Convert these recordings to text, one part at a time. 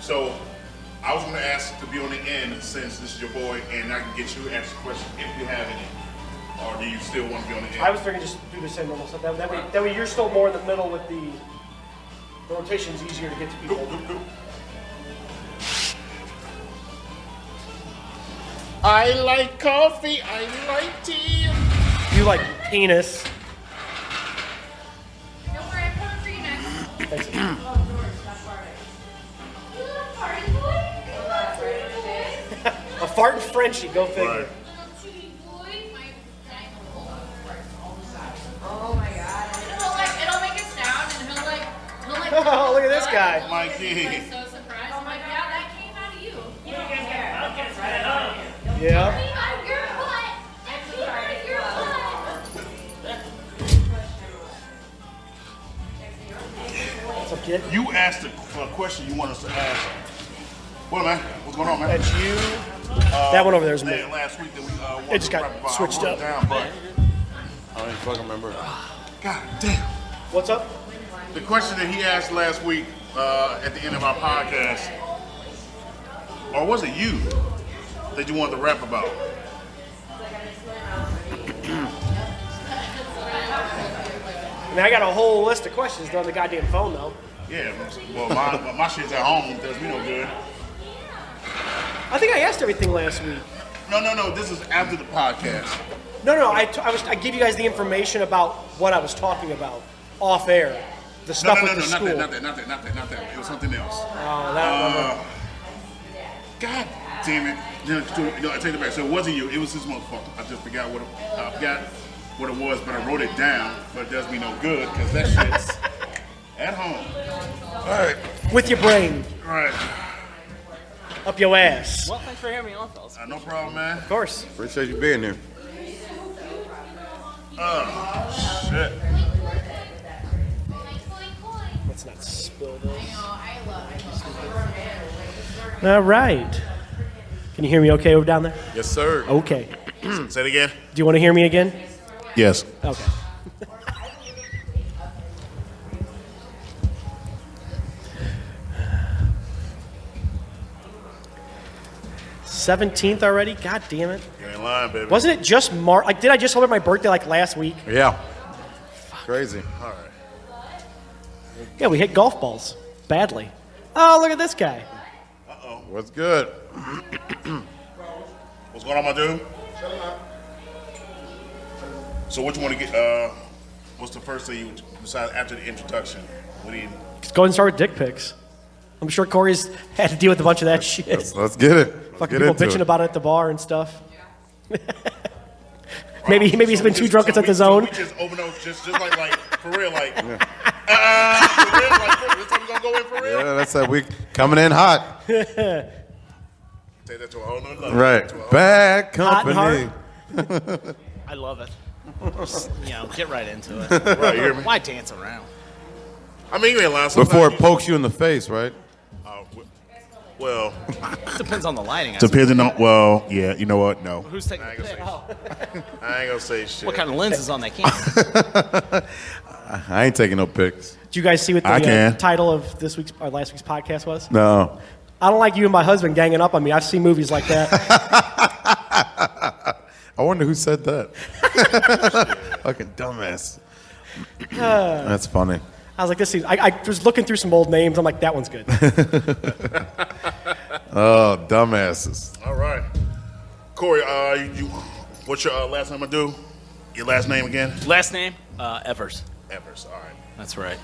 So I was going to ask to be on the end since this is your boy, and I can get you to answer questions if you have any. Or do you still want to be on the end? I was figuring just do the same normal stuff. That, that way, that way you're still more in the middle with the, the rotation's easier to get to people. I like coffee. I like tea. You like penis. Don't worry, I'm coming for you next. Thanks. All You little party boy. You little pretty boy. A fart in Frenchie, go figure. Right. Little teeny boy. My dinosaur. Oh my god. And He'll like, it'll make a sound and he'll like, he'll like. Oh, look at this guy. Mikey. He's so surprised. I'm like, yeah, that came out of you. You don't Yeah. came out of your butt. That came out of your butt. What's up, kid? You asked a, a question you want us to ask. What man? What's going on, man? Uh, That's you. that one over there is me. Last- Last week that we uh, It just got walked the rap bar, I switched wrote up. Down, but I don't even fucking remember. God damn. What's up? The question that he asked last week uh, at the end of our podcast, or was it you that you wanted to rap about? I mean, I got a whole list of questions. They're on the goddamn phone, though. Yeah, well, my, my shit's at home. Does me no good. I think I asked everything last week. No, no, no. This is after the podcast. No, no, I, t- I was I give you guys the information about what I was talking about off air, the No, stuff no, no, with no. the Not school. that, not that, not that, not that, not that. It was something else. Oh, that I remember. Uh, God damn it. No, no, I take it back. So it wasn't you. It was this motherfucker. I just forgot what it, I forgot what it was, but I wrote it down. But it does me no good because that shit's at home. All right, with your brain all right. up your ass. Well, thanks for having me on, fellas. Uh, no problem, man. Of course. Appreciate you being here. Shit. Like, coin, coin. Let's not spill this. No, I love it. All right. Can you hear me okay over down there? Yes, sir. Okay. Say it again. Do you want to hear me again? Yes. Okay. Seventeenth already? God damn it! You ain't lying, baby. Wasn't it just March? Like, did I just celebrate my birthday like last week? Yeah. Crazy. All right. Yeah, we hit golf balls badly. Oh, look at this guy. What's good? What's going on, my dude? So what you want to get? Uh, what's the first thing you besides after the introduction? What do you? Let's go ahead and start with dick pics. I'm sure Corey's had to deal with a bunch of that shit. Let's, let's get it. Let's Fucking get people into bitching it. about it at the bar and stuff. maybe maybe he's So been we too just- drunk so and set we- the so zone. We just open up, just, just like, like for real, like. Uh, for real, like, for real, this time we gonna go in for real. Yeah, that's that week coming in hot. Take that to a whole nother level. Right. To a whole- Bad Hot company. and hard. I love it. Just, you know, get right into it. Right, you hear me? Why dance around? I mean, you ain't lying. Sometimes Before you- it pokes you in the face, right? Uh, w- well, It depends on the lighting. I depending on well, yeah, you know what? No, suppose. Who's taking I the ain't gonna pic? say, I ain't gonna say shit. What kind of lens is on that camera? I ain't taking no pics. Did you guys see what the I uh, can. title of this week's or last week's podcast was? No. I don't like you and my husband ganging up on me. I've seen movies like that. I wonder who said that. Fucking dumbass. that's funny. I was like, this seems. I, I was looking through some old names. I'm like, that one's good. Oh, dumbasses. All right, Corey. Uh, you, you what's your uh, last name? I do. Your last name again? Last name? Uh, Evers. Evers. All right. That's right.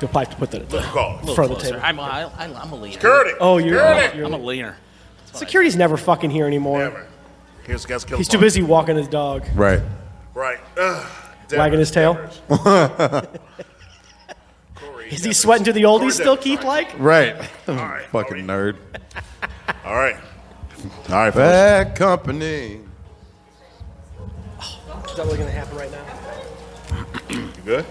You'll probably have to put that. At Look, the call it. A little Front of the closer. table. I'm, I, I, I'm a leaner. Curdy. Oh, you're, Curdy. you're I'm a leaner. security's never fucking here anymore. Never. Here's guys kill. He's too busy walking his dog. Right. Right. Ugh. Wagging his tail? Devers. Corey Is he Devers. sweating to the oldies Corey still, Devers, Keith? all right. Like, Right. right, Fucking nerd. All right. All right. fellas. Bad company. is that really gonna happen right now? You good?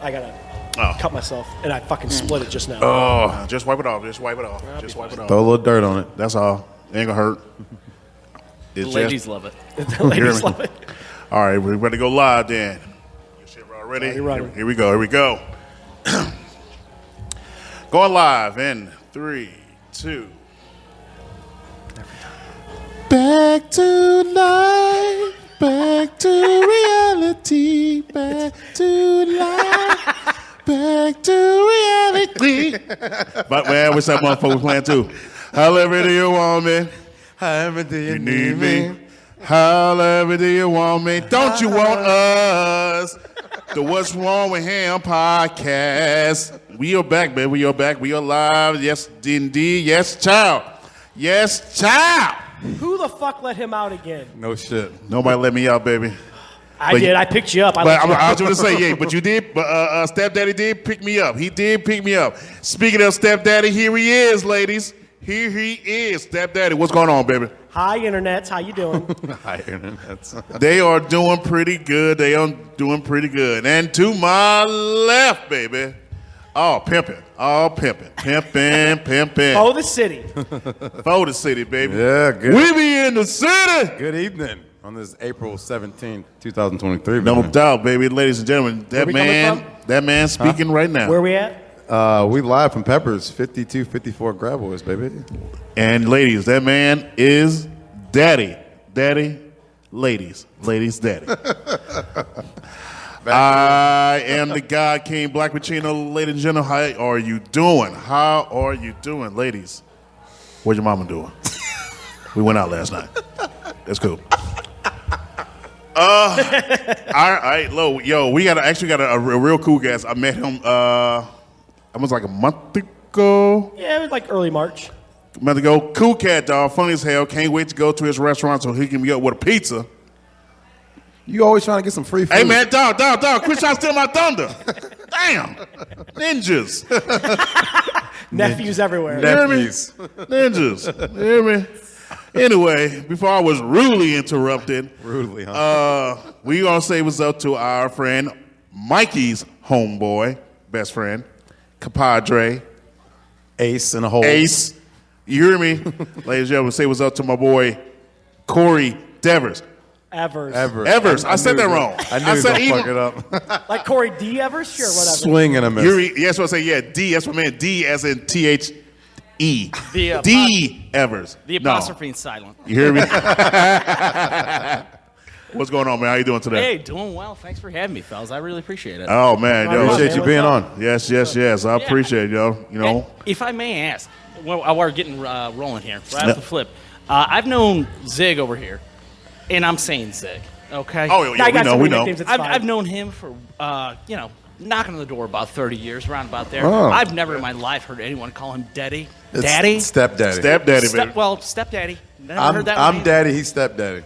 I gotta Oh. cut myself, and I Hmm. fucking split it just now. Oh, just wipe it off. Just wipe it off. Just wipe it off. Throw a little dirt on it. That's all. Ain't gonna hurt. The It's ladies just- love it. the ladies hear me? love it. All right, we're ready to go live then. Your shit already. Already running. Here, here we go. Here we go. Going live in three, to Back to life. Back to reality. Back to life. Back to reality. But man, what's that motherfucker playing too? However do you want me? However do you You need me. However do you want me? Don't you want Uh-huh. us? The What's Wrong with Him podcast. We are back, baby. We are back. We are live. Yes, indeed. Yes, child. Yes, child. Who the fuck let him out again? No shit. Nobody let me out, baby. I But- did. I picked you up. I But let I'm, you I was going to say, yeah, but you did. But uh, uh, stepdaddy did pick me up. He did pick me up. Speaking of stepdaddy, here he is, ladies. Here he is, stepdaddy. What's going on, baby? Hi, internets. How you doing? Hi, internet. They are doing pretty good. They are doing pretty good. And to my left, baby, all pimping, all pimping, pimping, pimping. oh, the city. For the city, baby. Yeah, good. We be in the city. Good evening on this April 17th, 2023. No man. doubt, baby, ladies and gentlemen. That we coming man, that man speaking right now. Where we at? Uh, we live from Peppers, 5254 Gravelers, baby. And ladies, that man is daddy, daddy, ladies, ladies, daddy. I am the God King Black Pacino, ladies and gentlemen. How are you doing? How are you doing, ladies? What's your mama doing? we went out last night. That's cool. Uh, all right, low, yo, we got a- actually got a, a real cool guest. I met him uh, almost like a month ago Yeah, it was like early March. month ago. Cool cat, dog. Funny as hell. Can't wait to go to his restaurant so he can be up with a pizza. You always trying to get some free food. Hey, man, dog, dog, dog. Quit trying to steal my thunder. Damn. Ninjas. Nephews everywhere. You hear me? Nephews. Ninjas. You hear me? Anyway, before I was rudely interrupted, Rudely, huh? uh, we gonna say what's up to our friend Mikey's homeboy, best friend, compadre, Ace in a hole. Ace. You hear me? Ladies and gentlemen, say what's up to my boy Corey Devers. Evers. Ever. Evers. I said knew that you- wrong. I knew I you was said gonna even- fuck it up. Like Corey D. Evers? Sure, whatever. Swing and a miss. Yuri, yes, what I say. Yeah, D. That's what I meant. D as in T H E. The apo- D Evers. The No. apostrophe is silent. You hear me? What's going on, man? How you doing today? Hey, doing well. Thanks for having me, fellas. I really appreciate it. Oh man, yo. Appreciate man, you what's being up? on. Yes, yes, yes. I Yeah. appreciate it, yo. You know, If I may ask, well, while we're getting uh, rolling here, right off the flip, uh, I've known Zig over here, and I'm saying Zig, okay? oh Now yeah, I we got know, so we many know. nicknames, it's I've, fine. I've known him for, uh, you know, knocking on the door about 30 years, around about there. Oh. I've never in my life heard anyone call him Daddy. It's daddy? Stepdaddy. Stepdaddy, Step- baby. well, stepdaddy. Never I'm, heard that I'm one either. daddy. He's stepdaddy.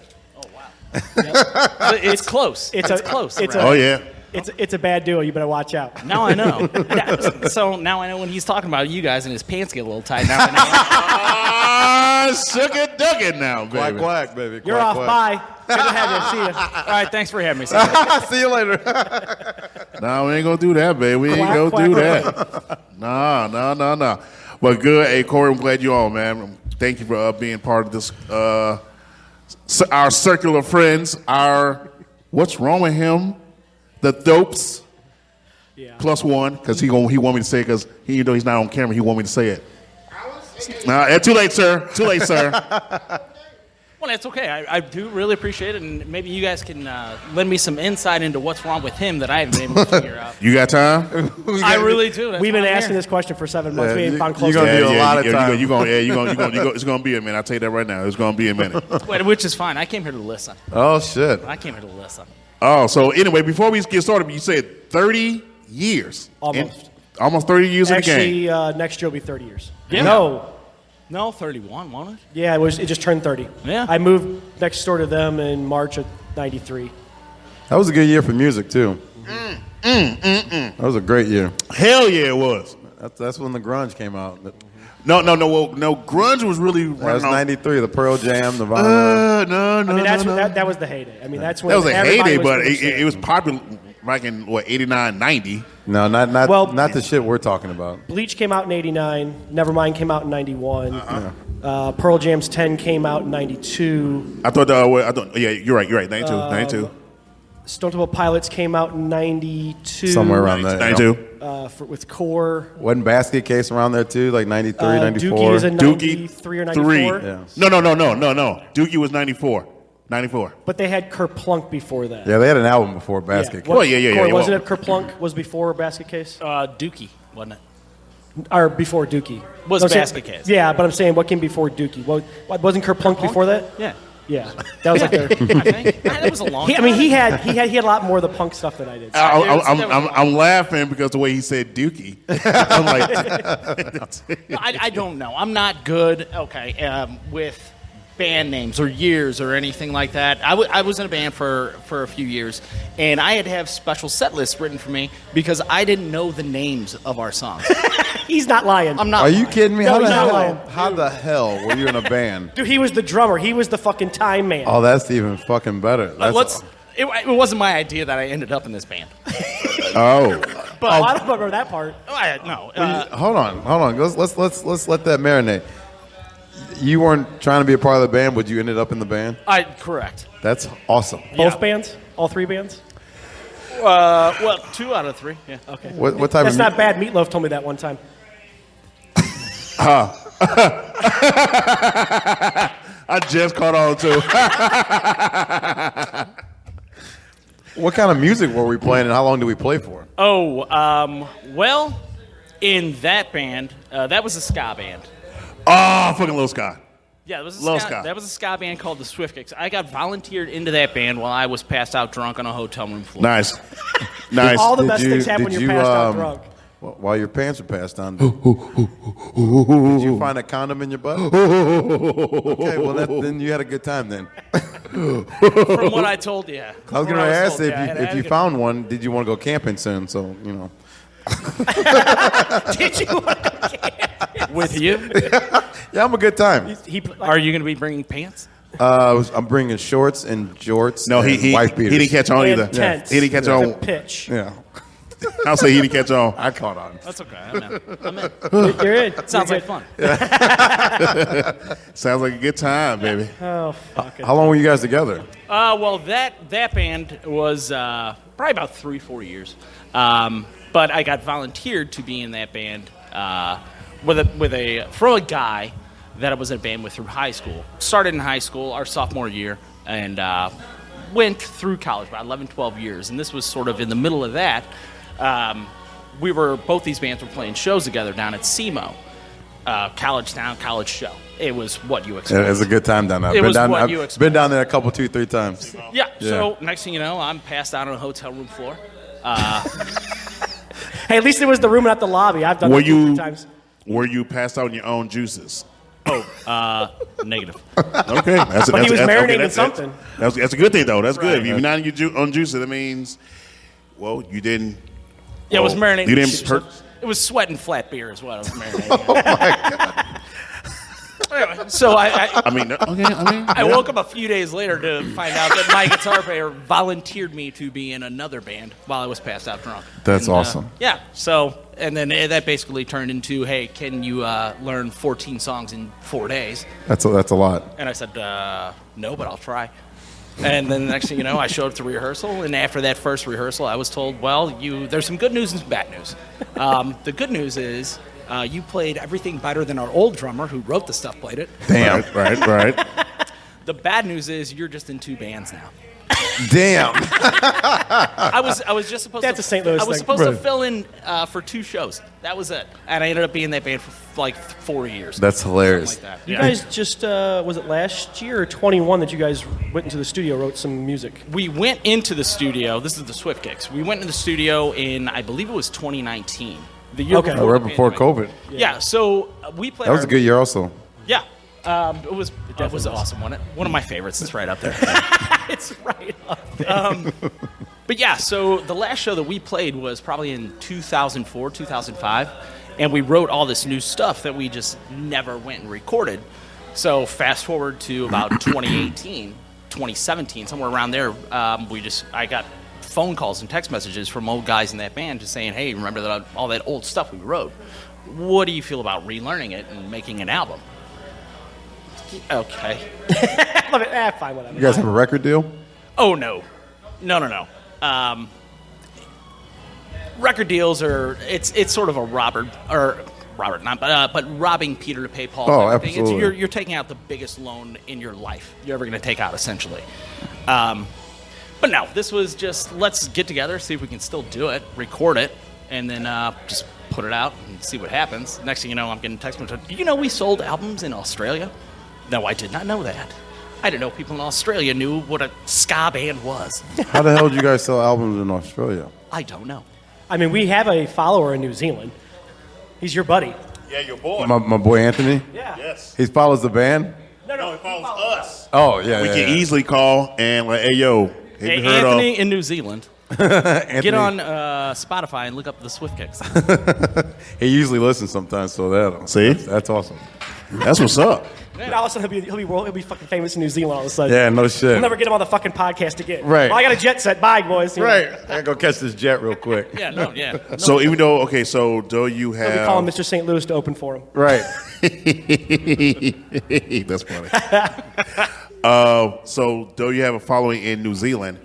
But It's close. It's, It's a- close. it's a- Ralph. Oh yeah. It's, it's a bad duo. You better watch out. now I know. Yeah, so now I know when he's talking about you guys and his pants get a little tight. Now I know. Ah, suck it, duck it now, Quack baby. quack, baby. You're off. quack, quack. Bye. Good to have you. See ya. All right, thanks for having me. Sam. See you later. Nah, we ain't gonna do that, baby. We ain't Quack, gonna quack, do that. Nah, nah, nah, nah. But good, hey Corey, I'm glad you're on, man. Thank you for uh, being part of this. Uh, s- our circular friends, our what's wrong with him, the dopes. Yeah. Plus one, because he gon' he want me to say it, because he you know he's not on camera. He want me to say it. Nah, eh, too late, sir. Too late, sir. well, that's okay. I, I do really appreciate it, and maybe you guys can uh, lend me some insight into what's wrong with him that I haven't been able to figure out. You got time? I really do. That's We've why been I'm asking here. this question for seven months. Yeah, we ain't you- found you close. gonna to be it. a lot of yeah, time. You gonna, yeah, you gonna, you gonna, you gonna, it's gonna be a minute. I tell you that right now. It's gonna be a minute. Wait, which is fine. I came here to listen. Oh shit. I came here to listen. Oh, so anyway, before we get started, you said 30 years. Almost. In- almost 30 years in the game. Actually, uh, next year will be 30 years. Yeah. No. No, 31, won't it? Yeah, it was. It just turned 30. Yeah. I moved next door to them in March of '93. That was a good year for music too. That was a great year. Hell yeah, it was. That's, that's when the grunge came out. That No, no, no. Well, no, grunge was really running was on- '93. The Pearl Jam, Nirvana. Uh, no, no, I mean, no, that's no. when, that, that was the heyday. I mean, that's when That was a everybody heyday, was but it, producing. it, it was popular back in, what, 89, 90. No, not not Well- not the shit we're talking about. Bleach came out in '89. Nevermind came out in '91. Uh-huh. Uh, Pearl Jam's "10" came out in '92. Uh, I thought, uh, well, I thought, yeah, you're right, you're right, 92, 92. Stuntable Um, Pilots came out in 92. Somewhere around there. I you know. do. Uh, for, with Core. Wasn't Basket Case around there too, like 93, Uh, Dookie 94? is a Dookie 93 or three. 94. Yeah. No, no, no, no, no, no. Dookie was 94. 94. But they had Kerplunk before that. yeah, they had an album before Basket Case. Well, Oh, yeah, yeah, yeah, Corey, yeah, wasn't well- it Kerplunk was before Basket Case? Uh, Dookie, wasn't it? Or before Dookie? Was I'm saying- Basket Case. Yeah, but I'm saying what came before Dookie? What, what- wasn't Kerplunk before that? Yeah. Yeah. That was like their. I think. Man, that was a long He, I time. mean, he had he had he had a lot more of the punk stuff than I did. I, Dude, I, I'm, that was I'm, wild. I'm laughing because the way he said Dookie. I'm like, No, I, I don't know. I'm not good, okay, um, with band names or years or anything like that. I wa- I was in a band for, for a few years, and I had to have special set lists written for me because I didn't know the names of our songs. He's not lying. I'm not. Are you lying. kidding me? No, how, the no, hell, no. how the hell were you in a band? Dude, he was the drummer. He was the fucking time man. Oh, that's even fucking better. Uh, That's Let's. It, it wasn't my idea that I ended up in this band. oh, But Oh, I don't remember that part. I, no, uh, hold on, hold on. Let's, let's let's let's let that marinate. You weren't trying to be a part of the band, but you ended up in the band. I correct. That's awesome. Both Yeah. bands, all three bands. Uh, well, two out of three. Yeah. Okay, What, what type that's of not bad. Meatloaf told me that one time. I just caught on to. mu- what kind of music were we playing, and how long did we play for? Oh, um, well, in that band, uh, that was a ska band. Oh, fucking Lil Scott. Yeah, that was a Love ska, ska. that was a ska band called the Swift Kicks. I got volunteered into that band while I was passed out drunk on a hotel room floor. Nice. Nice. All the Did best you- things happen when did you're passed out um, drunk. wh- While your pants are passed down, did you find a condom in your butt? okay, well, that, then you had a good time then. From what I told you, I was From going to what I was ask told, if yeah, I had- you, I if had you a good- found one, did you want to go camping soon? So, you know. Did you? want to- with you, Yeah, I'm a good time. He, like, are you going to be bringing pants? Uh, I was, I'm bringing shorts and jorts. No, he and he, he wife beaters. didn't catch on and either. tents He didn't catch to on. pitch. Yeah, I'll say he didn't catch on. I caught on. That's okay. I'm in. I'm in. You're in. Sounds You're like good. fun. Sounds like a good time, baby. Oh fuck. it. How long were you guys together? Uh, well, that that band was uh, probably about three, four years. Um, but I got volunteered to be in that band uh, with a with a from a guy that I was in a band with through high school. Started in high school, our sophomore year, and uh, went through college about 11, 12 years. And this was sort of in the middle of that. Um, we were both these bands were playing shows together down at SEMO, uh, college town, college show. It was what you It expect. was a good time down there. I've It been was down, what I've you been expect. down there a couple, two, three times. Oh. Yeah. So Yeah. next thing you know, I'm passed out on a hotel room floor. Uh, Hey, at least it was the room, not the lobby. I've done Were that two, three you times. were you passed out on your own juices? Oh. uh, Negative. Okay, that's, But he that's- was that's- marinating in that's- something. That's, that's a good thing though. That's good. If Right. you're not on your ju- on juices, that means well you didn't. Yeah, it was well, marinating. Oh, You didn't. Oh, Per- It was sweat and flat beer is what I was marinating. Anyway, so I, I, I mean, okay. I mean, I woke up a few days later to find out that my guitar player volunteered me to be in another band while I was passed out drunk. That's uh, awesome. yeah. So and then eh, that basically turned into, hey, can you uh, learn 14 songs in four days? That's a, that's a lot. And I said, uh, no, but I'll try. And then the next thing you know, I showed up to rehearsal. And after that first rehearsal, I was told, well, you there's some good news and some bad news. Um, the good news is uh, you played everything better than our old drummer who wrote the stuff played it. Damn, Right, right. right. The bad news is you're just in two bands now. damn. I was I was just supposed That's to, a St. Louis I was thing. supposed to Right. fill in uh, for two shows. That was it. And I ended up being in that band for like four years. That's hilarious. like that. You Yeah. guys just uh, was it last year or 21 that you guys went into the studio, wrote some music. we went into the studio. This is the Swift Kicks. We went into the studio in, I believe it was 2019. The year Okay. Oh, before, right the before pandemic. COVID. Yeah. so uh, we played. That was our- a good year, also. Yeah, um, it was. That was, awesome. One, one of my favorites. It's right up there. it's right up there. Um, but yeah, so the last show that we played was probably in 2004, 2005, and we wrote all this new stuff that we just never went and recorded. So fast forward to about 2018, 2017, somewhere around there, um, we just I got phone calls and text messages from old guys in that band just saying, "Hey, remember that all that old stuff we wrote? What do you feel about relearning it and making an album?" Okay. ah, fine, whatever. You guys have a record deal? Oh no. No, no, no. Um, record deals are it's it's sort of a Robert or Robert not but uh, but robbing Peter to pay Paul. Oh, type of thing. It's- absolutely. You're you're taking out the biggest loan in your life you're ever going to take out essentially. Um, but no, this was just let's get together, see if we can still do it, record it, and then uh, just put it out and see what happens. Next thing you know, I'm getting text messages. You know, we sold albums in Australia. No, I did not know that. I didn't know people in Australia knew what a ska band was. How the hell do you guys sell albums in Australia? I don't know. I mean, we have a follower in New Zealand. He's your buddy. Yeah, your boy. My, my boy Anthony, Yeah. yes. he follows the band. No, no, it follows us. Oh yeah, We yeah, can yeah. easily call and like, hey, yo, have Hey, you heard Anthony of? in New Zealand. Anthony, Get on uh, Spotify and look up the Swift Kicks. He usually listens sometimes, so that See? that's, that's awesome. That's what's up. And all of a sudden, he'll be, he'll, be world, he'll be fucking famous in New Zealand all of a sudden. Yeah, no shit. We'll never get him on the fucking podcast again. Right. Well, I got a jet set. Bye, boys. You know, right. I gotta go catch this jet real quick. yeah, no, yeah. So even though, okay, so though you We have, call him Mr. St. Louis to open for him. Right. That's funny. uh, so, though you have a following in New Zealand,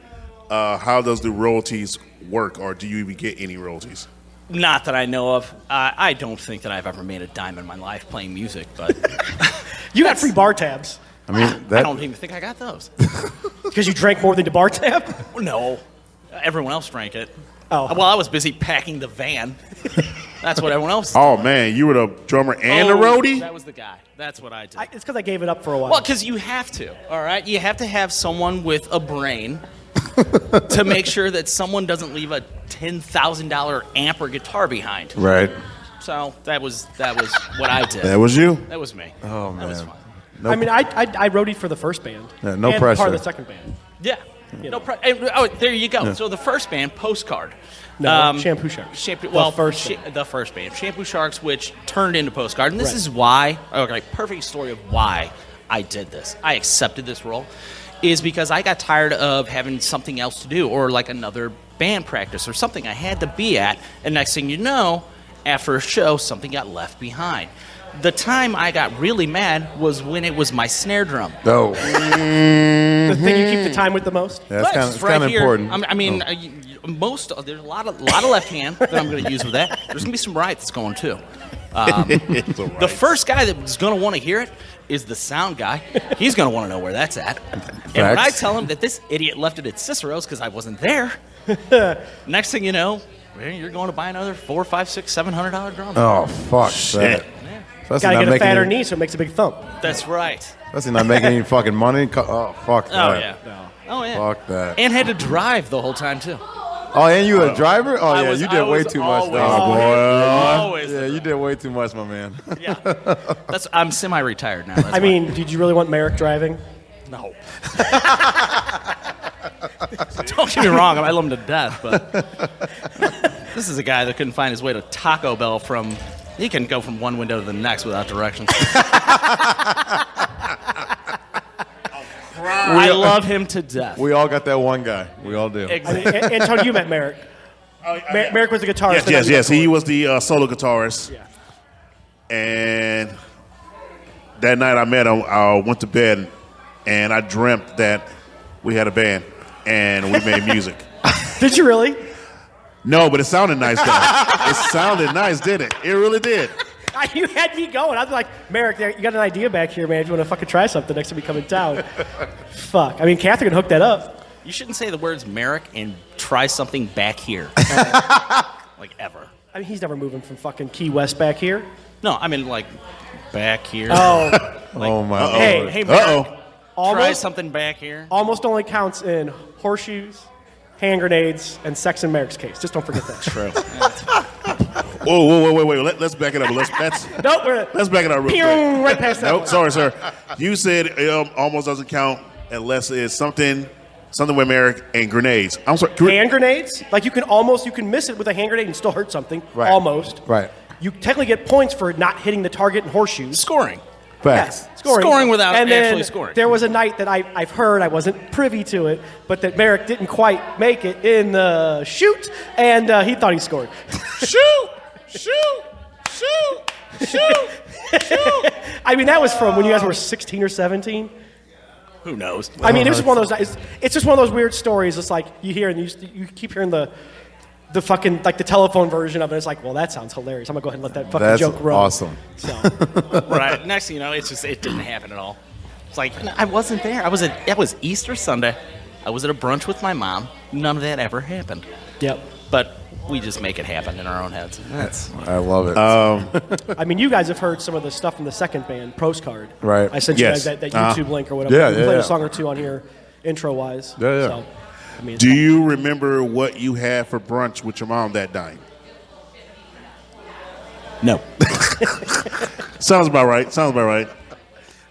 uh, how does the royalties work, or do you even get any royalties? Not that I know of. Uh, I don't think that I've ever made a dime in my life playing music, but You got free bar tabs I mean, I that don't even think I got those. because you drank more than the bar tab. No, everyone else drank it. Oh. Well, I was busy packing the van. That's what everyone else. Oh man, you were the drummer and Oh, the roadie. That was the guy. That's what I did. I, it's because I gave it up for a while. Well, because you have to, all right? You have to have someone with a brain to make sure that someone doesn't leave a $10,000 amp or guitar behind. right. So that was that was what I did. That was you. That was me. Oh That was man. fun. No, I mean, I, I, I roadied for the first band. Yeah, no and Part pressure. of the second band. Yeah. Hmm. No pro- and- oh, there you go. So the first band, Postcard. No, Shampoo Sharks. Shampoo, The well, first sha- band. the first band, Shampoo Sharks, which turned into Postcard, and this is why. Okay, perfect story of why I did this. I accepted this role, is because I got tired of having something else to do, or like another band practice, or something I had to be at. And next thing you know, after a show, something got left behind. The time I got really mad was when it was my snare drum. no. Mm. The thing you keep the time with the most. Yeah, it's Right, kind of it's it's right kind of here. important. Oh. I'm- I mean, uh, you- you- most of, there's a lot of lot of left hand that I'm going to use with that. There's going to be some right that's going too. Um, The first guy that's going to want to hear it is the sound guy. He's going to want to know where that's at. And when I Facts. tell him that this idiot left it at Cicero's because I wasn't there, next thing you know, man, you're going to buy another four, five, six, seven hundred dollar drum. oh fuck. Shit. That's Gotta not get a making fatter any, knee so it makes a big thump. That's right. That's not making any fucking money. Co- Oh fuck. Oh that. yeah. Oh yeah. Fuck that. And had to drive the whole time too. Oh, and you Uh, a driver? Oh Uh, I yeah, was- you did I way was too much, always- dog. Always. Yeah, you did way too much, my man. Yeah. That's I'm semi-retired now. That's I mean, did you really want Merrick driving? No. Don't get me wrong, I love him to death, but this is a guy that couldn't find his way to Taco Bell from. He can go from one window to the next without directions. I love him to death. We all got that one guy. We all do. I mean, A- Antonio, you met Merrick. Mer- Merrick was a guitarist. Yes, but yes, not- yes. He was the uh, solo guitarist. Yeah. And that night I met him, I went to bed and I dreamt that we had a band and we made music. Did you really? No, but it sounded nice though. it sounded nice, didn't it? It really did. You had me going. I was like, Merrick, there- you got an idea back here, man. If you want to fucking try something next time you come in town. Fuck. I mean, Catherine hooked that up. you shouldn't say the words Merrick and try something back here. like ever. I mean, he's never moving from fucking Key West back here. No, I mean like back here. Oh, oh my. hey, lord. hey, Uh oh. try almost, something back here. almost only counts in horseshoes, hand grenades, and sex in Merrick's case. Just don't forget that. True. Whoa, whoa, whoa, wait, wait. Let, let's back it up. Let's let's nope, we're let's back it up real quick. pew, right past that. Nope, sorry, sir. You said it um, almost doesn't count unless it's something something with Merrick and grenades. I'm sorry. gre- hand grenades. Like you can almost you can miss it with a hand grenade and still hurt something. Right. Almost. Right. You technically get points for not hitting the target in horseshoes. Scoring. Facts. Scoring. Scoring without and then actually scoring. There was a night that I, I've heard, I wasn't privy to it, but that Merrick didn't quite make it in the shoot, and uh, he thought he scored. shoot! Shoot! Shoot! Shoot! I mean, that was from when you guys were 16 or 17. Who knows? I mean, it was Uh-huh. just one of those. It's, it's just one of those weird stories. It's like you hear and you, just, you keep hearing the, the fucking like the telephone version of it. It's like, well, that sounds hilarious. I'm gonna go ahead and let that fucking That's joke run. awesome. So right. Next thing you know, it's just it didn't happen at all. It's like no, I wasn't there. I was at that was Easter Sunday. I was at a brunch with my mom. None of that ever happened. yep. But we just make it happen in our own heads. That's I love it. I mean, you guys have heard some of the stuff from the second band, Postcard. Right. I sent Yes. you guys that, that Uh-huh. YouTube link or whatever. Yeah, we yeah, played yeah. a song or two on here, intro wise. Yeah, yeah. So, I mean, it's Do fun. you remember what you had for brunch with your mom that night? no. Sounds about right. Sounds about right.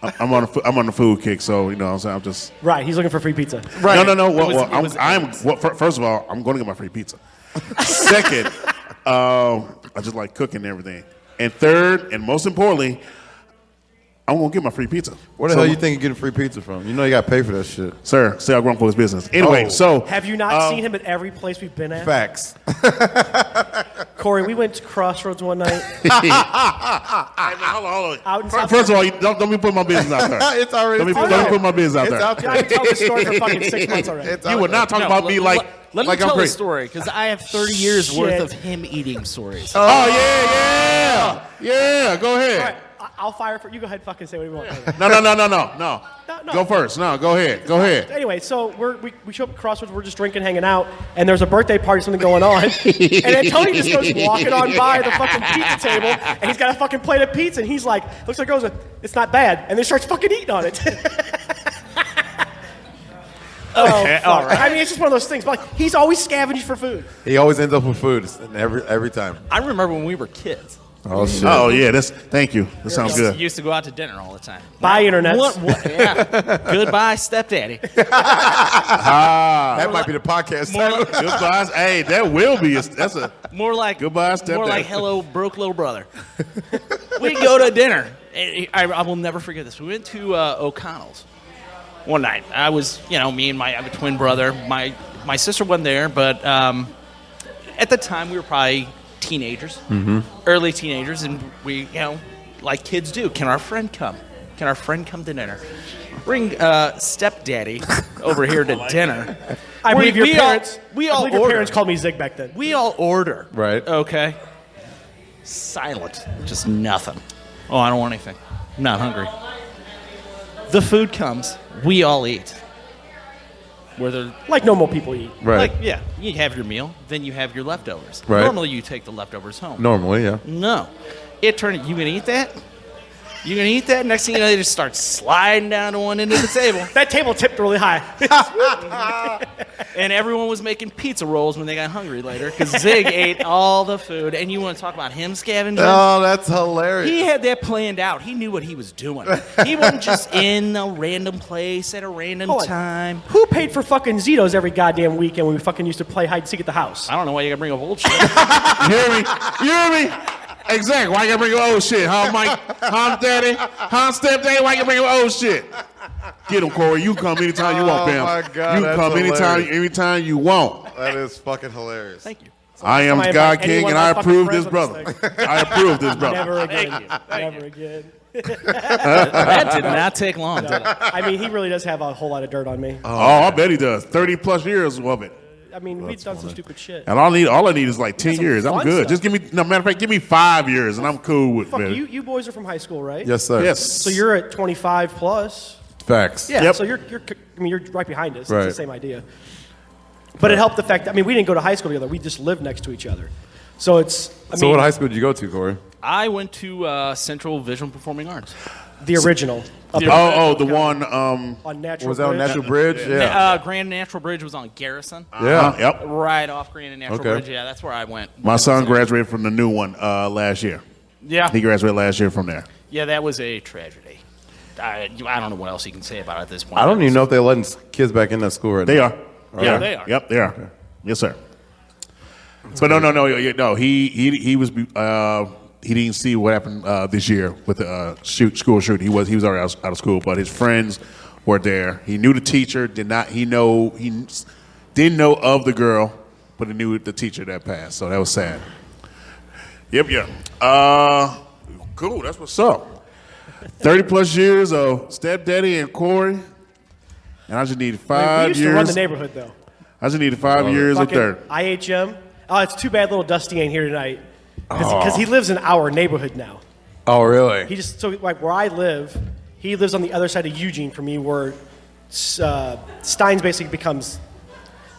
I- I'm on a fo- I'm on the food kick, so you know what I'm saying I'm just right? He's looking for free pizza. right. No, no, no. Well, was- well, it I'm, was- I'm well, fir- first of all, I'm going to get my free pizza. Second, um, I just like cooking and everything. And third, and most importantly, I'm going to get my free pizza. Where the So- hell you think you're getting free pizza from? You know you got to pay for that shit. sir? See how grown folks business. Anyway, Oh. so Have you not seen him at every place we've been at? Facts. Corey, we went to Crossroads one night. Hey, man, hold on, hold on. Out in Fir- South- Uh, first, of all, you don't, don't be putting my business out there. it's already. Let me- let out me there. put my biz out It's there. Yeah, I've been telling this story for fucking six months already. It's you out would not talk No, about let- me like let, let like me I'm tell the crazy. story because I have 30 years worth Shit. of him eating stories. Oh yeah, yeah, yeah. Go ahead. All right, I- I'll fire for you. Go ahead, fucking say what you want. No, no, no, no, no, no, No, no. Go first. No, go ahead. Go ahead. Anyway, so we're, we, we show up at Crossroads, we're just drinking, hanging out, and there's a birthday party, something going on. and then Tony just goes walking on by the fucking pizza table, and he's got a fucking plate of pizza, and he's like, looks like goes, it's not bad, and then starts fucking eating on it. Oh, fuck. all right. I mean, it's just one of those things. But like, he's always scavenging for food. He always ends up with food It's- every every time. I remember when we were kids. Oh shit. Oh yeah, that's thank you. That sounds We good. used to go out to dinner all the time. Bye, internet. What, what, yeah. Goodbye, stepdaddy. Ah, that might be the podcast. More, title. li- Goodbye. Hey, that will be. A, that's a. more like Goodbye, More stepdaddy. like hello, broke little brother. we go to dinner. and I, I will never forget this. We went to uh, O'Connell's one night. I was, you know, me and my I have a twin brother. My my sister wasn't there, but um, at the time we were probably teenagers, early teenagers, and we, you know, like kids do. Can our friend come? Can our friend come to dinner? Bring uh, stepdaddy over here to dinner. I We- believe your we all- parents. we I all believe your ordered. parents called me Zig back then. We all order. Right. Okay. Silent. Just nothing. Oh, I don't want anything. I'm not hungry. The food comes. We all eat. Where they're Like normal people eat. right. like, yeah, you have your meal, then you have your leftovers. Right. Normally, you take the leftovers home. Normally, yeah. No. It turned. You gonna eat that? You gonna eat that? Next thing you know, they just start sliding down to one end of the table, That table tipped really high. and everyone was making pizza rolls when they got hungry later because Zig ate all the food. And you want to talk about him scavenging? Oh, that's hilarious. He had that planned out. He knew what he was doing. He wasn't just in a random place at a random Hold on. time. Who paid for fucking Zetos every goddamn weekend when we fucking used to play hide and seek at the house? I don't know why you gotta bring up old shit. You hear me? You hear me? Exactly. Why you gotta bring up old shit, huh, Mike? Huh, Daddy? Huh, Stepdaddy? Why you gotta bring up old shit? Get him, Corey. You can come anytime you want, Oh, fam. my God, you can that's come anytime, hilarious. anytime you want. That is fucking hilarious. Thank you. I am Somebody God invite King, anyone and my I fucking approve this friends on brother. I approve this brother. Never again. Never again. That did not take long. Did it? I mean, he really does have a whole lot of dirt on me. Oh, I bet he does. Thirty plus years of it. I mean, we've done some stupid shit. And all I need, all I need is like ten some years. I'm fun good. stuff. Just give me, no matter of fact, give me five years, and I'm cool with Fuck it. you. You boys are from high school, right? Yes, sir. Yes. So you're at 25 plus. facts. Yeah. Yep. So you're, you're, c- I mean, you're right behind us. Right. It's the same idea. But it helped the fact that I mean, we didn't go to high school together. We just lived next to each other. So it's. I So mean, what high school did you go to, Corey? I went to uh, Central Visual Performing Arts. the original up oh, oh, the one. Um, on natural. Was that on Bridge. Natural Bridge? Yeah. Uh, Grand Natural Bridge was on Garrison. Yeah. Uh-huh. uh, yep. Right off Grand and Natural Okay. Bridge. Yeah, that's where I went. My son graduated from the new one uh, last year. Yeah. He graduated last year from there. Yeah, that was a tragedy. I, I don't know what else you can say about it at this point. I don't even know if they're letting s- kids back in that school right They now. are. Yeah, they are. Yep, they are. Yes, sir. but no, no, no, yeah, no. He he he was. Uh, he didn't see what happened uh, this year with the uh, shoot school shooting. He was he was already out, out of school, but his friends were there. He knew the teacher. Did not he know he kn- didn't know of the girl, but he knew the teacher that passed. So that was sad. Yep, yep. Uh, cool. That's what's up. Thirty plus years of stepdaddy and Corey. And I just need We five used to run the years. neighborhood though. I just need five years with Fucking her. IHM. Oh, it's too bad little Dusty ain't here tonight because he lives in our neighborhood now. Oh, really? He just so like where I live, he lives on the other side of Eugene from me, where uh, Steins basically becomes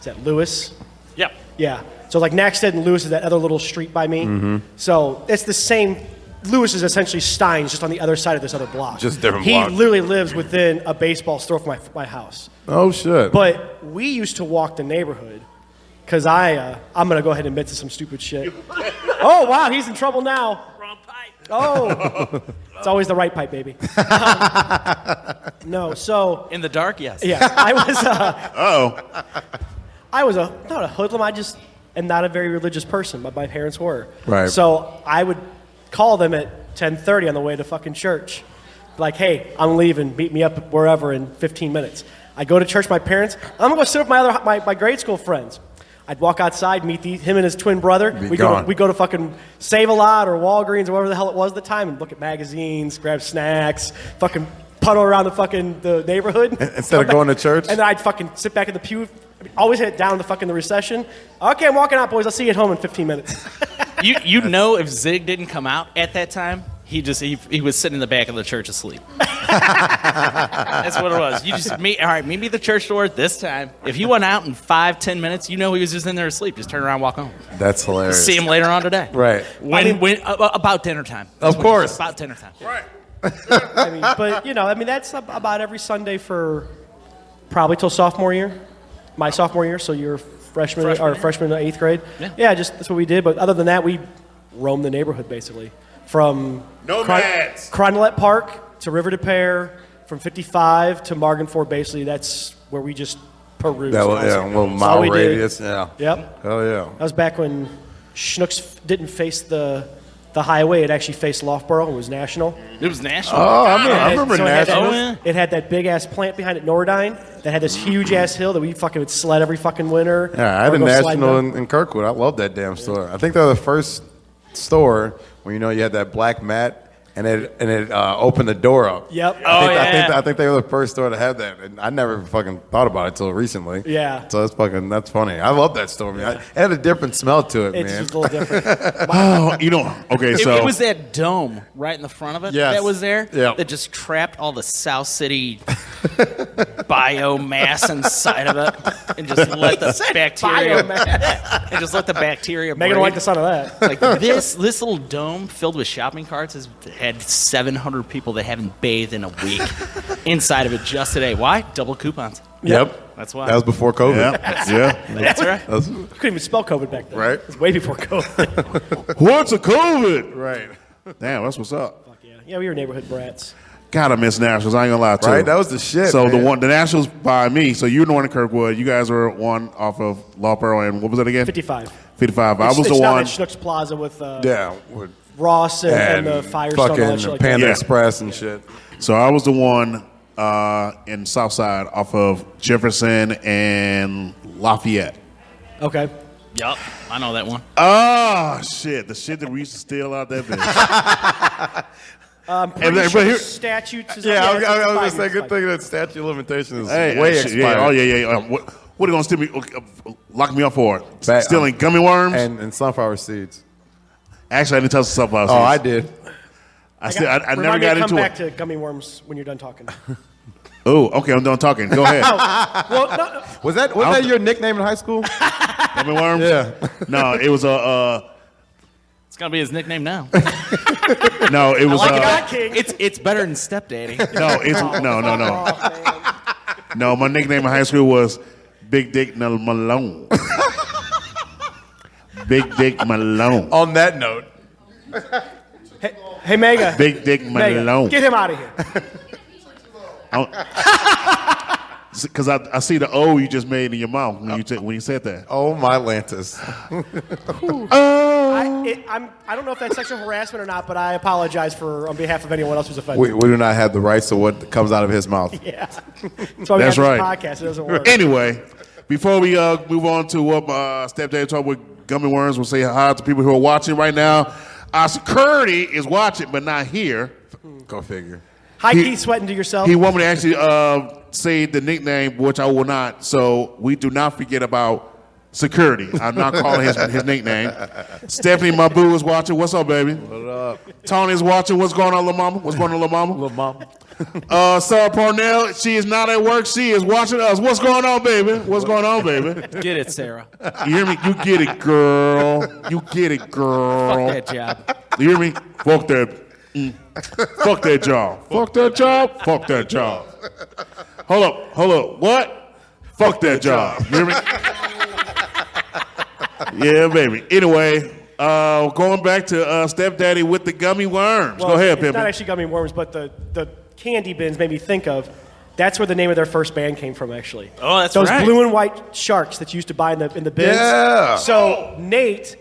is that Lewis? Yep. Yeah. So like Naxted and Lewis is that other little street by me. Mm. Mm-hmm. So it's the same. Lewis is essentially Steins, just on the other side of this other block. Just different He block. literally lives within a baseball store from my, my house. oh shit. But we used to walk the neighborhood because I, uh, I'm going to go ahead and admit to some stupid shit. oh, wow, he's in trouble now. Wrong pipe. Oh, it's always the right pipe, baby. Um, no, so, In the dark, yes. yeah, I was, uh, Oh, I was a, not a hoodlum, I just am not a very religious person, but my parents were. Right. So I would call them at 1030 on the way to fucking church. Like, hey, I'm leaving. Meet me up wherever in 15 minutes. I go to church. My parents. I'm gonna go sit with my other my, my grade school friends. I'd walk outside, meet the, him and his twin brother. Be we go gone. to, we go to fucking Save a Lot or Walgreens or whatever the hell it was at the time, and look at magazines, grab snacks, fucking puddle around the fucking the neighborhood Instead of Come back- going to church? And then I'd fucking sit back in the pew. I mean, always hit it down the fucking the recession. Okay, I'm walking out, boys. I'll see you at home in 15 minutes. You you know if Zig didn't come out at that time, he just he, he was sitting in the back of the church asleep. That's what it was. You just meet all right, meet me at the church door this time. If he went out in five, ten minutes, you know he was just in there asleep. Just turn around, and walk home. That's hilarious. See him later on today. Right. When when uh, about dinner time. Of That's what it was, course. About dinner time. right. I mean, but you know, I mean, that's ab- about every Sunday for probably till sophomore year, my sophomore year. So you're freshman, Freshman or year. freshman in eighth grade. Yeah. just that's what we did. But other than that, we roamed the neighborhood basically from Nomads. Cronlet Park to River to Pear, from 55 to Morgan Ford. Basically, that's where we just perused. That was, yeah, a little That's all mile we did. radius. Yeah. Yep. Hell yeah. That was back when Schnooks f- didn't face the the highway; it actually faced Loughborough. It was national. It was national. Oh, I remember, I And it- remember so it had Nashville. Oh, that- yeah. It had that big ass plant behind it, Nordine, that had this huge ass hill that we fucking would sled every fucking winter. Yeah, I had Or a go sliding national down. in, in Kirkwood. I love that damn store. I think they're the first store where you know you had that black mat and it and it uh, opened the door up. Yep. I think, Oh, I, think, yeah. I think they were the first store to have that, and I never fucking thought about it till recently. Yeah. So that's fucking that's funny. I love that store, man. It had a different smell to it, It's man. just a little different. Oh, you know. Okay, It, so it was that dome right in the front of it Yes. that was there Yep. that just trapped all the South City biomass inside of it and just let the bacteria and just let the bacteria Megan breed. liked the sound of that. Like this, this little dome filled with shopping carts has had 700 people that haven't bathed in a week inside of it just today. Why? Double coupons. yep. That's why. That was before COVID. yeah, yeah. That's right. That's, You couldn't even spell COVID back then. Right. It was way before COVID. What's a COVID? right. Damn, that's what's up. yeah. yeah, we were neighborhood brats. Gotta miss Nationals. I ain't gonna lie to you. Right? That was the shit, So the man. one, the Nationals by me. So you're the one in Kirkwood. You guys were one off of Lawboro and what was that again? 55. Fifty-five. I It's- was it's the down one. at Schnooks Plaza with uh, Yeah. with- Ross and, and, And, the Firestone. and all that fucking shit like that. Panda Yeah. Express and shit. So I was the one uh, in Southside off of Jefferson and Lafayette. Okay. Yup. I know that one. Oh shit! The shit that we used to steal out that bitch. I'm pretty but sure here- Um, statutes is Yeah, I was, I was gonna five say, years, good five thing that statute of limitation is Hey, way shit, expired. Yeah, oh yeah, yeah. yeah. What, what are they gonna steal me? okay, uh, Lock me up for Back- stealing gummy worms. And, and sunflower seeds. Actually, I didn't touch the stuff I was. Oh, I did. I, still, I, I Remind never me to got come into back to it. gummy worms when you're done talking. Oh, oh, okay. I'm done talking. Go ahead. well, no, no, Was that was I'll- that your nickname in high school? Gummy worms. Yeah. No, it was a. Uh, It's gonna be his nickname now. uh, no, it was. like uh, it. God King. it's it's better than stepdaddy. no, it's no, no, no, no. My nickname in high school was Big Dick Nal- Malone. Big Dick Malone. On that note, Hey, Mega. Big Dick Mega, Malone. Get him out of here. Because I, I see the O you just made in your mouth when you t- when you said that. oh my Lantis. I, it, I'm, I don't know if that's sexual harassment or not, but I apologize for on behalf of anyone else who's offended. We, we do not have the rights to what comes out of his mouth. yeah. That's why we That's have right. this podcast. It doesn't work. Anyway, before we uh, move on to what uh, Stepdad Talk with Gummy Worms, we'll say hi to people who are Uh, watching right now. Our security is watching, but not here. Go figure. High He- key sweating to yourself. He wanted me to actually uh, say the nickname, which I will not. So we do not forget about security. I'm not calling his, his nickname. Stephanie, my boo, is watching. What's up, baby? What up? Tony's watching. What's going on, La Mama? What's going on, La Mama? Little mom. Uh, Sarah Parnell, she is not at work. She is watching us. What's going on, baby? What's going on, baby? Get it, Sarah. Fuck You hear me? You get it, girl. You get it, girl. that job. You hear me? Fuck that. mm. Fuck that job. Fuck that job. Fuck that job. Hold up. Hold up. What? Fuck that job. You hear me? yeah, baby. Anyway, uh, going back to uh, stepdaddy with the gummy worms. Go Well, ahead, It's not Pippin. actually gummy worms, but the, the candy bins made me think of. That's where the name of their first band came from, actually. Oh, that's Those right. blue and white sharks that you used to buy in the in the bins. Yeah. So Nate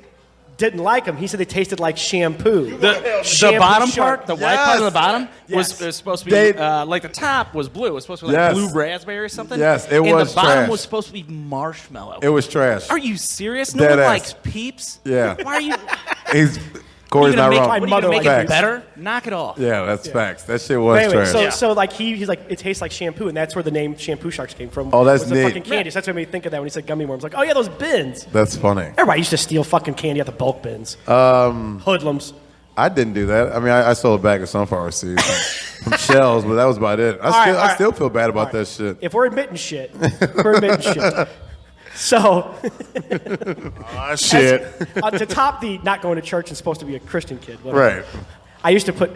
didn't like them. He said they tasted like shampoo. The, the Shampoo bottom shark. part, the white part on the Yes. bottom, Yes. was, was supposed to be They- uh, like the top was blue. It was supposed to be like Yes. blue raspberry or something. Yes, it and was the bottom trash. was supposed to be marshmallow. It was trash. Are you serious? No Dead one ass. likes peeps. Yeah. Why are you? He's You're Corey's gonna not make, wrong. What are you gonna Mother make Facts. it better? Knock it off. Yeah, that's facts. That shit was But anyway, trash. so so like he he's like it tastes like shampoo, and that's where the name shampoo sharks came from. Oh, that's was the neat. fucking candy. So that's what made me think of that when he said gummy worms. Like, oh yeah, those bins. that's funny. Everybody used to steal fucking candy out the bulk bins. Um, Hoodlums. I didn't do that. I mean, I, I stole a bag of sunflower seeds from, from shells, but that was about it. I right, still, all I right. still feel bad about that shit. If we're admitting shit, we're admitting shit. So Ah, shit. uh, to top the not going to church and supposed to be a Christian kid, whatever, right. I used to put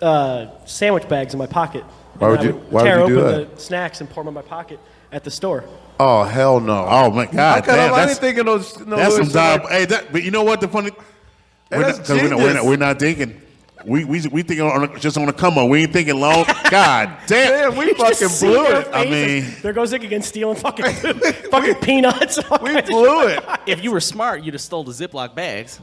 uh, sandwich bags in my pocket. Why And would I you- why would tear you do open that? the snacks and pour them in my pocket at the store. Oh hell no. Oh my I God, could damn, I didn't that's, think of those. No that's some those- diab- Hey, that, but you know what? The funny, we're that's not, 'cause we're not- we're, not, genius. we're not thinking. We we we thinking on a, just on a come up. We ain't thinking long. God damn, Damn, we fucking See blew their it. I faces. mean- there goes Nick again stealing fucking fucking peanuts. all We kinds of blew it. If you were smart, you'd have stole the Ziploc bags.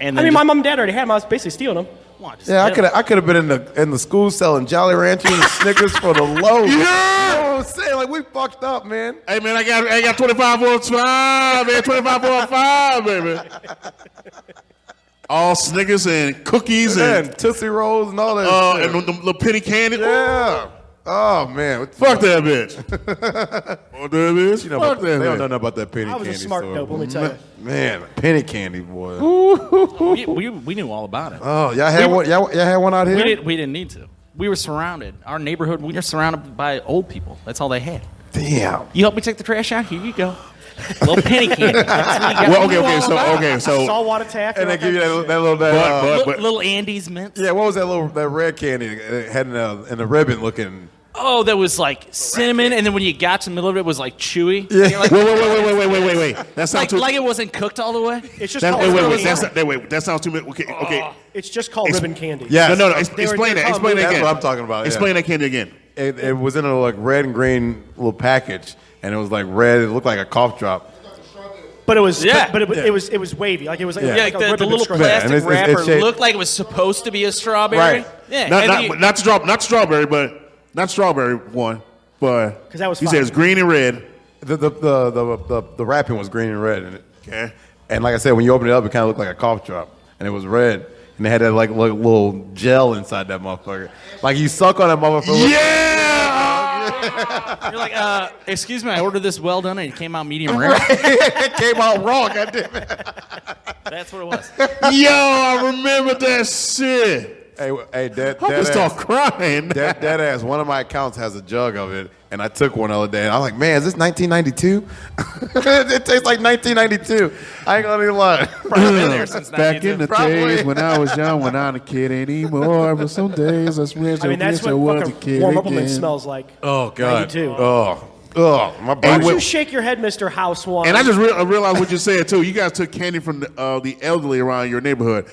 And I mean, then just- my mom and dad already had them. I was basically stealing them. Come on, just Yeah, I get could 'em. I could have been in the in the school selling Jolly Ranchers and Snickers for the low. You know what I'm saying? Like we fucked up, man. Hey man, I got I got 25 for five, man, 25 for five, baby. All Snickers and cookies Man, and Tootsie Rolls and all that. uh shit. and the, the little penny candy. yeah. Oh man, what the Fuck that bitch. Fuck that bitch. You know, Fuck about- that they don't know bitch. nothing about that penny I was candy. a smart so- dope, let me tell you. Man, penny candy, boy. We, we, we knew all about it. Oh, y'all had one. Y'all, y'all had one out we, here. didn't, we didn't need to. We were surrounded. Our neighborhood, we were surrounded by old people. That's all they had. Damn. You help me take the trash out? Here you go. Little penny candy. That's what you got. Well, okay, okay, so okay, so Saltwater taffy. And all they give you kinds of that, shit. that little that. But- uh, but- Li- little Andy's mints. yeah, what was that little that red candy that had in a, in a ribbon looking? Oh, that was like cinnamon, and then when you got to the middle of it, it was like chewy. Yeah. wait, wait, wait, wait, wait, wait, wait, wait. That sounds Like, too. like it wasn't cooked all the way. It's just that, called wait, wait, ribbon wait. candy. That's not, that, wait, that's sounds too much. Okay, Uh, okay. It's just called It's- ribbon candy. Yeah. No, no, no. ex- They were- Explain they that. were Explain probably- that That's again. what I'm talking about, yeah. Explain that candy again. It, it was in a like red and green little package, and it was like red. It looked like a cough drop. But it was Yeah. but, but it, was- Yeah. it was it was wavy. Like it was, it was Yeah, Yeah, like like a the, the ribbon little that's- Yeah, plastic and it's- it's wrapper shaped- looked like it was supposed to be a strawberry. Right. Yeah. Not, and not, you- not straw, not strawberry, but not strawberry one, but 'Cause that was he fine. says green and red. The the the the, the, the wrapping was green and red, and, Okay. and like I said, when you opened it up, it kind of looked like a cough drop, and it was red, and it had that like little, little gel inside that motherfucker. Like you suck on that motherfucker. Yeah. you're like, uh, excuse me, I ordered this well done, and it came out medium rare. it came out wrong. I did. That's what it was. Yo, I remember that shit. Hey, w- hey, that I that almost start ass, crying. that, that ass. One of my accounts has a jug of it, and I took one the other day, and I'm like, man, is this 1992? it tastes like 1992. I ain't gonna even lie. I've been there since Back in 92. the Probably. days when I was young, when I'm a kid anymore, but some days I wish I mean that's I what was a fucking kid warm up again. smells like. oh god. 92. Oh, oh, my Why body. don't you shake your head, Mr. House One? And I just real, I realized what you said too. You guys took candy from the, uh, the elderly around your neighborhood.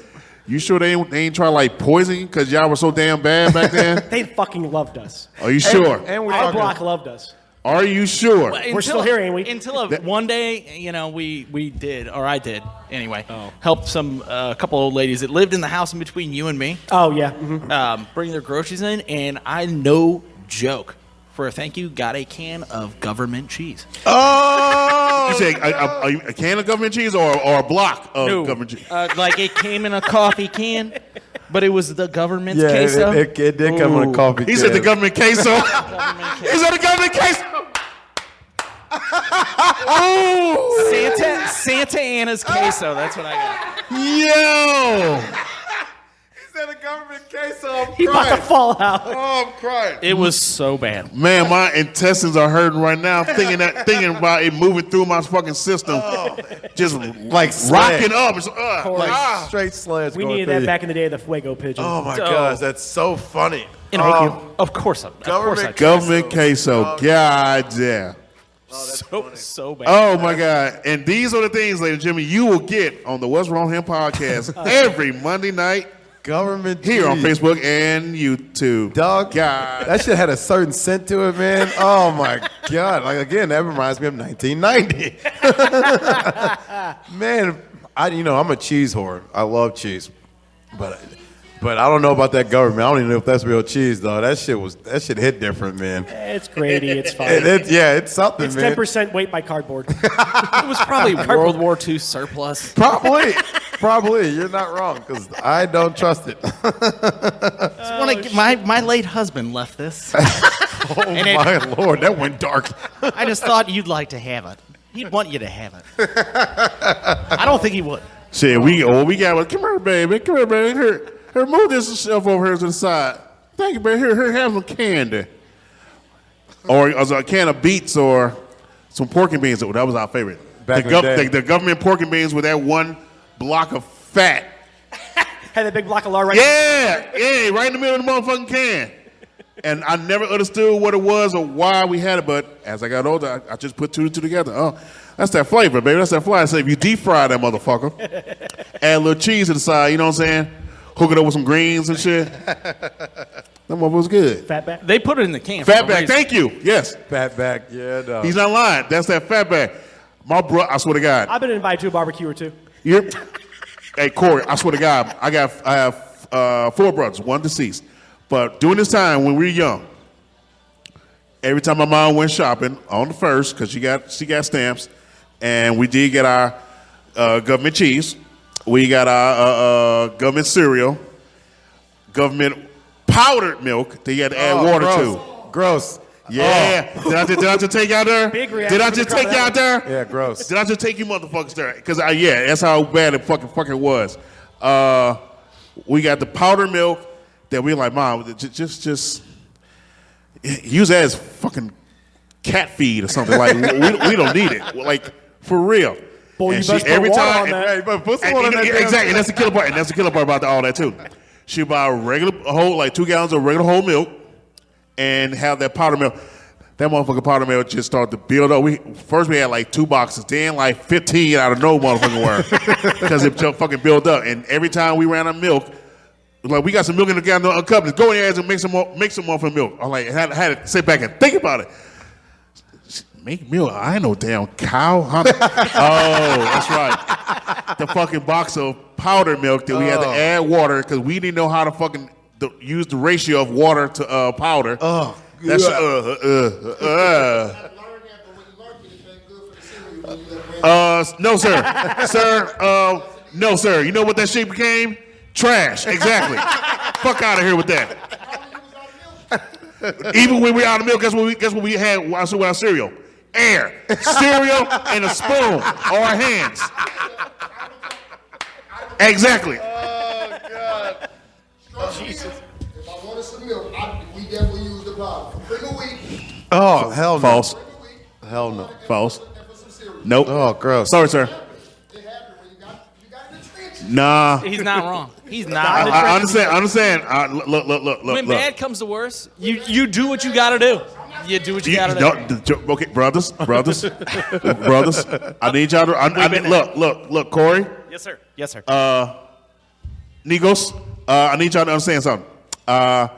You sure they ain't, they ain't try to, like poison because y'all were so damn bad back then? they fucking loved us. Are you sure? And we're Our talking. block loved us. Are you sure? But We're still here, ain't we? Until a, one day, you know, we we did, or I did, anyway. Oh. Helped some a couple old ladies that lived in the house in between you and me, Oh yeah. mhm. Mm-hmm. um, bring their groceries in, and I no joke. For a thank you, got a can of government cheese. Oh, You say a, a, a, a can of government cheese or, or a block of government cheese? Uh, like it came in a coffee can. But it was the government's Yeah, case, it, though. it, it did come in a Ooh. coffee. He said the can. government queso. he said the government queso. Santa Santa Ana's queso. That's what I got. Yo. He said the government queso. I'm He about to crying. fall out. Oh, I'm crying. It was so bad. Man, my intestines are hurting right now. Thinking that, thinking about it moving through my fucking system, just Like rocking sledge. up. It's, uh, Like ah. straight sleds. We going needed through that you. back in the day of the Fuego pigeon. Oh my So- gosh, that's so funny. And Oh, of course, I, of course I government tried. Government queso. God damn. Oh, so so bad. Oh my God. And these are the things, ladies and gentlemen, you will get on the What's Wrong Him podcast every Monday night government here on cheese. Facebook and YouTube. Dog, God. that shit had a certain scent to it, man. Oh my god! Like again, that reminds me of 1990. man, I you know I'm a cheese whore. I love cheese, but but I don't know about that government. I don't even know if that's real cheese, though. That shit was that shit hit different, man. It's grady. It's It, fine. it, yeah, it's something, It's ten man. percent weight by cardboard. It was probably World War II surplus. Probably, probably. You're not wrong because I don't trust it. When I- my my late husband left this. Oh it- my lord, that went dark. I just thought you'd like to have it. He'd want you to have it. I don't think he would. Shit, we oh we got one. Come here, baby. Come here, baby. Here, here move this shelf over here to the side. Thank you, baby. Here, here, have some candy. Or as a can of beets or some pork and beans. Oh, that was our favorite. Back the, in the day. the, the government pork and beans with that one block of fat. Had that big block of lard right Yeah, yeah, right in the middle of the motherfucking can. And I never understood what it was or why we had it, but as I got older, I, I just put two and two together. Oh, that's that flavor, baby. That's that flavor. I said, if you deep fry that motherfucker, add a little cheese to the side, you know what I'm saying? Hook it up with some greens and shit. That motherfucker was good. Fat back. They put it in the can. for no Fatback, reason. thank you. Yes. Fatback, yeah, dog. He's not lying. That's that fatback. My bro, I swear to God. I've been invited to a barbecue or two. You're, hey Corey, I swear to God, I got I have uh, four brothers, one deceased. But during this time when we were young, every time my mom went shopping on the first, because she got she got stamps, and we did get our uh, government cheese, we got our uh, uh, government cereal, government powdered milk that you had to add Oh, water Oh. gross. to. Gross. Yeah, did, I just, did I just take you out there? Big did reaction I from just the take you crowd. out there? Yeah, gross. Did I just take you motherfuckers there? Because I yeah, that's how bad it fucking fucking was. Uh, we got the powder milk that we like, mom, just just, just use that as fucking cat feed or something. Like we, we don't need it. Like for real. Boy, And you best put water on and- that. Hey, but put some and water you on know- that damn exactly, and that's the killer part. And that's the killer part about all that too. She buy a regular whole, like two gallons of regular whole milk, and have that powder milk. That motherfucking powder milk just started to build up. We first we had like two boxes, then like fifteen out of no motherfucking word because it just fucking built up. And every time we ran out of milk, like we got some milk in the gallon a cup. Let's go in there and make some more, make some more for milk. I'm like, had, had to sit back and think about it. Make milk? I ain't no damn cow. Huh? oh, that's right. The fucking box of powder milk that we had to Oh. add water because we didn't know how to fucking the, use the ratio of water to uh, powder. Oh, that's yeah. uh, uh, uh, uh. I've learned that, but when you learn it, it ain't good for the cereal when you let it rest. Uh, no, sir. sir, uh, no, sir. You know what that shit became? Trash. Exactly. Fuck out of here with that. Even when we out of milk, guess what we guess what we had with our- with our cereal? Air, cereal, and a spoon or our hands. Exactly. Oh, Jesus. If I wanted some milk, I, we definitely use the bottle. Bring a week, Oh, hell no. False. bring a week. Hell no. False. And for some cereal. Nope. Oh, gross. Sorry, sir. It happened when you got, you got in the trenches. Nah. He's not wrong. He's Uh, I, not wrong. I understand. I understand. I, look, look, look, look, When look. bad comes to worse, you you do what you gotta do. You do what you, You- gotta no, do. the jo- okay, brothers, brothers, brothers. I need y'all to. I, I need, look, look, look, Corey, Uh, Yes, sir. Yes, sir. Nigos. Uh, I need y'all to understand something. Uh,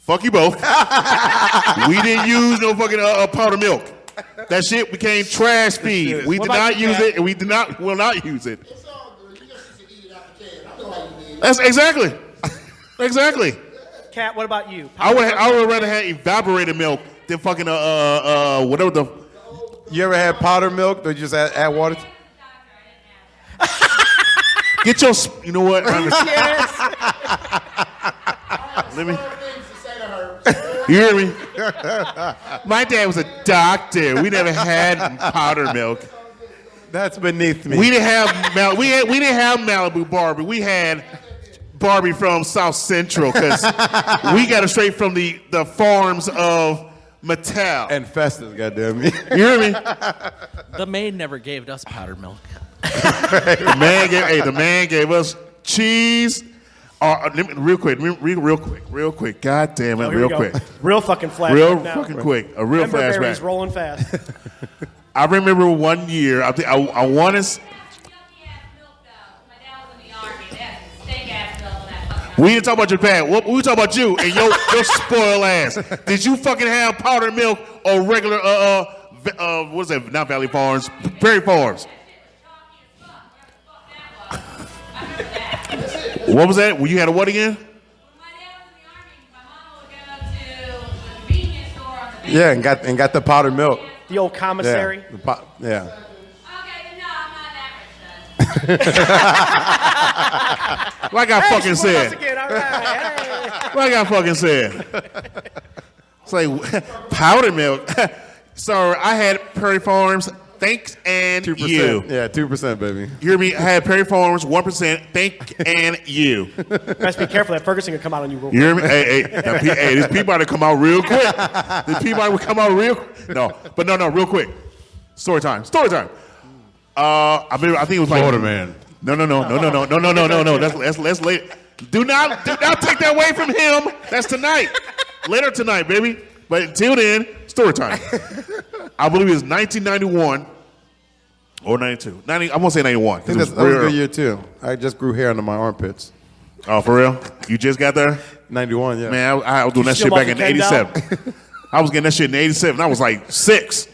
fuck you both. we didn't use no fucking uh, uh, powder milk. That shit became trash feed. We What did about not you, use Cat? it, and we did not will not use it. It's all good. You just used to eat it out the can. I know how you did. That's exactly, exactly. Cat, what about you? I would I would rather have evaporated milk than fucking uh uh, uh whatever the You ever had powdered milk? They just add, add water? to- Get your. Sp- you know what? Let me. Things to say to her. You hear me? My dad was a doctor. We never had powder milk. That's beneath me. We didn't have Mal- we had, we didn't have Malibu Barbie. We had Barbie from South Central because we got it straight from the, the farms of Mattel. and Festus, goddamn me. you hear me? The maid never gave us powdered milk. The man gave hey, the man gave us cheese. Uh, let me- real quick, real, real real quick, real quick. God damn it, Oh, Here we real go. quick, Real fucking flashback. real now. fucking quick. A real Ember Berry's flashback. rolling fast. I remember one year. I think I, I want to. We didn't talk about Japan. What, we talk about you and your, your spoiled ass. Did you fucking have powdered milk or regular uh uh, v- uh what's that? Not Valley Farms, Berry Farms. What was that? You had a what again? yeah, and got and got the powdered milk. The old Yeah. commissary. The po- yeah. Okay, no, I'm not average, son. Like I fucking Once said. again, all right. Hey. Like I fucking said. It's like powder milk. Sorry, I had Prairie Farms. Thanks and 2%. you. Yeah, 2%, baby. You hear me? I had Prairie Farms, one percent. Thank and you. Best be careful that Ferguson can come out on you real You hear me? Hey, hey, the P- hey, this Peabody come out real quick. This Peabody will come out real. No, but no, no, real quick. Story time. Story time. Uh, I mean, I think it was like Florida man. No, no, no, no, no, no, no, no, no, no, no. That's that's that's late. Do not do not take that away from him. That's tonight. Later tonight, baby. But until then, story time. I believe it was 1991 or 92. 90, I'm gonna say 91 I think because that's, that was a it was good real. year, too. I just grew hair under my armpits. Oh, for real? You just got there. 91, yeah. Man, I, I was doing that still shit back Monkey in King doll? '87. I was getting that shit in '87. I was like six.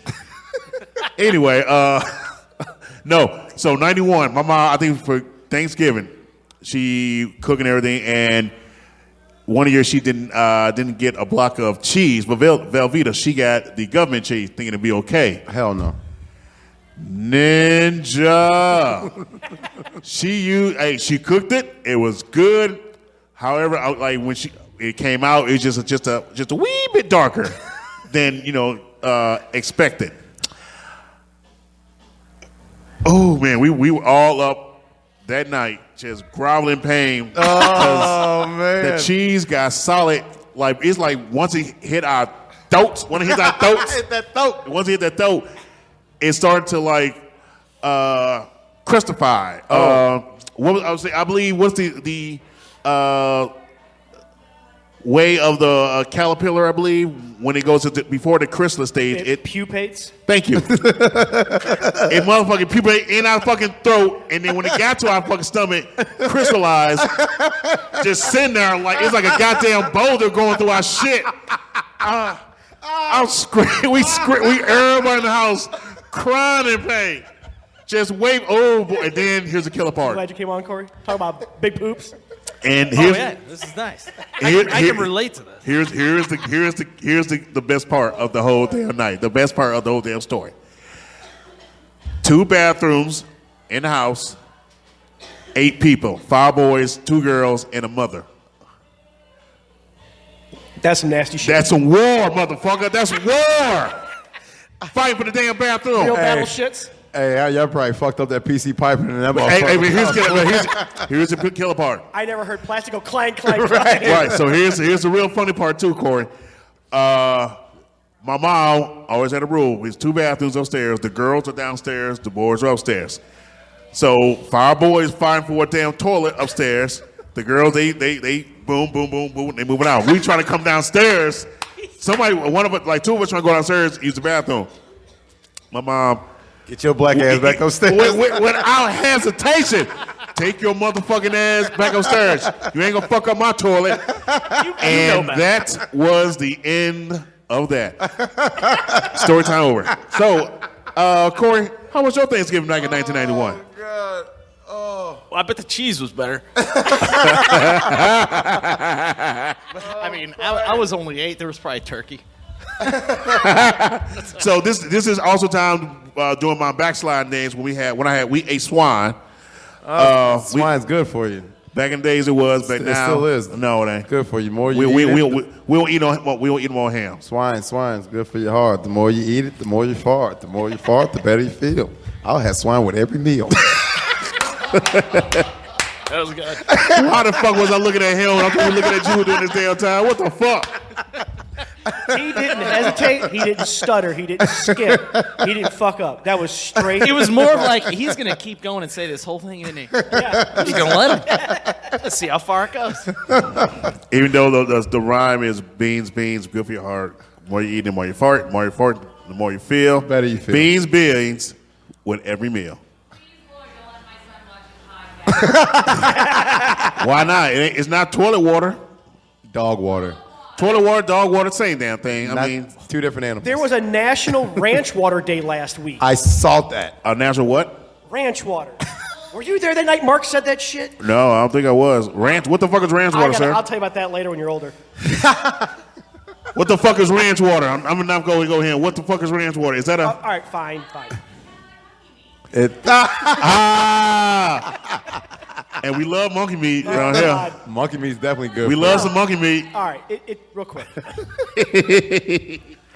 anyway, uh, no. So '91, my mom, I think for Thanksgiving, she cooking everything, and one year she didn't uh, didn't get a block of cheese, but Vel- Velveeta, she got the government cheese, thinking it'd be okay. Hell no. Ninja. she used. Hey, she cooked it. It was good. However, I, like when she it came out, it was just a, just a just a wee bit darker than you know uh, expected. Oh man, we we were all up that night, just groveling pain. Oh, man. the cheese got solid. Like it's like once it hit our throats, once it hit our throats, Hit that throat. once it hit that throat, it started to like uh crustify. Oh. Uh, what was, I was saying, I believe what's the the uh, way of the uh, caterpillar? I believe when it goes to the, before the chrysalis stage, quick. it, It pupates. thank you. it motherfucking pupate in our fucking throat, and then when it got to our fucking stomach, crystallized, just sitting there like it's like a goddamn boulder going through our shit. Uh, I'm screaming. We scream. We everybody in the house crying in pain. Just wave. Oh boy. And then here's the killer Glad part. you came on, Corey. Talk about big poops. And Oh, here's yeah, this is nice. I, Here- can, I here- can relate to this. Here's here's the here's the here's the, the best part of the whole damn night. The best part of the whole damn story. Two bathrooms in the house, eight people, five boys, two girls, and a mother. That's some nasty shit. That's a war, motherfucker. That's war. Fighting for the damn bathroom. Real Hey, battle shits. Hey, y'all- y'all probably fucked up that PC piping and that hey, but motherfucker. here's, the killer- here's, here's the killer part. I never heard plastic go clang, clang, clang. right. So here's here's the real funny part too, Corey. Uh, my mom always had a rule: there's two bathrooms upstairs. The girls are downstairs. The boys are upstairs. So five boys fighting for a damn toilet upstairs. The girls they they they boom boom boom boom. They moving out. We trying to come downstairs. Somebody, one of us, like two of us, trying to go downstairs use the bathroom. My mom Get your black ass back upstairs. with- with- without hesitation. Take your motherfucking ass back upstairs. You ain't gonna fuck up my toilet. and that was the end of that. Story time over. So, uh, Corey, how was your Thanksgiving night in 1991? Well, I bet the cheese was better. I mean, I, I was only eight. There was probably turkey. So this this is also time uh, during my backsliding days when we had when I had we ate swine. Uh, Oh, we- Swine's good for you. back in the days, it was, but It now still is. No, it ain't. Good for you. More you We eat we we it, we we'll eat on well, we'll eat more hams. swine, swine's good for your heart. The more you eat it, the more you fart. The more you fart, the better you feel. I'll have swine with every meal. That was good. How the fuck was I looking at him? when I'm supposed to be looking at you during this damn time. What the fuck? He didn't hesitate. He didn't stutter. He didn't skip. He didn't fuck up. That was straight. It was more of like he's gonna keep going and say this whole thing, isn't he? I'm just gonna let him. Let's see how far it goes. Even though the, the, the rhyme is beans, beans, good for your heart. The more you eat, the more you fart. The more you fart, the more you feel. The better you feel. Beans, beans, with every meal. Please, Lord, don't let my son watch this podcast. Why not? It ain't, it's not toilet water. Dog water. Toilet water, dog water, same damn thing. I Not- mean, two different animals. there was a National Ranch Water Day last week. I saw that. a natural what? ranch water. Were you there that night? Mark said that shit. No, I don't think I was. Ranch. What the fuck is ranch I water, gotta, sir? I'll tell you about that later when you're older. what the fuck is ranch water? I'm, I'm not going to go here. What the fuck is ranch water? Is that Uh, a. all right, fine, fine. It, ah! and we love monkey meat around God. here. monkey meat's definitely good. We for love some monkey meat. All right, it, it, real quick.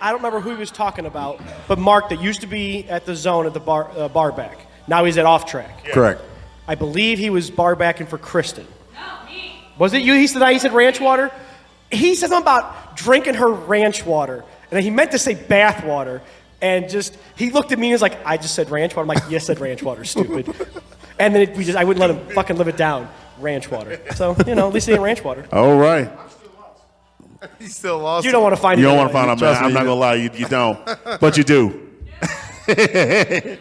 I don't remember who he was talking about, but Mark, that used to be at the zone at the bar, uh, bar back. Now he's at off track. you. correct. I believe he was bar backing for Kristen. No, me. Was it you? He said, he said ranch water. He said something about drinking her ranch water. And then he meant to say bath water. And just, he looked at me and was like, I just said ranch water. I'm like, yes, I said ranch water, stupid. and then it, we just, I wouldn't let him fucking live it down. Ranch water. So, you know, at least it ain't ranch water. All right. He still lost. You don't want to find You it don't that want to way. find out, man. Trust me, I'm not you- gonna lie, you, you don't, but you do.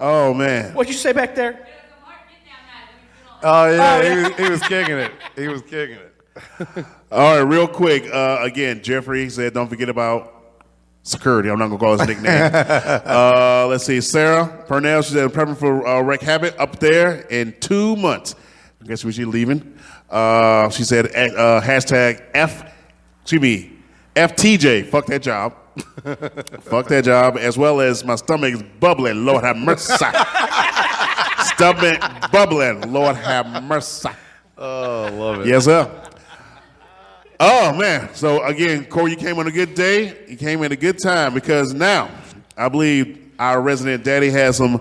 oh man, What'd you say back there? There's a mark in there, I'm not. Oh yeah, He, was, he was kicking it. He was kicking it. all right, real quick. Uh, again, Jeffrey said, don't forget about security. I'm not gonna call his nickname. uh, let's see, Sarah Purnell. She's prepping for uh, Rec Habit up there in two months. I guess we should leaving. Uh, she said uh, hashtag F, excuse me, FTJ. Fuck that job. Fuck that job, as well as my stomach is bubbling. Lord have mercy. stomach bubbling. Lord have mercy. Oh, love it. Yes, sir. Oh man! So again, Corey, you came on a good day. You came in a good time because now I believe our resident daddy has some man.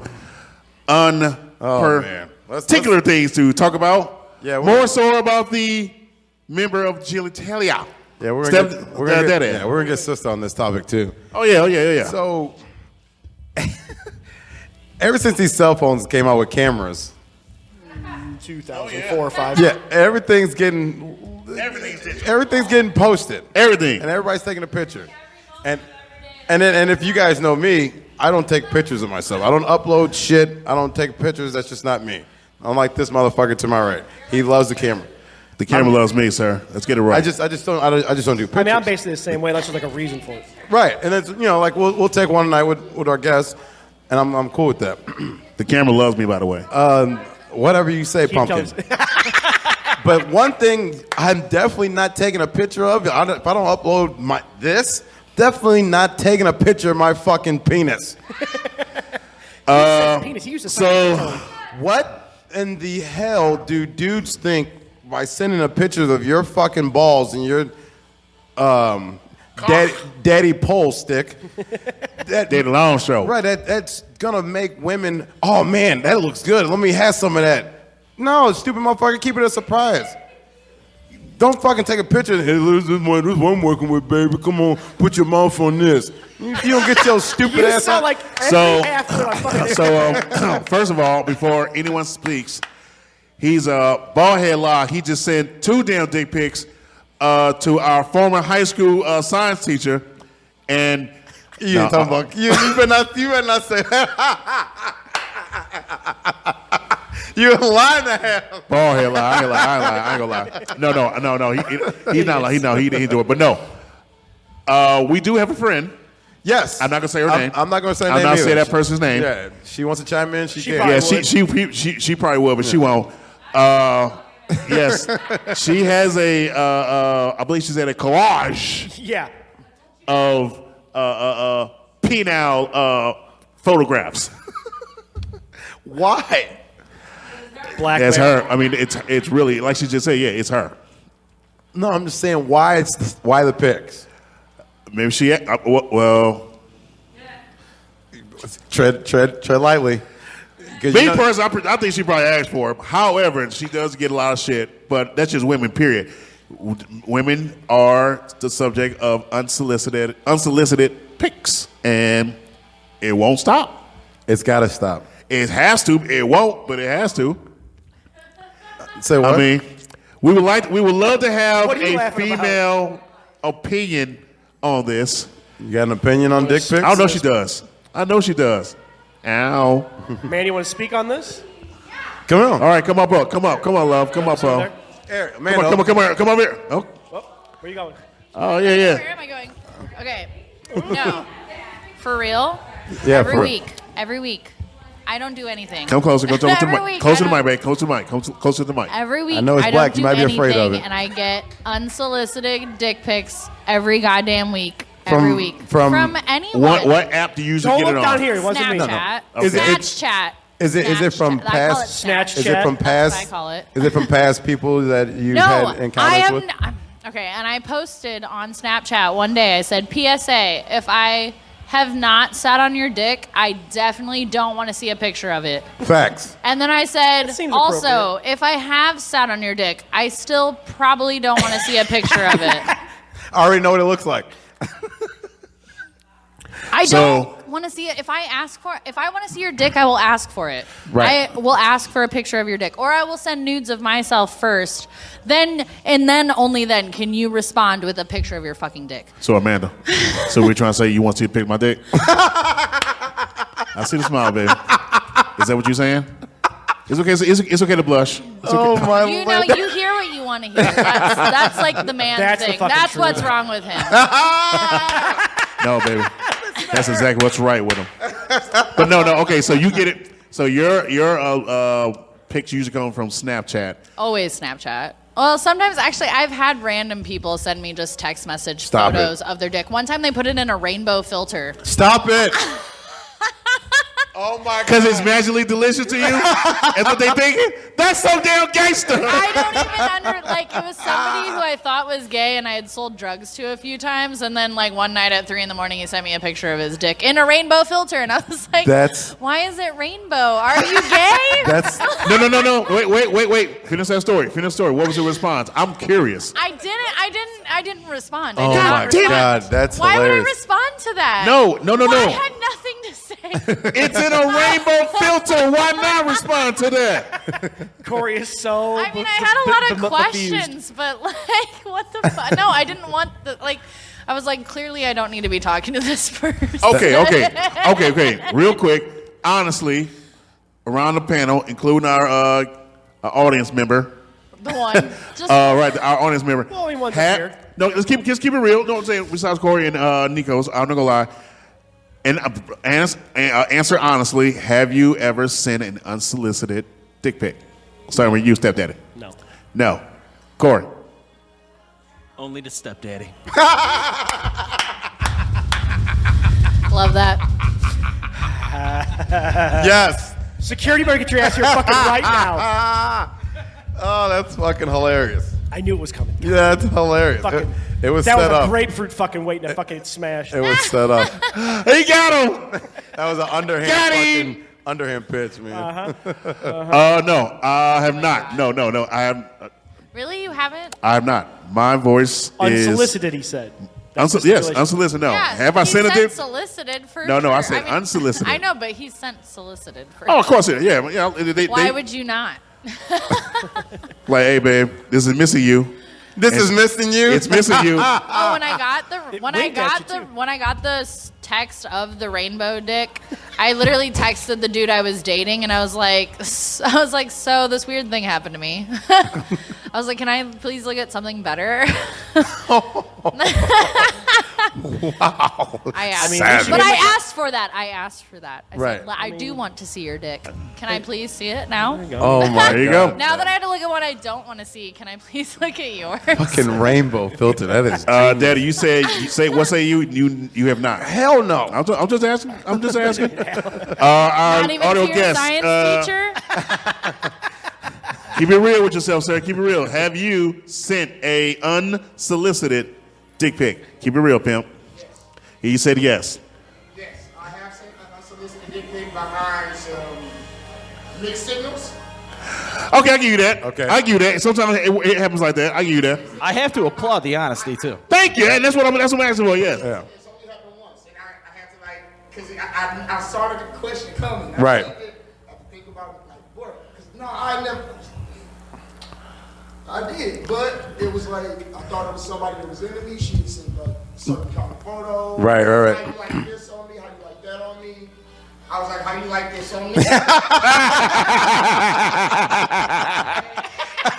unparticular Oh, Let's- particular things to talk about. Yeah, we're- more so about the member of Genitalia. Yeah, we're gonna Step- get, we're gonna Dad get, Daddy. yeah, we're gonna get sister on this topic too. Oh yeah, oh yeah, yeah, yeah. So, ever since these cell phones came out with cameras, 2004 or 5. Oh, yeah, everything's getting everything's digital. everything's getting posted, Everything. and everybody's taking a picture, and and then, and if you guys know me, I don't take pictures of myself. I don't upload shit. I don't take pictures. That's just not me. I'm like this motherfucker to my right. He loves the camera. The camera loves me, sir. Let's get it right. I just I just don't I, don't, I just don't do pictures. I mean, I'm basically the same way. That's just like a reason for it. right, and it's you know like we'll we'll take one night with with our guests, and I'm I'm cool with that. Um, the camera loves me, by the way. Whatever you say, pumpkin. tells- But one thing I'm definitely not taking a picture of, I don't- if I don't upload my this, definitely not taking a picture of my fucking penis. Penis, he used to so Uh, What in the hell do dudes think by sending a picture of your fucking balls and your um, daddy, daddy pole stick? That, did a long show. Right, that, that's gonna make women, oh man, that looks good. Let me have some of that. No, stupid motherfucker, keep it a surprise. Don't fucking take a picture. Hey, this is one, this one I'm working with, baby. Come on, put your mouth on this. You, you don't get your stupid You ass. sound out- like every So- athlete on fucking So, um, first of all, before anyone speaks, he's a bald head log. He just sent two damn dick pics uh, to our former high school uh, science teacher, and you ain't No, uh, talking about. You, you better not. You better not say. You're lying to hell. bald head log. I ain't, lie, I, ain't lie, I ain't gonna lie. No, no, no, no. He, he- he's not lying. He no, he didn't do it. But no, uh, we do have a friend. Yes. I'm not gonna say her I'm, name. I'm not gonna say. her I'm name not either. saying that person's name. Yeah. She wants to chime in. She, She can. probably Yeah, would. she, she she she probably will, but she won't. Uh, yes, she has a. Uh, uh, I believe she's at a collage. Yeah. of uh, uh, uh, penile uh, photographs. Why? Black That's man. her. I mean, it's it's really like she just said. Yeah, it's her. No, I'm just saying why it's the, why the picks. Maybe she. uh, Well, Tread tread tread lightly. 'Cause me you know- personally, I, pre- I think she probably asked for him. However, she does get a lot of shit, but that's just women. Period. W- Women are the subject of unsolicited unsolicited picks, and it won't stop. it's got to stop. It has to. It won't, but it has to. Say what? I mean, we would like we would love to have What are you a laughing about? female opinion on this. you got an opinion on dick pics? I don't know if she does. I know she does. Ow. Man, you want to speak on this? Come on, All right, come up, bro. Come up. Come on, love. Come up, bro. Eric, man. oh. Come on, come on, come on, come over here. Oh, Where you going? oh yeah, yeah. Where am I going? Okay. No. For real? Yeah, Every for real. week. Every week. I don't do anything. Come closer. Come closer to the Every mic. week, Closer to the I don't- mic, babe. Closer to the mic. Come to- Closer to the mic. Every week, I know it's don't black. You do might be anything, afraid of it. and I get unsolicited dick pics every goddamn week. every From- week from- anyone. What what app do you usually Don't get look it on? down here. It wasn't me. Snapchat. Okay. Is it- Snapchat. Is it is it from Snapchat. I call past? it Snatch Is chat. it from past? I call it. Is it from past people that you No, had encounters I am. with? n- Okay, and I posted on Snapchat one day. I said, "PSA: If I have not sat on your dick, I definitely don't want to see a picture of it." Facts. And then I said, That seems "Also, if I have sat on your dick, I still probably don't want to see a picture of it. I already know what it looks like. I So- don't want to see it. If I ask for, if I want to see your dick, I will ask for it. Right. I will ask for a picture of your dick, or I will send nudes of myself first. Then and then only then can you respond with a picture of your fucking dick. So Amanda. so we're trying to say you want to pick my dick? I see the smile, baby. Is that what you're saying? It's okay. It's, it's, it's okay to blush. It's okay. Oh my You know, you hear what you want to hear. That's, that's like the man That's the thing. fucking that's truth. what's wrong with him. No, baby. That's exactly what's right with him. But no, no. Okay, so you get it. So your your uh, uh, picture usually come from Snapchat. Always Snapchat. Well, sometimes actually, I've had random people send me just text message Stop it. photos of their dick. One time, they put it in a rainbow filter. Stop it. oh my Cause it's magically delicious to you. That's what they thinking. That's so damn gangster. I don't even under like it was somebody who I thought was gay and I had sold drugs to a few times, and then like one night at three in the morning, he sent me a picture of his dick in a rainbow filter, and I was like, That's- why is it rainbow? Are you gay?" That's No, no, no, no. Wait, wait, wait, wait. Finish that story. Finish the story. What was your response? I'm curious. I didn't. I didn't. I didn't respond. I Oh did not my respond. God, that's why would I hilarious. respond to that? No, no, no, Why? no. I had nothing to say. It's in a rainbow filter. Why not respond to that? Corey is so. I mean, bef- I had a bef- lot of bef- befused. questions, but like, what the fuck? No, I didn't want the like. I was like, clearly, I don't need to be talking to this person. Okay, okay, okay, okay. Real quick, honestly, around the panel, including our, uh, our audience member. the one. Just Uh, right, our audience member. Well, he wasn't Ha- scared. No, let's keep just keep it real. No, I'm saying besides Corey and uh, Nico's, I'm not gonna lie. And uh, ans- uh, answer honestly: Have you ever sent an unsolicited dick pic? Starting with you, stepdaddy. No. No, Corey. Only to stepdaddy. love that. yes. Security better get your ass here fucking right now. Ah. Oh, that's fucking hilarious. I knew it was coming. Yeah, that's hilarious. It, Fucking. it was that set was a up. grapefruit fucking waiting to fucking smash. it was set up. He got him. That was an underhand Got him. fucking underhand pitch, man. Uh-huh. Uh, no, I have not. No, no, no. I have. uh, Really, you haven't? I have not. My voice is Unsolicited, he said. That's Unso- the yes, situation. unsolicited. No, Yeah, have I he sent a said dick? solicited for No, no, I sure. said unsolicited. I know, but he sent solicited for Oh, sure. of course it. Yeah, yeah. They, they, Why would you not? like, hey, babe, this is missing you. This is missing you. It's missing you. Oh, when I got the It when I winked at got you, the too. when I got the s- text of the rainbow dick, I literally texted the dude I was dating, and I was like, s- I was like, so this weird thing happened to me. I was like, can I please look at something better? wow. I asked, Savage. but I asked for that. I asked for that. I Right. Said, "Well, I, do want to see your dick. Can I please see it now? oh my There you God. go. Now that I had to look at what I don't want to see, can I please look at yours? Fucking rainbow filter. That is. Uh, Daddy, you said you say what say you you you have not. hell no. I'm, ju- I'm just asking. I'm just asking. Uh, our Not even audio to your guest, science uh, teacher. Keep it real with yourself, sir. Keep it real. Have you sent a unsolicited dick pic? Keep it real, pimp. He said yes. Yes, I have sent an unsolicited dick pic behind some mixed signals. Okay, I give you that. Okay. I give you that. Sometimes it, it happens like that. I give you that. I have to applaud the honesty too. Thank you. And that's what I'm. That's what I'm asking for. Yes. Yeah. It's only happened once, and I, I had to like, cause I, I, I saw the question coming. I Right. had to think- I had to think about it, like, work, cause no, I never. I did, but it was like I thought it was somebody that was into me. She had sent like certain kind of photo. Right, right, right. How you like this on me? How you like that on me? I was like, how you like this on me?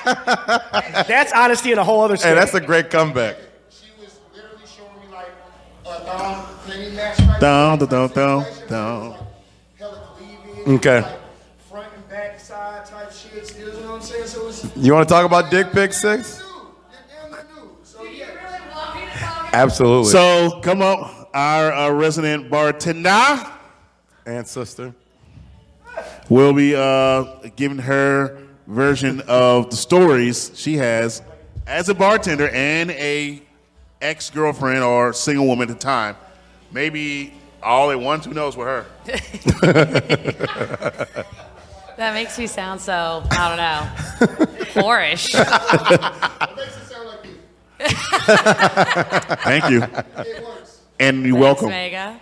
That's honesty in a whole other Hey, state. that's a great comeback. She was literally showing me like a thong penny match right Thong, there. thong, thong, Situation, thong. like, Hella cleavage. Okay. Like front and back side type shit. You know what I'm saying? So it's. You want to talk about dick pic six? Absolutely. So come on, our uh, resident bartender and sister. will be uh, giving her version of the stories she has as a bartender and a ex girlfriend or single woman at the time. Maybe all at once. Who knows with her? That makes me sound so, I don't know, whorish. Thank you, and you're welcome. Mega.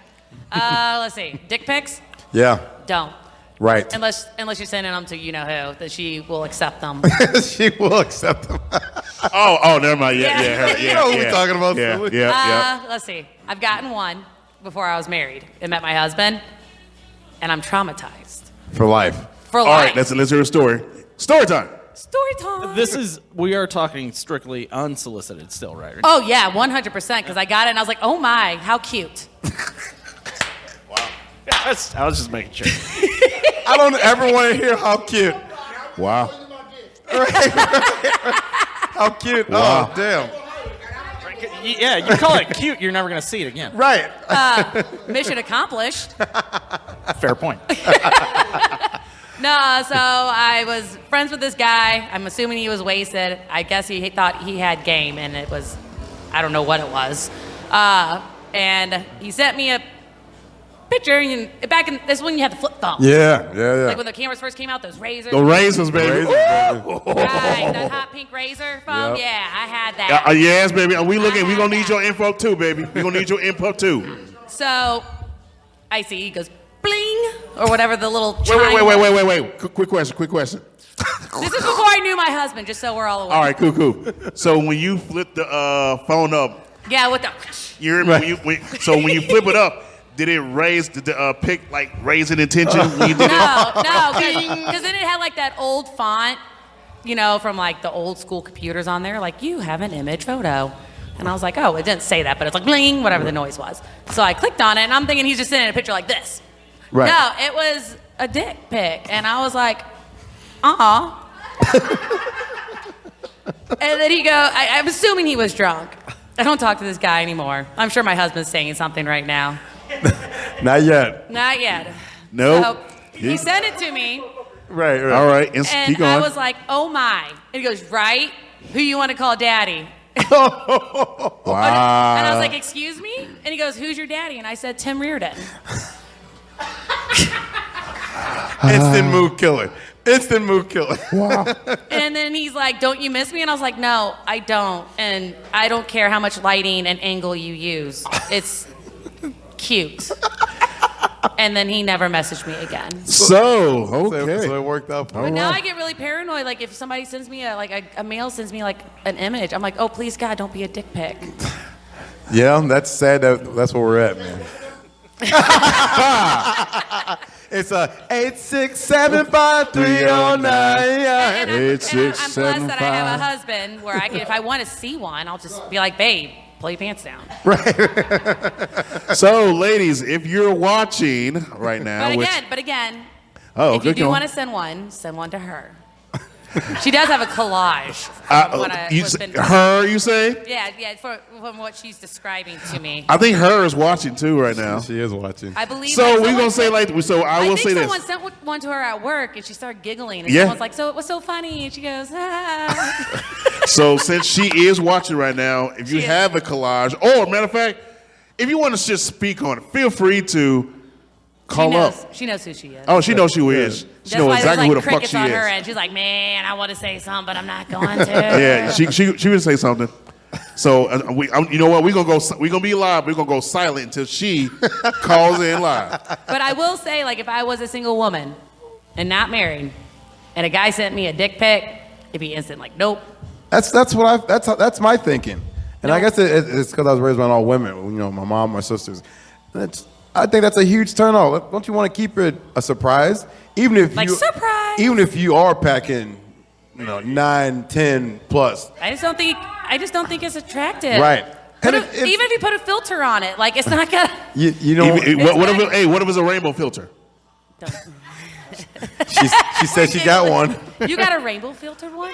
Uh, let's see. Dick pics? Yeah. Don't. Right. Unless unless you're sending them to you know who, that she will accept them. she will accept them. Oh, oh, never mind. Yeah, Yeah. yeah, her, yeah. You know what we're yeah, talking about, Yeah, yeah, Sue. yeah. Uh, let's see. I've gotten one before I was married and met my husband, and I'm traumatized For life. for All life. right, let's let's hear a story. Story time. Story time. This is we are talking strictly unsolicited still, right? oh yeah, 100%. Because I got it and I was like, oh my, how cute. Yes, I was just making sure. I don't ever want to hear how cute. Wow. How cute. Wow. Oh, damn. yeah, you call it cute, you're never gonna see it again. Right. Uh, Mission accomplished. Fair point. No, so I was friends with this guy. I'm assuming he was wasted. I guess he thought he had game, and it was, I don't know what it was. Uh, and he sent me a picture, and back in this is when you had the flip phone. Yeah, yeah, Like when the cameras first came out, those razors. The raisins, baby. Raisins, Woo! Right, that hot pink razor phone. Yep. Yeah, I had Uh, that. uh, yes, baby. Are we looking? We gonna need your info too, baby. We gonna need your info too. so I see he goes bling or whatever the little. Wait, wait, wait, wait, wait, wait, wait. Qu- quick question. Quick question. This is before I knew my husband, just so we're all aware. All right, cool, cool. So when you flip the uh, phone up, Yeah, what the? you remember when you when, so when you flip it up, did it raise? Did the uh, pick like raise an intention? When you did it? No, no, because then it had like that old font, you know, from like the old school computers on there, like you have an image photo. And I was like, oh, it didn't say that, but it's like bling, whatever the noise was. So I clicked on it, and I'm thinking he's just sending a picture like this. Right. No, it was a dick pic, and I was like, uh-uh. and then he go, I, I'm assuming he was drunk. I don't talk to this guy anymore. I'm sure my husband's saying something right now. yeah. Not yet. Not yet. Nope. So he sent it to me. Right, right. All right, and, And keep going. I was like, oh my. And he goes, right? Who you want to call daddy? wow. and I was like, excuse me? And he goes, who's your daddy? And I said, Tim Reardon. Instant mood killer. Instant mood killer. and then he's like, don't you miss me? And I was like, no, I don't. And I don't care how much lighting and angle you use. It's cute. and then he never messaged me again. so So, okay. so it worked out for But him. now I get really paranoid. Like if somebody sends me a like a, a male sends me like an image, I'm like, oh please God, don't be a dick pic. Yeah, that's sad. That, that's where we're at, man. it's a eight six seven five three oh nine. And I'm, Eight, and I'm- six, I'm seven, blessed that I have a husband where I can, if I want to see one, I'll just be like, babe, pull your pants down. So, ladies, if you're watching right now, But which- again, but again, oh, if you good do call. want to send one, send one to her. She does have a collage. I- from what I- you what's say- been- her, you say? Yeah, yeah, for, from what she's describing to me. I think her is watching too right now. She is watching. I believe So like, we someone gonna say said- like so. I, I will think say someone this. sent one- one to her at work, and she started giggling, and Yeah. someone's like, "So it was so funny," and she goes, "Ah." so since she is watching right now, if you have a collage, or matter of fact, if you want to just speak on it, feel free to call she up. knows, She knows who she is. Oh, she knows who is. She That's knows why there's, exactly like, who the fuck crickets she on is. her end. She's like, "Man, I want to say something, but I'm not going to." yeah, she, she she would say something. So uh, we, um, you know what? We're gonna go. si- We gonna be live. We're gonna go silent until she calls in live. But I will say, like, if I was a single woman and not married, and a guy sent me a dick pic, it'd be instant, like, nope. That's that's what I that's that's my thinking, and I guess it, it- it's because I was raised around all women. You know, my mom, my sisters. That's I think that's a huge turnoff. Don't you want to keep it a surprise, even if Like, you surprise! even if you are packing, you know, nine, ten plus. I just don't think, I just don't think it's attractive. Right. Put a- even if you put a filter on it, like, it's not gonna. You, you know, Even- what, what if it, hey, what if it's a rainbow filter? she, she said she got one. You got a rainbow filter one?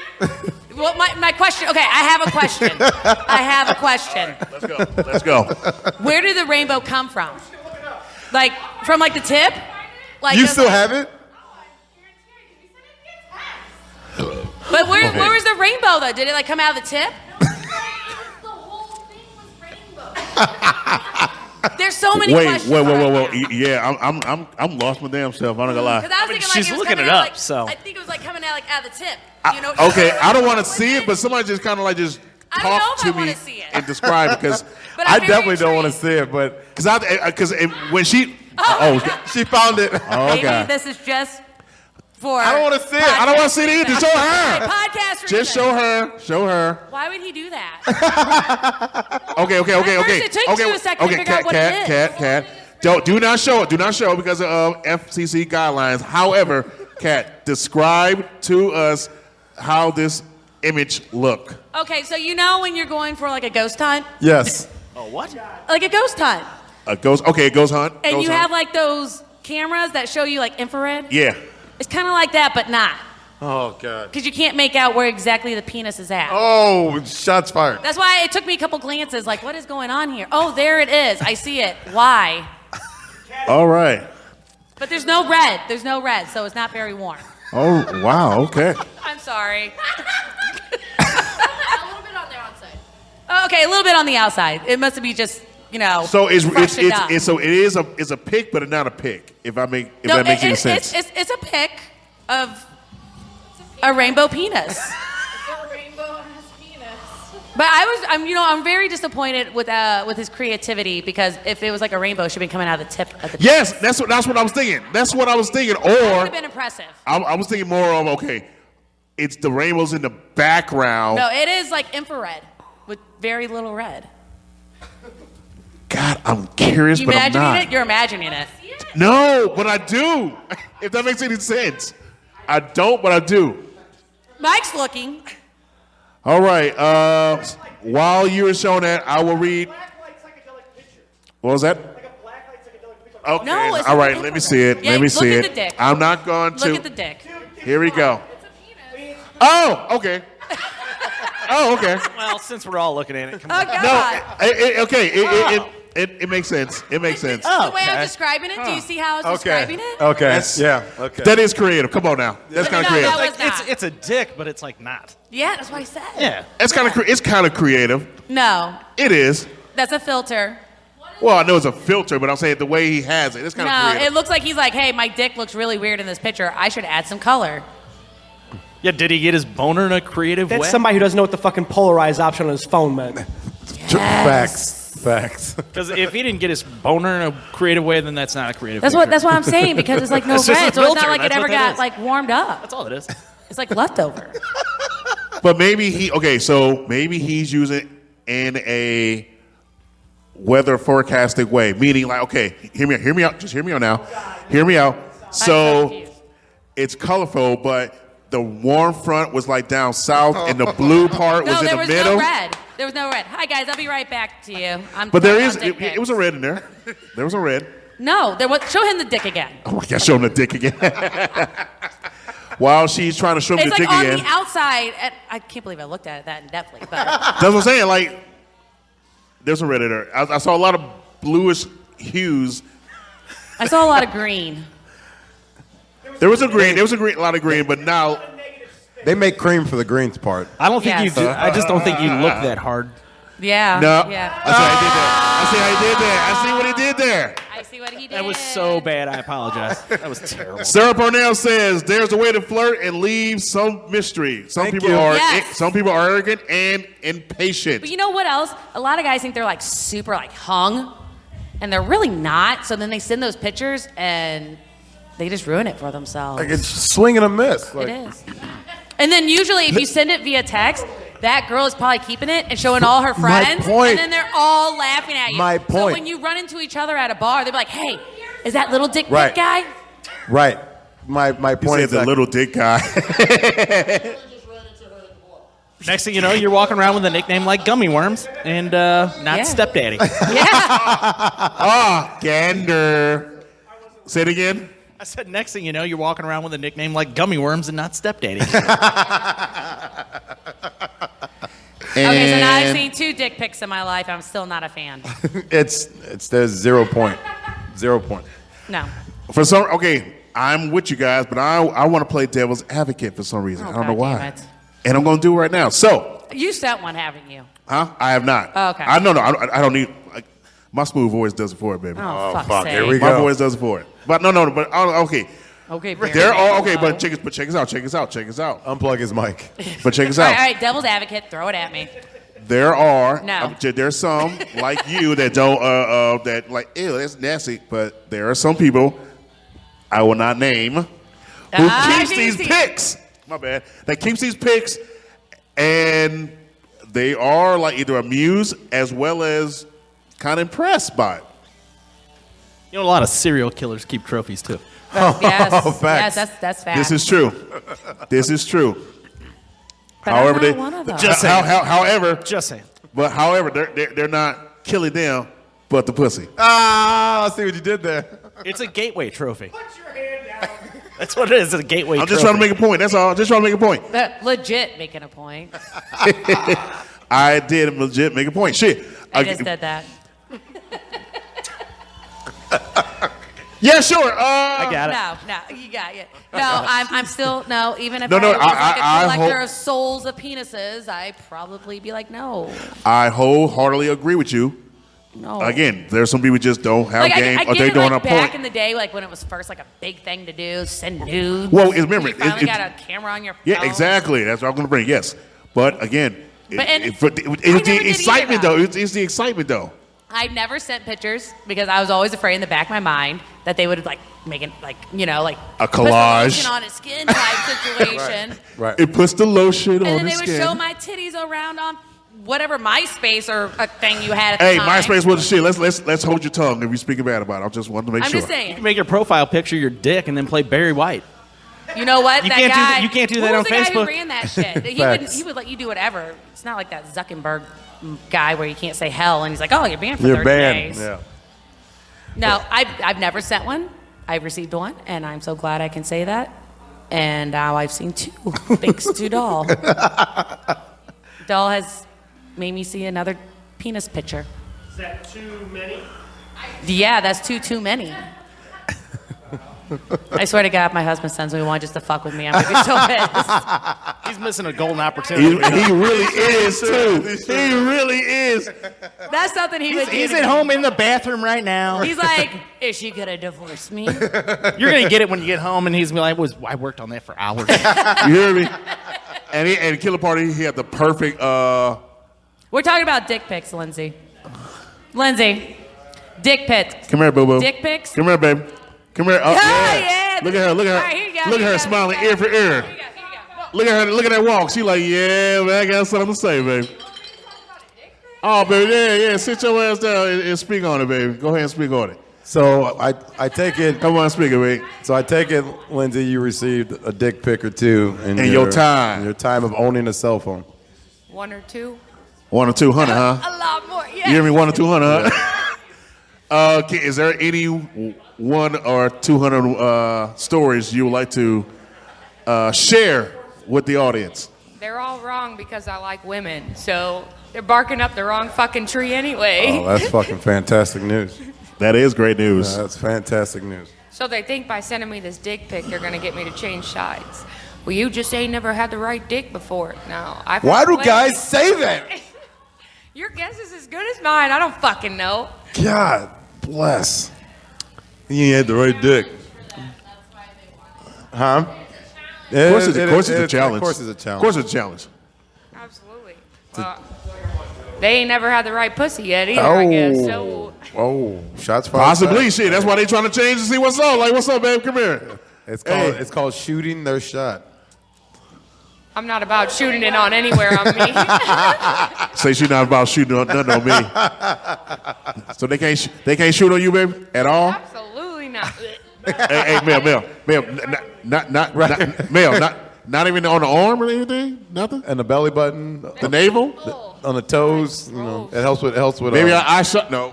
Well, my, my question. Okay, I have a question. I have a question. Let's go. Let's go. Where did the rainbow come from? Like from like the tip? Like you just still like- have it? But where, Okay. where was the rainbow though? Did it like come out of the tip? There's so many wait, questions. wait, wait, wait, wait. Yeah, I'm, I'm, I'm, I'm lost my damn self. I'm not gonna lie. Because I was thinking like she's it was looking coming it out, up, like- so. I think it was like coming out like out of the tip. you know? Okay, I don't want to see it, but somebody just kind of like just I don't know talk if I to wanna me see it. and describe because But I'm I very definitely don't want to see it, but because I because when she oh, she found it. Oh Maybe god, this is just for. I don't wanna see it. I don't wanna see it either. Show her. Podcast. just show her, show her. Why would he do that? Okay, okay, okay, At first okay. it takes okay, you a second to okay, figure out cat, what cat, it is. cat, cat. Don't do not show it. Do not show it because of uh, FCC guidelines. However, cat, describe to us how this image look. Okay, so you know when you're going for like a ghost hunt, Yes. Oh, what? like a ghost hunt, A ghost. Okay, ghost hunt. and ghost you hunt. have like those cameras that show you like infrared. Yeah. It's kind of like that, but not, Oh God. because you can't make out where exactly the penis is at. Oh, shots fired. That's why it took me a couple glances. Like, what is going on here? Oh, there it is. I see it. Why? All right. But there's no red. There's no red, so it's not very warm. Oh wow. Okay. I'm sorry. Oh, okay, a little bit on the outside. It must be just you know. So it's it's, freshened it's, up. it's so it is a it's a pick, but not a pick. If I make if that it- makes any it's- sense. It's, it's, it's a pic of a rainbow penis. But I was, I'm, you know, I'm very disappointed with uh, with his creativity because if it was like a rainbow, it should have been coming out of the tip of the. yes, that's what that's what I was thinking. That's what I was thinking. That would Or have been impressive. I, I was thinking more of okay, it's the rainbows in the background. No, it is like infrared with very little red. God, I'm curious, You but I'm imagining not. it? You're imagining it. No, but I do. If that makes any sense, I don't, but I do. Mike's looking. All right. Uh, while you were showing that, I will read. What was that? Okay. No, it's all like right. an Let me infrared. see it. Yeah, let me look see at it. the dick. I'm not going to. Look at the dick. Here we go. Oh, okay. oh, okay. Well, since we're all looking at it, come Oh on. God! No, it, it- okay. It, it, it, it, it makes sense. It makes sense. Oh, the way I'm describing it, do you see how I was describing it? Okay. yeah. Okay. That is creative. Come on now. No, That's kind no, of no, creative. that was Like, not. it's it's a dick, but it's like not. yeah, that's what I said. Yeah. That's kind of cre- it's kind of creative. No, It is. that's a filter. Well, I know it's a filter, but I'm saying the way he has it, it's kind of No, creative. it looks like he's like, hey, my dick looks really weird in this picture. I should add some color. Yeah. Did he get his boner in a creative That's way? somebody who doesn't know what the fucking polarized option on his phone meant. Facts. Facts. Because if he didn't get his boner in a creative way, then that's not a creative. That's what that's what I'm saying because it's like no It's just a red, so it's not filter, like it that's ever what that got is. like warmed up. That's all it is. It's like leftover. But maybe he okay, so maybe he's using in a weather forecasting way, meaning like okay, hear me out, hear me out, just hear me out now, hear me out. So confused. it's colorful, but the warm front was like down south, and the blue part No, was in there the was middle. no red. There was no red. Hi guys, I'll be right back to you. I'm But there I'm is dick it, it pics. was a red in there. There was a red. no. There was. Show him the dick again. Oh my gosh, show him the dick again. while she's trying to shrimp It's your like dick on again. the outside. At, I can't believe I looked at it that in depthly, but That's what I'm saying. Like, there's a redditor. I, I saw a lot of bluish hues. I saw a lot of green. There was a green. There was a green. A lot of green, but now they make cream for the greens part. I don't think Yes. you do. I just don't think you look that hard. Yeah. No. Yeah. I see how he did there. I see how he did there. I see what he did there. I see what he did. That was so bad. I apologize. That was terrible. Sarah Parnell says there's a way to flirt and leave some mystery. Some Thank people you. are Yes. some people are arrogant and impatient. But you know what else? A lot of guys think they're like super like hung, and they're really not. So then they send those pictures and they just ruin it for themselves. Like it's swing and a miss. Like, it is. And then usually if you send it via text, that girl is probably keeping it and showing all her My friends, point. and then they're all laughing at you. My So point. when you run into each other at a bar, they're like, "Hey, is that little dick pic Right. guy?" Right. My my He point said is the that little dick guy. Next thing you know, you're walking around with a nickname like Gummy Worms and uh, not Yeah. Stepdaddy. Yeah. Ah, gander. Say it again. I said, next thing you know, you're walking around with a nickname like Gummy Worms and not Stepdaddy. okay, so now I've And- seen two dick pics in my life. I'm still not a fan. it's it's there's zero point. Zero point. No. For some okay, I'm with you guys, but I I want to play devil's advocate for some reason. Oh, I don't God know damn why. it. And I'm gonna do it right now. So, You sent one, haven't you? huh? I have not. Oh, okay. I no no. I, don't- I don't need. Like, my smooth voice does it for it, baby. Oh, fuck, sake. Here we my go. voice does it for it. But no no. no, But uh, okay. Okay, They're all okay, but but check, it- but check this out. Check this out. Check this out. Unplug his mic. But check this All right, out. all right, devil's advocate, throw it at me. There are No. I'm- there's some like you that don't uh, uh that like ew that's nasty, but there are some people I will not name who Ah, keeps these easy. picks. My bad. That keeps these picks, and they are like either amused as well as kind of impressed by it. You know, a lot of serial killers keep trophies too. Yes, yes, facts. that's that's fact. Oh, This is true. this is true. But I'm however, not they one of those. just how, how, however, Just saying. but however, they're, they're they're not killing them, but the pussy. Ah, I see what you did there. It's a gateway trophy. Put your hand down. That's what it is. It's a gateway I'm trophy. just trying to make a point. That's all. Just trying to make a point. That- legit making a point. I did legit make a point. Shit. I just did that. Yeah, sure. Uh, I got it. No, no, you got it. No, I'm, I'm still no. Even if No, I no, was I- like I- I a collector hope- of souls of penises, I probably be like, no, I wholeheartedly agree with you. no. Again, there's some people just don't have like game I, I or get they it, don't like, have back point. in the day, like when it was first like a big thing to do, send nudes. Well, it's- remember, you it- finally it- got a camera on your phone. yeah, exactly. That's what I'm going to bring. Yes. But again, But- it- and it- for- it- I it's never did the either, excitement, though. though. It's, it's the excitement, though. I never sent pictures because I was always afraid in the back of my mind that they would like make it like you know like A put some collage. lotion on a skin type situation, Right. It puts the lotion and on then the they would skin. show my titties around on whatever MySpace or a thing you had at hey, the time. MySpace was the shit. Let's let's let's hold your tongue if you speak bad about it. I just wanted to make I'm sure. just You saying. can make your profile picture your dick and then play Barry White. You know what? You that can't do guy, that- you can't do who that on was the Guy Facebook. who ran that shit. He would Facts. he would let you do whatever. It's not like that Zuckerberg guy where you can't say hell and he's like, oh, you're banned for You're 30 banned. days. Yeah. No, I've, I've never sent one. I've received one, and I'm so glad I can say that. And now I've seen two, thanks to Doll. Doll has made me see another penis picture. Is that too many? Yeah, that's too too many. I swear to God, my husband sends me one just to fuck with me. I'm gonna be so pissed. He's missing a golden he, opportunity. he really is too. He really is. That's something he would do. He's to at me. home in the bathroom right now. He's like, is she gonna divorce me? You're gonna get it when you get home, and he's gonna be like, "Was I worked on that for hours?" You hear me? And he, and Killer Party, he had the perfect uh We're talking about dick pics, Lindsay. Lindsay, dick pics. Come here, boo boo. Dick pics? Come here, baby. Come here. Oh, Oh, yeah. Look at her. Look at her. All right, here you go, Look at here her you go. smiling ear for ear. Here you go, here you go. Look at her. Look at that walk. She like, yeah, man, I got something to say, baby. Oh, baby, yeah, yeah. Sit your ass down and, and speak on it, baby. Go ahead and speak on it. So I I take it. Come on, speak it, baby. So I take it, Lindsay, you received a dick pic or two in, In your time. in your time of owning a cell phone. One or two. One or two hundred, huh? A lot more. You hear Yeah. me? One or two hundred, huh? uh, ca- is there any w- one or two hundred uh, stories you would like to uh, share with the audience. They're all wrong because I like women. So they're barking up the wrong fucking tree anyway. Oh, that's fucking fantastic news. That is great news. that's fantastic news. so they think by sending me this dick pic, they're gonna get me to change sides. Well, you just ain't never had the right dick before. No, I. Why do guys say that? Your guess is as good as mine. I don't fucking know. God bless. He ain't had the right dick. Huh? Of course, it's, of course it's a challenge. Of course it's a challenge. Of course it's a challenge. Absolutely. Well, Uh, they ain't never had the right pussy yet either. I guess. So Oh, shots fired. Possibly, shit. That's why they trying to change to see what's up. Like, what's up, babe? Come here. It's called, Hey. it's called shooting their shot. I'm not about shooting it on anywhere on me. Say she not about shooting on, nothing on me. so they can't sh- they can't shoot on you, baby, at all. Absolutely not. hey, hey, Mel, Mel, Mel, n- n- not not Right. not Mel, not not even on the arm or anything, nothing. And the belly button, The navel. Oh. on the toes, you know, it helps with, it helps with. Maybe uh, I, I shut. No,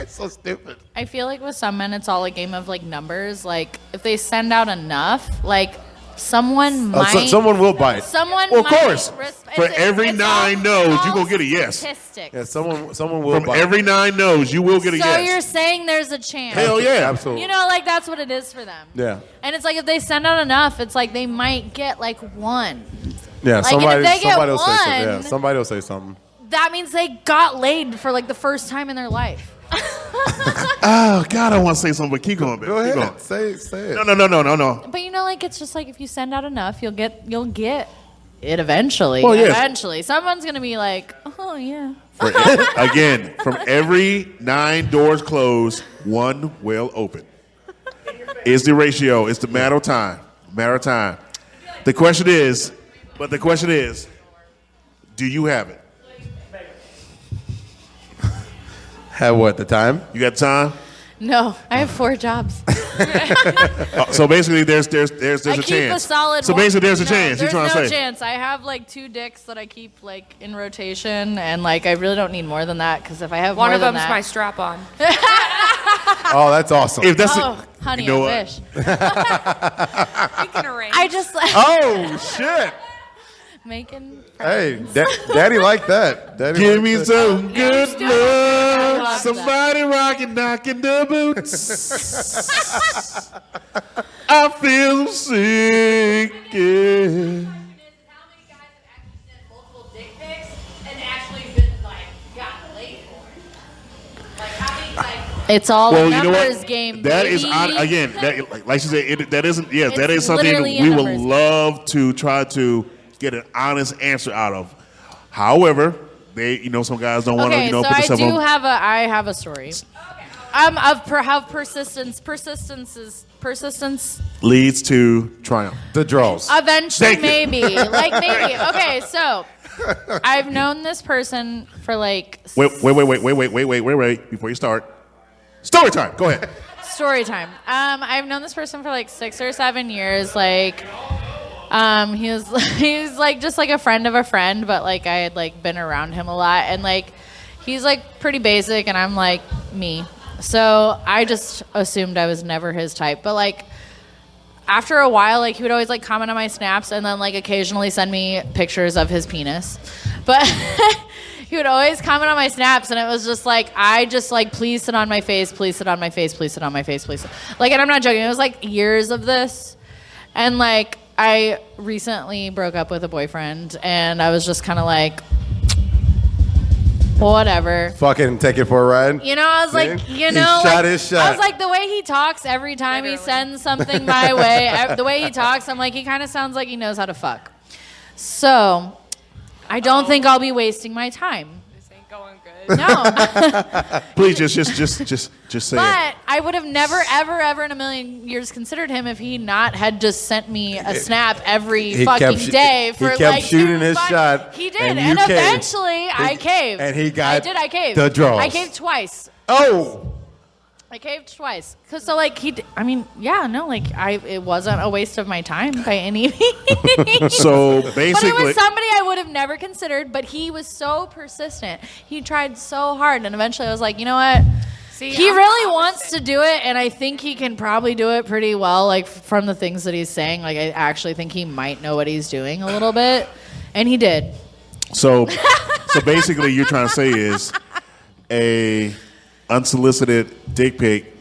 it's so stupid. I feel like with some men, it's all a game of like numbers. Like if they send out enough, like someone Uh, might. so- someone will bite. Someone. Well, of might course. ris- For it's- every it's all- nine no's, it's you all gonna get a yes. statistics. Yeah, someone, someone will from bite. every nine no's, you will get a so you're yes. saying there's a chance. Hell yeah, absolutely. You know, like that's what it is for them. yeah, And it's like if they send out enough, it's like they might get like one. yeah. Like, if somebody, they get somebody will say something. Yeah, one- somebody will say something. That means they got laid for like the first time in their life. Oh God, I want to say something, but keep going, baby. Go keep ahead, going. say, say it. No, no, no, no, no, no. But you know, like it's just like if you send out enough, you'll get you'll get it eventually. Well, Oh, yes. Eventually, someone's gonna be like, oh yeah. For ev- again, from every nine doors closed, one will open. Is the ratio? It's the matter of time. Matter of time. The question is, but the question is, do you have it? Have what the time? You got time? No, I have four jobs. Uh, so basically, there's there's there's there's I a keep chance. a solid. so one. basically, there's a No, chance. You're There's trying no to say chance. I have like two dicks that I keep like in rotation, and like I really don't need more than that because if I have One more of than them's that- my strap on. Oh, that's awesome. if that's Oh, honey, you know I what? wish. We can arrange. I just like oh shit! making. Hey, da- daddy liked that. Daddy Give liked me that. some good love. love "Uh, Somebody rocking, knocking the boots. I feel sick. yeah. How many guys have actually sent multiple dick pics and actually been like gotten laid for it? Like how many like It's all Well, a you know numbers what? game. That is baby. on again. That, like, like she said, it, that isn't. Yeah, that It's is something literally a we would numbers game. love to try to get an honest answer out of. However, they, you know, some guys don't want to, Okay, you know, so put I themselves do on. have a I have a story. Um, of per, have persistence. Persistence is persistence. leads to triumph. the draws. Eventually, Thank you. maybe, like maybe. Okay, so I've known this person for like s- Wait, wait, wait, wait, wait, wait, wait, wait, wait, wait. Before you start, story time. Go ahead. story time. Um, I've known this person for like six or seven years. Like, um, he was he was like just like a friend of a friend, but like I had like been around him a lot, and like he's like pretty basic, and I'm like me. So I just assumed I was never his type, but like after a while, like he would always like comment on my snaps and then like occasionally send me pictures of his penis. But he would always comment on my snaps and it was just like I just like please sit on my face, please sit on my face, please sit on my face, please. Sit. Like and I'm not joking. It was like years of this. And like I recently broke up with a boyfriend and I was just kind of like whatever. Fucking take it for a ride. You know, I was like, See? you He know, shot like- his I shot. was like, the way he talks every time he sends something my way, I, the way he talks, I'm like, he kind of sounds like he knows how to fuck. So, I don't think I'll be wasting my time. This ain't going good. No, Please just, just, just, just, just say it. but I would have never, ever, ever in a million years considered him if he not had just sent me a snap every He kept fucking sh- day he for kept like shooting two his fuck- shot, He did, and and, you caved. eventually I He- caved, and he got I did. I caved the draws. I caved twice. Oh, I caved twice. Cause so like he, d- I mean, yeah, no, like I, it wasn't a waste of my time by any means. So but it basically, was somebody I would have never considered. But he was so persistent. He tried so hard, and eventually I was like, you know what? See, he I'm- really wants to do it, and I think he can probably do it pretty well. Like f- from the things that he's saying, like I actually think he might know what he's doing a little bit, and he did. So, so basically, you're trying to say is a unsolicited dick pic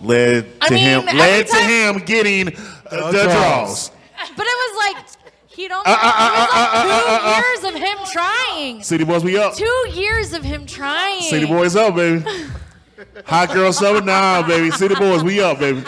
led I to mean, him every led to time- him getting uh, the draws. But it was like he don't. Uh, uh, uh, uh, it was uh, like uh, uh, uh. two years of him trying. City boys, we up. Two years of him trying. City boys up, baby. Hot girl summer, nah, baby. City boys, we up, baby.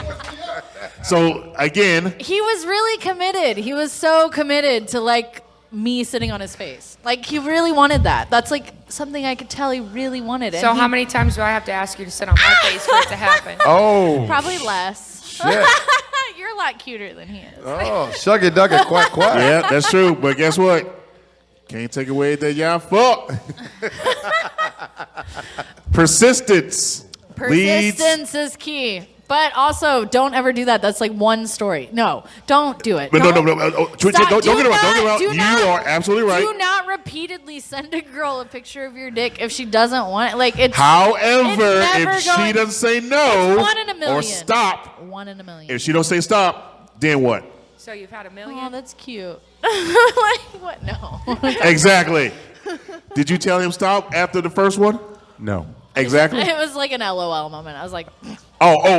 So again, He was really committed. He was so committed to like me sitting on his face. Like he really wanted that. That's like something I could tell he really wanted it. So And how he- many times do I have to ask you to sit on my face for it to happen? Oh. Probably less. shit. You're a lot cuter than he is. Oh, shug it, duck it, quack, quack. yeah, that's true. But guess what? Can't take away that y'all fuck. Persistence. Leads Persistence is key. But also, don't ever do that. That's like one story. No, don't do it. But no, no, Don't- no. uh, oh, Twi- Stop. don't, don't Do get it wrong. Don't get it wrong. not- do you not- are absolutely right. Do not repeatedly send a girl a picture of your dick if she doesn't want it. Like it's. However, it's never if she going- doesn't say no It's one in a million. or stop, One in a million. if she don't say stop, then what? So you've had a million. Oh, that's cute. like what? No. Exactly. Did you tell him stop after the first one? No. Exactly. It was like an LOL moment. I was like, Oh, oh,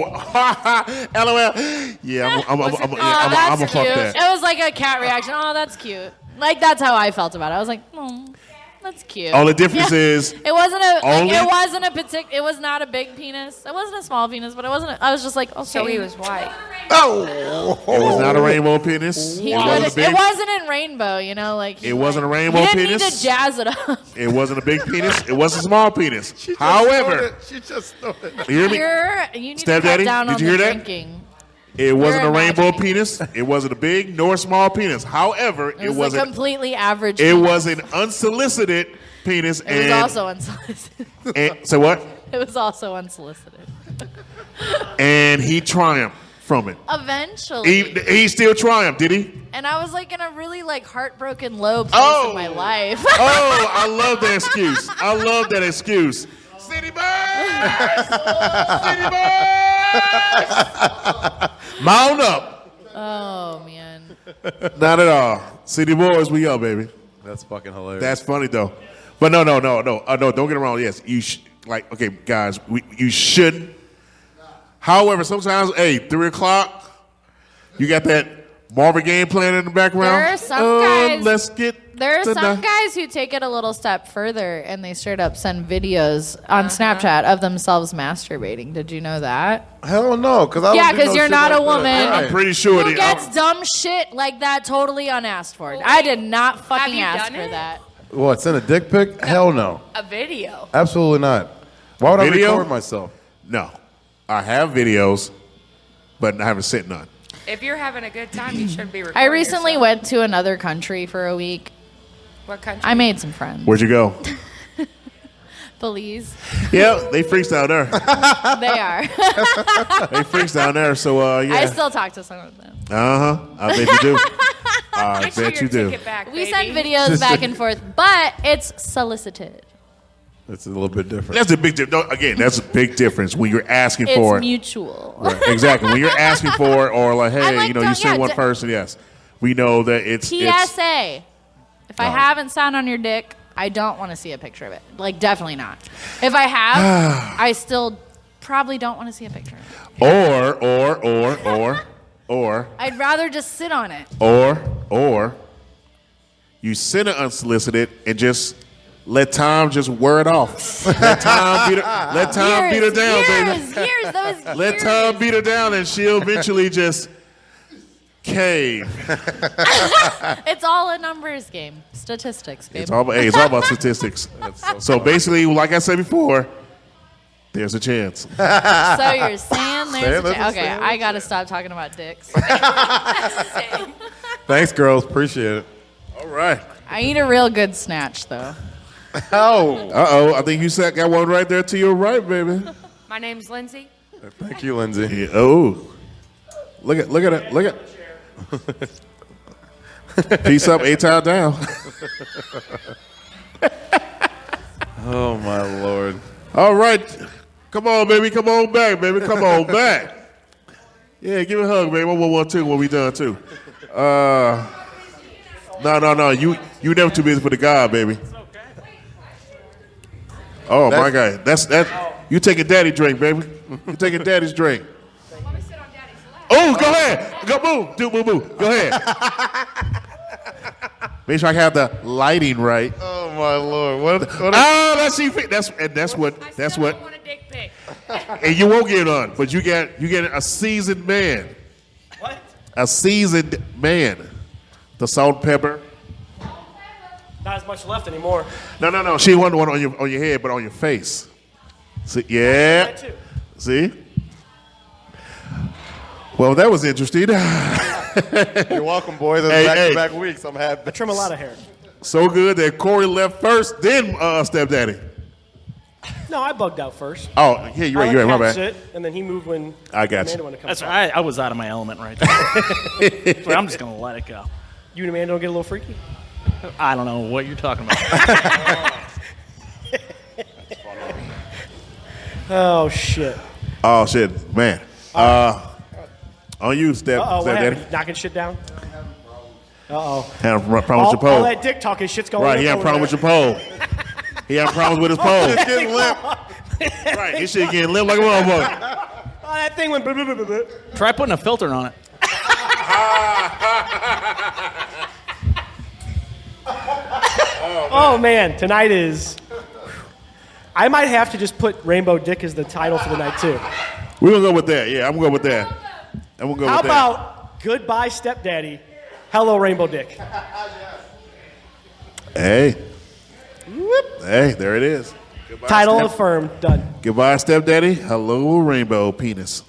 lol. Yeah, I'm, I'm, I'm, I'm, yeah, I'm, I'm, that's a fuck cute. that. It was like a cat reaction. Oh, that's cute. Like that's how I felt about it. I was like, oh, that's cute. All the difference is it wasn't a like, only- it wasn't a partic- it was not a big penis. It wasn't a small penis, but it wasn't. A, I was just like, okay. So he was white. Oh, it was not a rainbow penis. He it could've- wasn't a big. it wasn't in rainbow, you know, like It wasn't a you rainbow didn't penis. need to jazz it up. It wasn't a big penis. It was a small penis. However, she just started. you hear me? You're, you need to cut Stepdaddy, down did on you the hear that? drinking. It wasn't a You're rainbow penis. It wasn't a big nor small penis. However, It it was, was a an, completely average. it penis. was an unsolicited penis. It was and, also unsolicited. and so what? It was also unsolicited. And he triumphed from it. Eventually, He, he still triumphed, did he? and I was like in a really like heartbroken low place in my life. Oh, I love that excuse. I love that excuse. City Mount up. oh man, Not at all. City boys, we up, baby. That's fucking hilarious. That's funny though. But no, no, no, no, uh, no. Don't get it wrong. Yes, you sh- like okay, guys. We, you shouldn't. However, sometimes, hey, three o'clock, you got that Marvin game playing in the background. There are some Uh, guys- Let's get there are to some the- guys who take it a little step further and they straight up send videos on Uh-huh. Snapchat of themselves masturbating. Did you know that? Hell no, because I don't Yeah, do 'cause no you're shit not like a that. woman. Right. I'm pretty sure Who it gets is. dumb shit like that totally unasked for? I did not fucking you ask done for it? that. What? Send a dick pic? Hell no. A video. Absolutely not. Why would Video? I record myself? No, I have videos, but I haven't sent none. If you're having a good time, you shouldn't be recording. I recently yourself. went to another country for a week. What country? I made some friends. Where'd you go? Belize. yeah, they freaks down there. They are. They freaks down there. So uh, I yeah. still talk to some of them. Uh huh. I bet you do. I Get your bet you do. ticket Back, We baby. send videos back and forth, but it's solicited. It's a little bit different. That's a big difference. Again, that's a big difference when you're asking for It's it. mutual. Exactly. When you're asking for it, or like, hey, like, you know, you don't- send yeah, one d- person, yes. We know that it's. it's TSA. If I haven't signed on your dick, I don't want to see a picture of it. Like, definitely not. If I have, I still probably don't want to see a picture of it. or, or, or, or, or, I'd rather just sit on it. or, or, you send it unsolicited and just let time just wear it off. Let time beat her, let time beat her down, baby. years, years, that was Let years. time beat her down, and she'll eventually just cave. It's all a numbers game. Statistics, baby. It's all about, hey, it's all about statistics. so basically, like I said before, there's a chance. so you're saying there's a Say it, chance. let's Okay, say it, I got to stop talking about dicks. Thanks, girls. Appreciate it. All right. I need a real good snatch, though. Oh. Uh oh, I think you said got one right there to your right, baby. My name's Lindsay. Thank you, Lindsay. Yeah, oh, look at look at it, look at. Peace up, eight time down. Oh, my Lord. All right, Come on, baby. Come on back, baby. Come on back. Yeah, give it a hug, baby. One, one, one, two. When we done too. Uh, no, no, no. You you never too busy for the guy, baby. Oh my God, that's that. You take a daddy drink, baby. You take a daddy's drink. Oh, go ahead. Go boo, do boo boo. Go ahead. Make sure I have the lighting right. Oh my lord, what? oh, that's that's and that's what that's what. and you won't get on, but you get you get a seasoned man. What? A seasoned man. The salt and pepper. Not as much left anymore. No, no, no. She wanted one on your on your head, but on your face. See, yeah. See. Well, that was interesting. You're welcome, boys. Those Hey, back hey. to back weeks. I'm happy. I trim a lot of hair. so good that Corey left first, then uh, stepdaddy. No, I bugged out first. Oh, yeah, you're I right, you're let right, my Kat bad. sit, and then he moved when I got Amanda you. wanted to come That's talk. right. I was out of my element right there. That's right, I'm just gonna let it go. You and Amanda don't get a little freaky. I don't know what you're talking about. Oh shit. Oh shit, man. Uh, on you, step Uh oh, what stepdaddy. happened? Knocking shit down. Uh oh. Had a pro- problem All, with your all pole. that dick talking shit's going. Right, he had a problem with your pole. He had problems with his pole. It's getting limp. right, this shit getting limp like a motherfucker. Oh, that thing went. Blah, blah, blah, blah, blah. Try putting a filter on it. Oh man, tonight is. I might have to just put Rainbow Dick as the title for the night too. We're gonna go with that. Yeah, I'm gonna go with that. I'm gonna go How with that. about Goodbye Stepdaddy, Hello Rainbow Dick. Hey. Hey, there it is. title Step- affirmed. Done. Goodbye, stepdaddy. Hello, rainbow penis.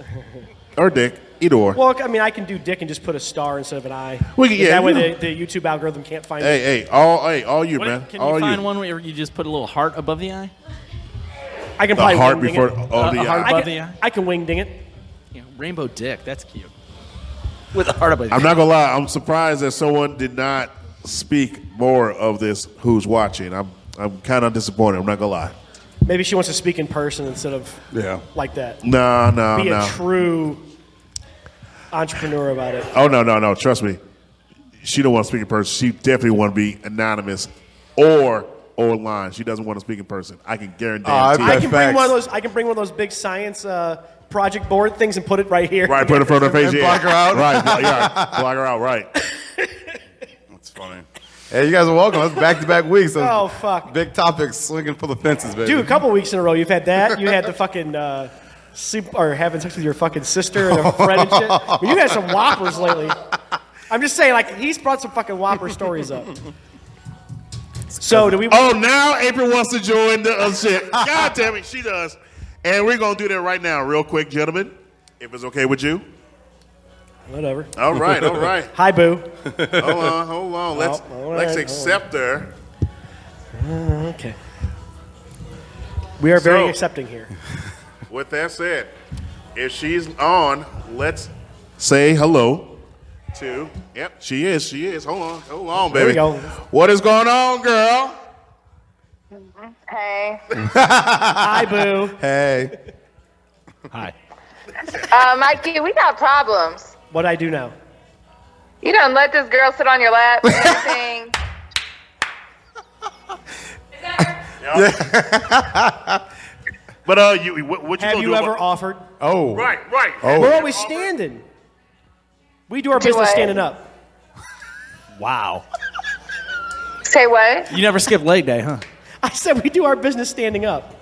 or dick. Either or. Well, I mean, I can do Dick and just put a star instead of an I. We can- yeah, that way you know. the, the YouTube algorithm can't find Hey, it. hey, all hey, all you, man. Can all you find one where you just put a little heart above the eye? I can The probably heart wing before ding it. oh, all Uh, the a heart eye. I above can, the eye. I can wing ding it. Yeah, rainbow Oh, dick. That's cute. With a heart above. the I'm not gonna lie. I'm surprised that someone did not speak more of this. Who's watching? I'm I'm kind of disappointed. I'm not gonna lie. Maybe she wants to speak in person instead of Yeah. like that. No, no, Be no. a true entrepreneur about it. Oh no, no, no. Trust me. She don't want to speak in person. She definitely want to be anonymous or online. She doesn't want to speak in person. Ah, I can guarantee. Ah, I it. bet I can bring one of those. I can bring one of those big science uh, project board things and put it right here. Right, put it in front of her face. And yeah. block her out. Right, block, yeah, block her out. Right. That's funny. Hey, you guys are welcome. That's back to back weeks. So Oh fuck, Big topics swinging for the fences, baby. dude! A couple weeks in a row, you've had that. You had the fucking uh, sleep or having sex with your fucking sister and her friend and shit. I mean, you had some whoppers lately. I'm just saying, like he's brought some fucking whopper stories up. So do we? Oh, now April wants to join the uh, shit. God damn it, she does. And we're gonna do that right now, real quick, gentlemen. If it's okay with you. Whatever. All right, all right. Hi, boo. Hold on, hold on. Let's Oh, all let's right, accept her. Okay. We are very So- accepting here. With that said, if she's on, let's say hello to. Yep, she is. She is. Hold on, hold on, There we baby. go. What is going on, girl? Hey. Hi, boo. Hey. Hi. Uh, Mikey, we got problems. What I do now? You don't let this girl sit on your lap. Everything. But uh, you what, what you Have gonna you do ever about- offered? Oh. Right, right. Oh. We're always standing. We do our Do business what? standing up. eye. Wow. Say what? You never skip leg day, huh? I said we do our business standing up.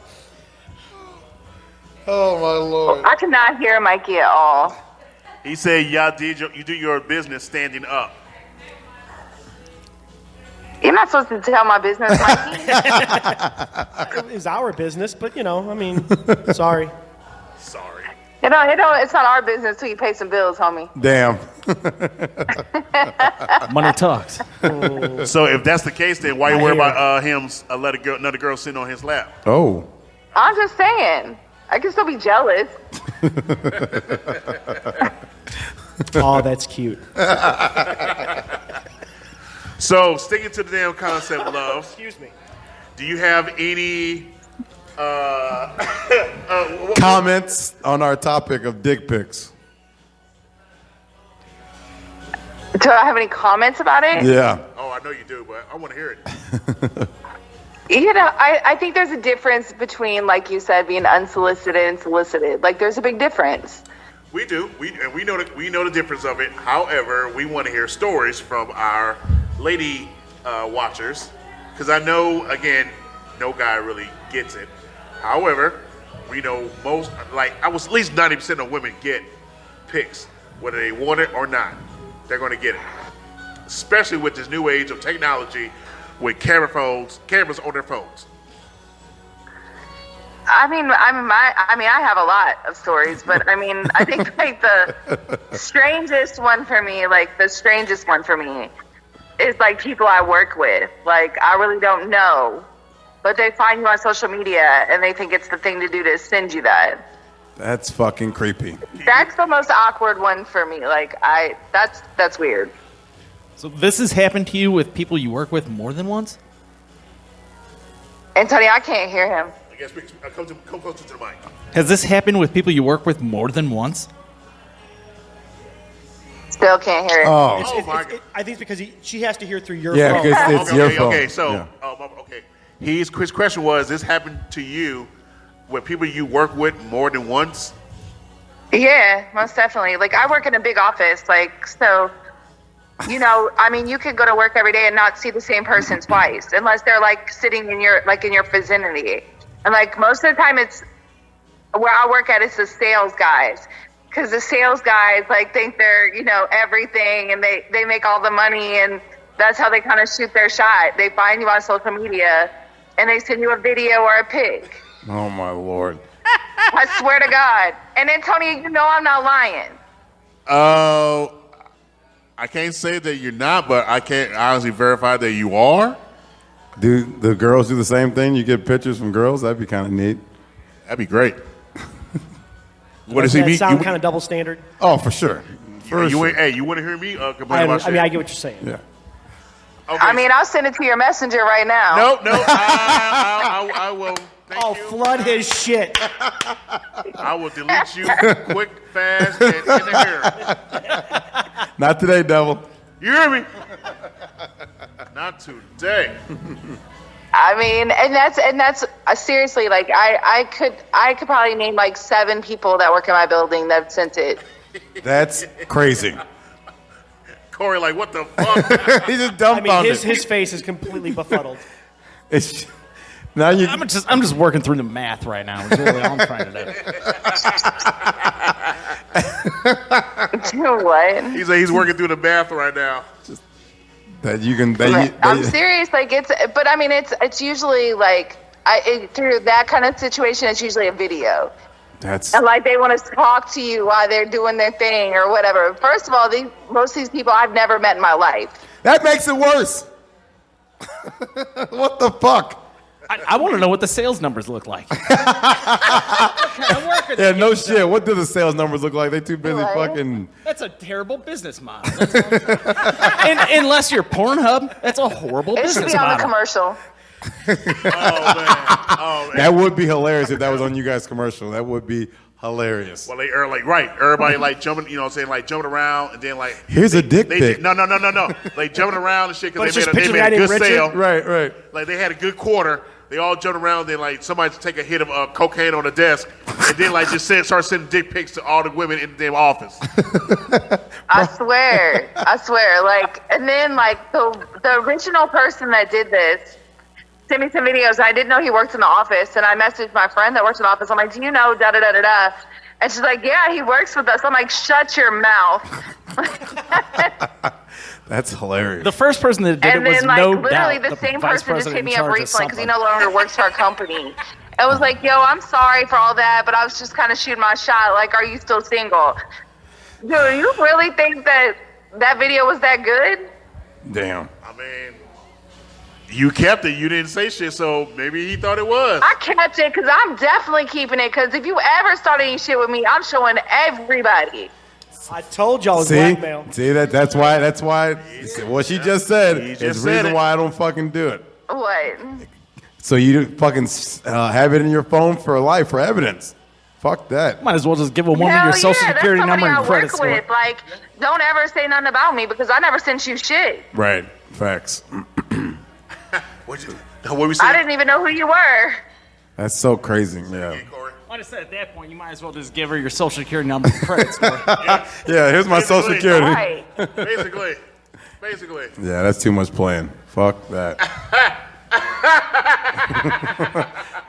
Oh my lord. I cannot hear Mikey at all. He said, "Y'all did your, you do your business standing up." You're not supposed to tell my business, Mikey. It's our business, but you know, I mean, sorry. Sorry. it don't, it don't, it's not our business till you pay some bills, homie. Damn. Money talks. Oh. So if that's the case, then why you Right worry here. about uh, him uh, let a girl, another girl sitting on his lap? Oh. I'm just saying. I can still be jealous. Oh, that's cute. So sticking to the damn concept, love. Excuse me. Do you have any Uh, uh, what- Comments on our topic of dick pics. Do I have any comments about it? Yeah. Oh, I know you do, but I want to hear it. You know, I, I think there's a difference between, like you said, being unsolicited and solicited. Like, there's a big difference. We do. We and we know the, we know the difference of it. However, we want to hear stories from our lady uh, watchers because I know again, no guy really gets it. However, we know most like I was at least ninety percent of women get picks whether they want it or not. They're going to get it, especially with this new age of technology with camera phones, cameras on their phones. I mean, I'm my, I mean, I have a lot of stories, but I mean, I think like the strangest one for me, like the strangest one for me, is like people I work with. Like I really don't know, but they find you on social media and they think it's the thing to do to send you that. That's fucking creepy. Mm-hmm. That's the most awkward one for me. Like I, that's that's weird. So this has happened to you with people you work with more than once? Antonio, I can't hear him. I guess we, uh, come, to, come closer to the mic. Has this happened with people you work with more than once? Still can't hear him. Oh. It's- Oh, it's- my it's- I think it's because he, she has to hear through your Yeah, phone. because it's okay, your okay, phone. okay, so um, okay, he's his question was: This happened to you with people you work with more than once? Yeah, most definitely. Like I work in a big office, like so you know, I mean you could go to work every day and not see the same person twice unless they're like sitting in your like in your vicinity. And like most of the time it's where I work at it's the sales guys. Cause the sales guys like think they're, you know, everything and they, they make all the money and that's how they kind of shoot their shot. They find you on social media and they send you a video or a pic. Oh my lord. I swear to God. And Antonio, you know I'm not lying. Uh, I can't say that you're not, but I can't honestly verify that you are. Do the girls do the same thing? You get pictures from girls? That'd be kind of neat. That'd be great. what Does that sound kind of double standard? Oh, for sure. For you, sure. ain't- hey, you want to hear me uh, complain I, about I mean, shit? I get what you're saying. Yeah. I mean, I'll send it to your messenger right now. Nope, nope. I, I, I will. I'll Oh, flood his shit. I will delete you quick, fast, and in the air. Not today, devil. You hear me? Not today. I mean, and that's and that's uh, seriously like I I could I could probably name like seven people that work in my building that have sent it. That's crazy. Corey, like, what the fuck? He's I just mean, dumbfounded. his, his face is completely befuddled. It's, now you. I'm just I'm just working through the math right now. Is really all I'm trying to do. what? He's he's working through the bath right now. That you can. That you, that I'm you- serious, like it's but I mean it's it's usually like I it, through that kind of situation it's usually a video. that's And like they want to talk to you while they're doing their thing or whatever. First of all, these most of these people I've never met in my life. that makes it worse. what the fuck? I, I want to know what the sales numbers look like. Yeah, no shit. What do the sales numbers look like? They too busy Right. fucking. That's a terrible business model. That's all- and, unless you're Pornhub, that's a horrible It should business be on the model. commercial. That would be hilarious if that was on you guys' commercial. That would be hilarious. Well, they are like right. Everybody like jumping, you know, what I'm saying like jumping around, and then like Here's a dick they pic. no no no no no like jumping around and shit But because it's they just made picture a, they made guy a named good Richard. sale. Right, right. Like they had a good quarter. They all jumped around. Then like somebody take a hit of uh, cocaine on the desk, and then like just send, start sending dick pics to all the women in the damn office. I swear, I swear. Like, and then like the the original person that did this sent me some videos. And I didn't know he worked in the office, and I messaged my friend that works in the office. I'm like, do you know da da da da da? And she's like, yeah, he works with us. I'm like, shut your mouth. That's hilarious. The first person that did and it then was like no literally doubt the same vice person just president hit in me up charge of recently because he something. no longer works for our company. I was like, yo, I'm sorry for all that, but I was just kind of shooting my shot. Like, are you still single? Do you really think that that video was that good? Damn. I mean, you kept it. You didn't say shit, so maybe he thought it was. I kept it because I'm definitely keeping it. Because if you ever start any shit with me, I'm showing everybody. I told y'all it was See, blackmail. see that? That's why. That's why. What she just said He is just the said reason it. why I don't fucking do it. What? So you fucking uh, have it in your phone for life for evidence. Fuck that. Might as well just give a woman Hell your social yeah, that's security somebody number and I credit work score. With. Like, don't ever say nothing about me because I never sent you shit. Right. Facts. What you, what we I say? didn't even know who you were. That's so crazy. Yeah. Like I said, at that point, you might as well just give her your social security number and credit score. yeah. Here's my social security. Basically, basically. Yeah, that's too much playing. Fuck that.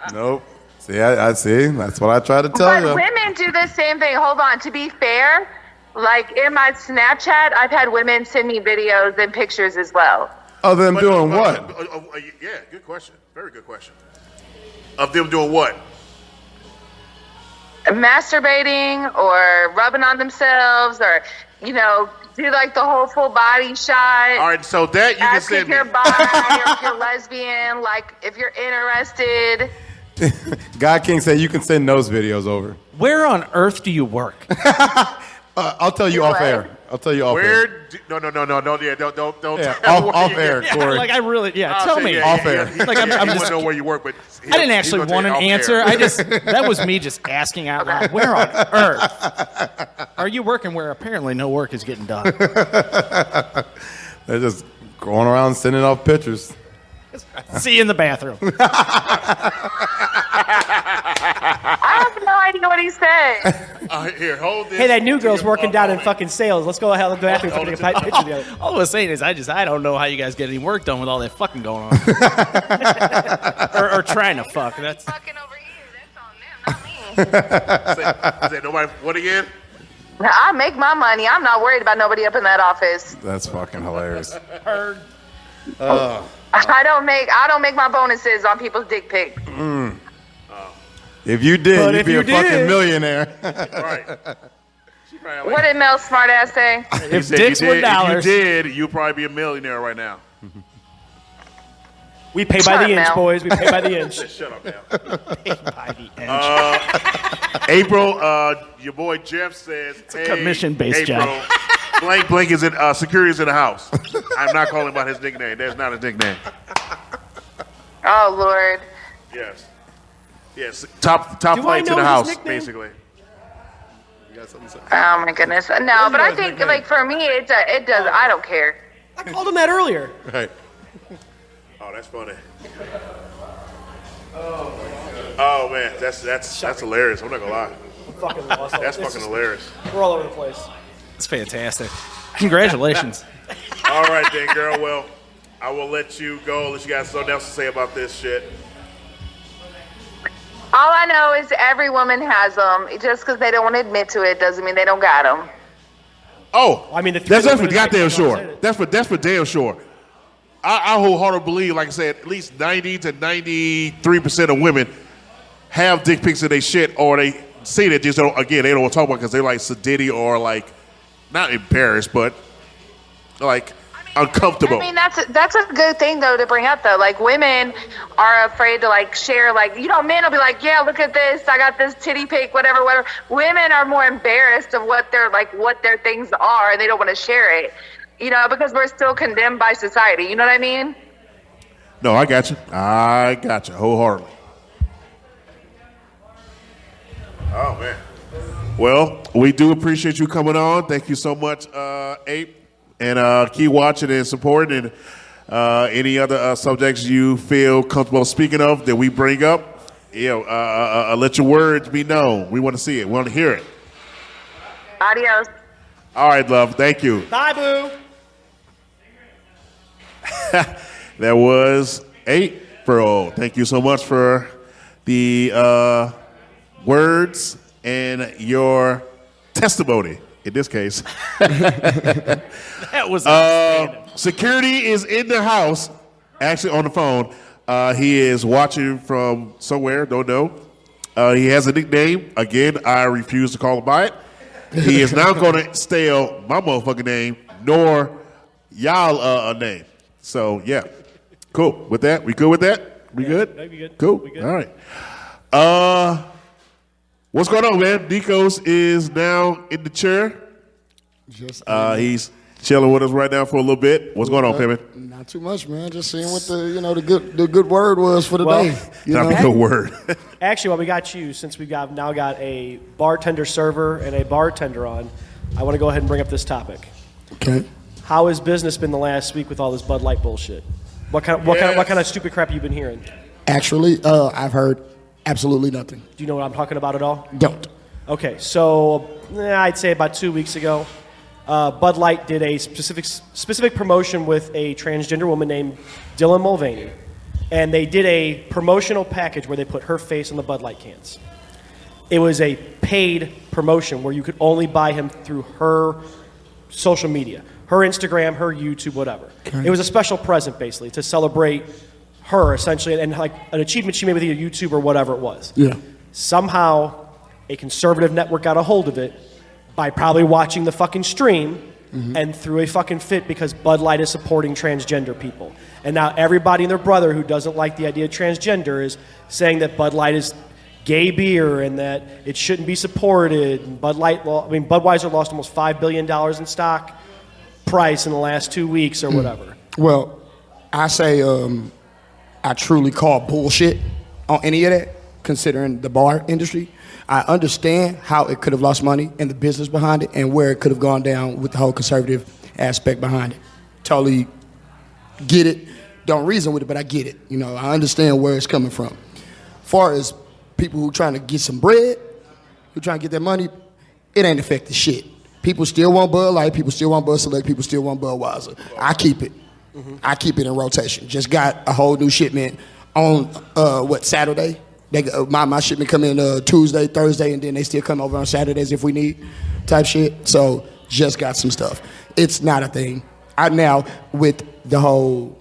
nope. See, I, I see. That's what I try to tell but you. women do the same thing. Hold on. To be fair, like in my Snapchat, I've had women send me videos and pictures as well. Other than doing what? Uh, uh, uh, yeah, good question. Very good question. Of them doing what? Masturbating or rubbing on themselves or, you know, do like the whole full body shot. All right, so that you can Ask send if me. you're bi or if you're lesbian, like if you're interested. God King said you can send those videos over. Where on earth do you work? uh, I'll tell you You off what? air. I'll tell you off Where? air. Do, no, no, no, no, no. Yeah, don't, don't, don't. Yeah, tell off- where off you- air, yeah, Corey. like I really, yeah. I'll tell say, me yeah, off yeah, air. yeah, like I'm, yeah, I'm he just. wanna know where you work, but I didn't actually want an answer. I just that was me just asking out loud. Where on earth are you working? Where apparently no work is getting done. They're just going around sending off pictures. See you in the bathroom. I have no idea what he said. Uh, here, hold this. Hey, that new girl's working down in fucking sales. Let's go ahead and go after her and take a pipe picture together. All I was saying is, I just I don't know how you guys get any work done with all that fucking going on, or, or trying to fuck. That's Is that nobody? What again? Now, I make my money. I'm not worried about nobody up in that office. That's fucking hilarious. Heard. Uh, I don't make I don't make my bonuses on people's dick pics. mm. If you did, But you'd if be you a fucking did- millionaire. right. What did Mel Smartass say? He said dicks you were did, dollars- if you did, you'd probably be a millionaire right now. We pay by the inch, boys. We pay by the inch. Shut up, now. Pay by the inch. Uh, April, uh, your boy Jeff says it's a commission-based April, job." Blank blank is in uh, security is in the house. I'm not calling about his nickname. That's not his nickname. Oh Lord. Yes. Yes. Top top Do I flights in know the his house, nickname? basically. Oh my goodness. No, but I think like for me it do- it does I don't care. I called him that earlier. Right. Oh, that's funny. Oh man, that's that's that's hilarious. I'm not gonna lie. Fucking lost all That's this. fucking hilarious. We're all over the place. It's fantastic. Congratulations. All right then, girl. Well, I will let you go unless you got something else to say about this shit. All I know is every woman has them. Just because they don't want to admit to it doesn't mean they don't got them. Oh, I mean, that's that's for goddamn sure. That's for that's for damn sure. I, I wholeheartedly believe, like I said, at least 90 to 93 percent of women have dick pics in their shit, or they see that just don't. Again, they don't want to talk about because they're like sedity or like not embarrassed, but like uncomfortable. I mean, that's a, that's a good thing though to bring up though. Like women are afraid to like share. Like you know, men will be like, "Yeah, look at this. I got this titty pic, whatever, whatever." Women are more embarrassed of what their like what their things are, and they don't want to share it. You know, because we're still condemned by society. You know what I mean? No, I got you. I got you wholeheartedly. oh man. Well, We do appreciate you coming on. Thank you so much, uh, Ape, and uh, keep watching and supporting. And uh, any other uh, subjects you feel comfortable speaking of that we bring up, you know, uh, uh, uh, let your words be known. We want to see it. We want to hear it. Adios. All right, love. Thank you. Bye, boo. That was April. Thank you so much for the uh, words and your testimony. In this case, that was security is in the house. Actually, on the phone, uh, he is watching from somewhere. Don't know. Uh, he has a nickname. Again, I refuse to call him by it. He is not going to steal my motherfucking name nor y'all uh, a name. So yeah, cool. With that, we good with that? We good? we good. Cool. We good. All right. Uh, what's going on, man? Nikos is now in the chair. Just Uh, he's chilling with us right now for a little bit. What's going on, Pippin? Not too much, man. Just seeing what the you know the good the good word was for the Well- day. You Not know? the word. Actually, while we got you, since we've got, now got a bartender server and a bartender on, I want to go ahead and bring up this topic. Okay. How has business been the last week with all this Bud Light bullshit? What kind of, what kind of, what kind of stupid crap you been hearing? Do Actually, uh, I've heard absolutely nothing. you know what I'm talking about at all? Don't. Okay, so eh, I'd say about two weeks ago, uh, Bud Light did a specific specific promotion with a transgender woman named Dylan Mulvaney, and they did a promotional package where they put her face on the Bud Light cans. It was a paid promotion where you could only buy him through her social media, her Instagram, her YouTube, whatever. Okay. It was a special present basically to celebrate her essentially and like an achievement she made with either YouTube or whatever it was Yeah. somehow a conservative network got a hold of it by probably watching the fucking stream and threw a fucking fit because Bud Light is supporting transgender people. And now everybody and their brother who doesn't like the idea of transgender is saying that Bud Light is gay beer and that it shouldn't be supported. And Bud Light, lo- I mean Budweiser lost almost five billion dollars in stock price in the last two weeks or whatever. Well, I say um, I truly call bullshit on any of that, considering the bar industry. I understand how it could have lost money and the business behind it and where it could have gone down with the whole conservative aspect behind it. Totally get it. Don't reason with it, but I get it. You know, I understand where it's coming from. Far as people who trying to get some bread, who trying to get their money, it ain't affected shit. People still want Bud Light, people still want Bud Select, people still want Budweiser. I keep it. I keep it in rotation. Just got a whole new shipment on uh, what Saturday. They uh, my my shipment come in uh, Tuesday, Thursday, and then they still come over on Saturdays if we need type shit. So just got some stuff. It's not a thing. I now with the whole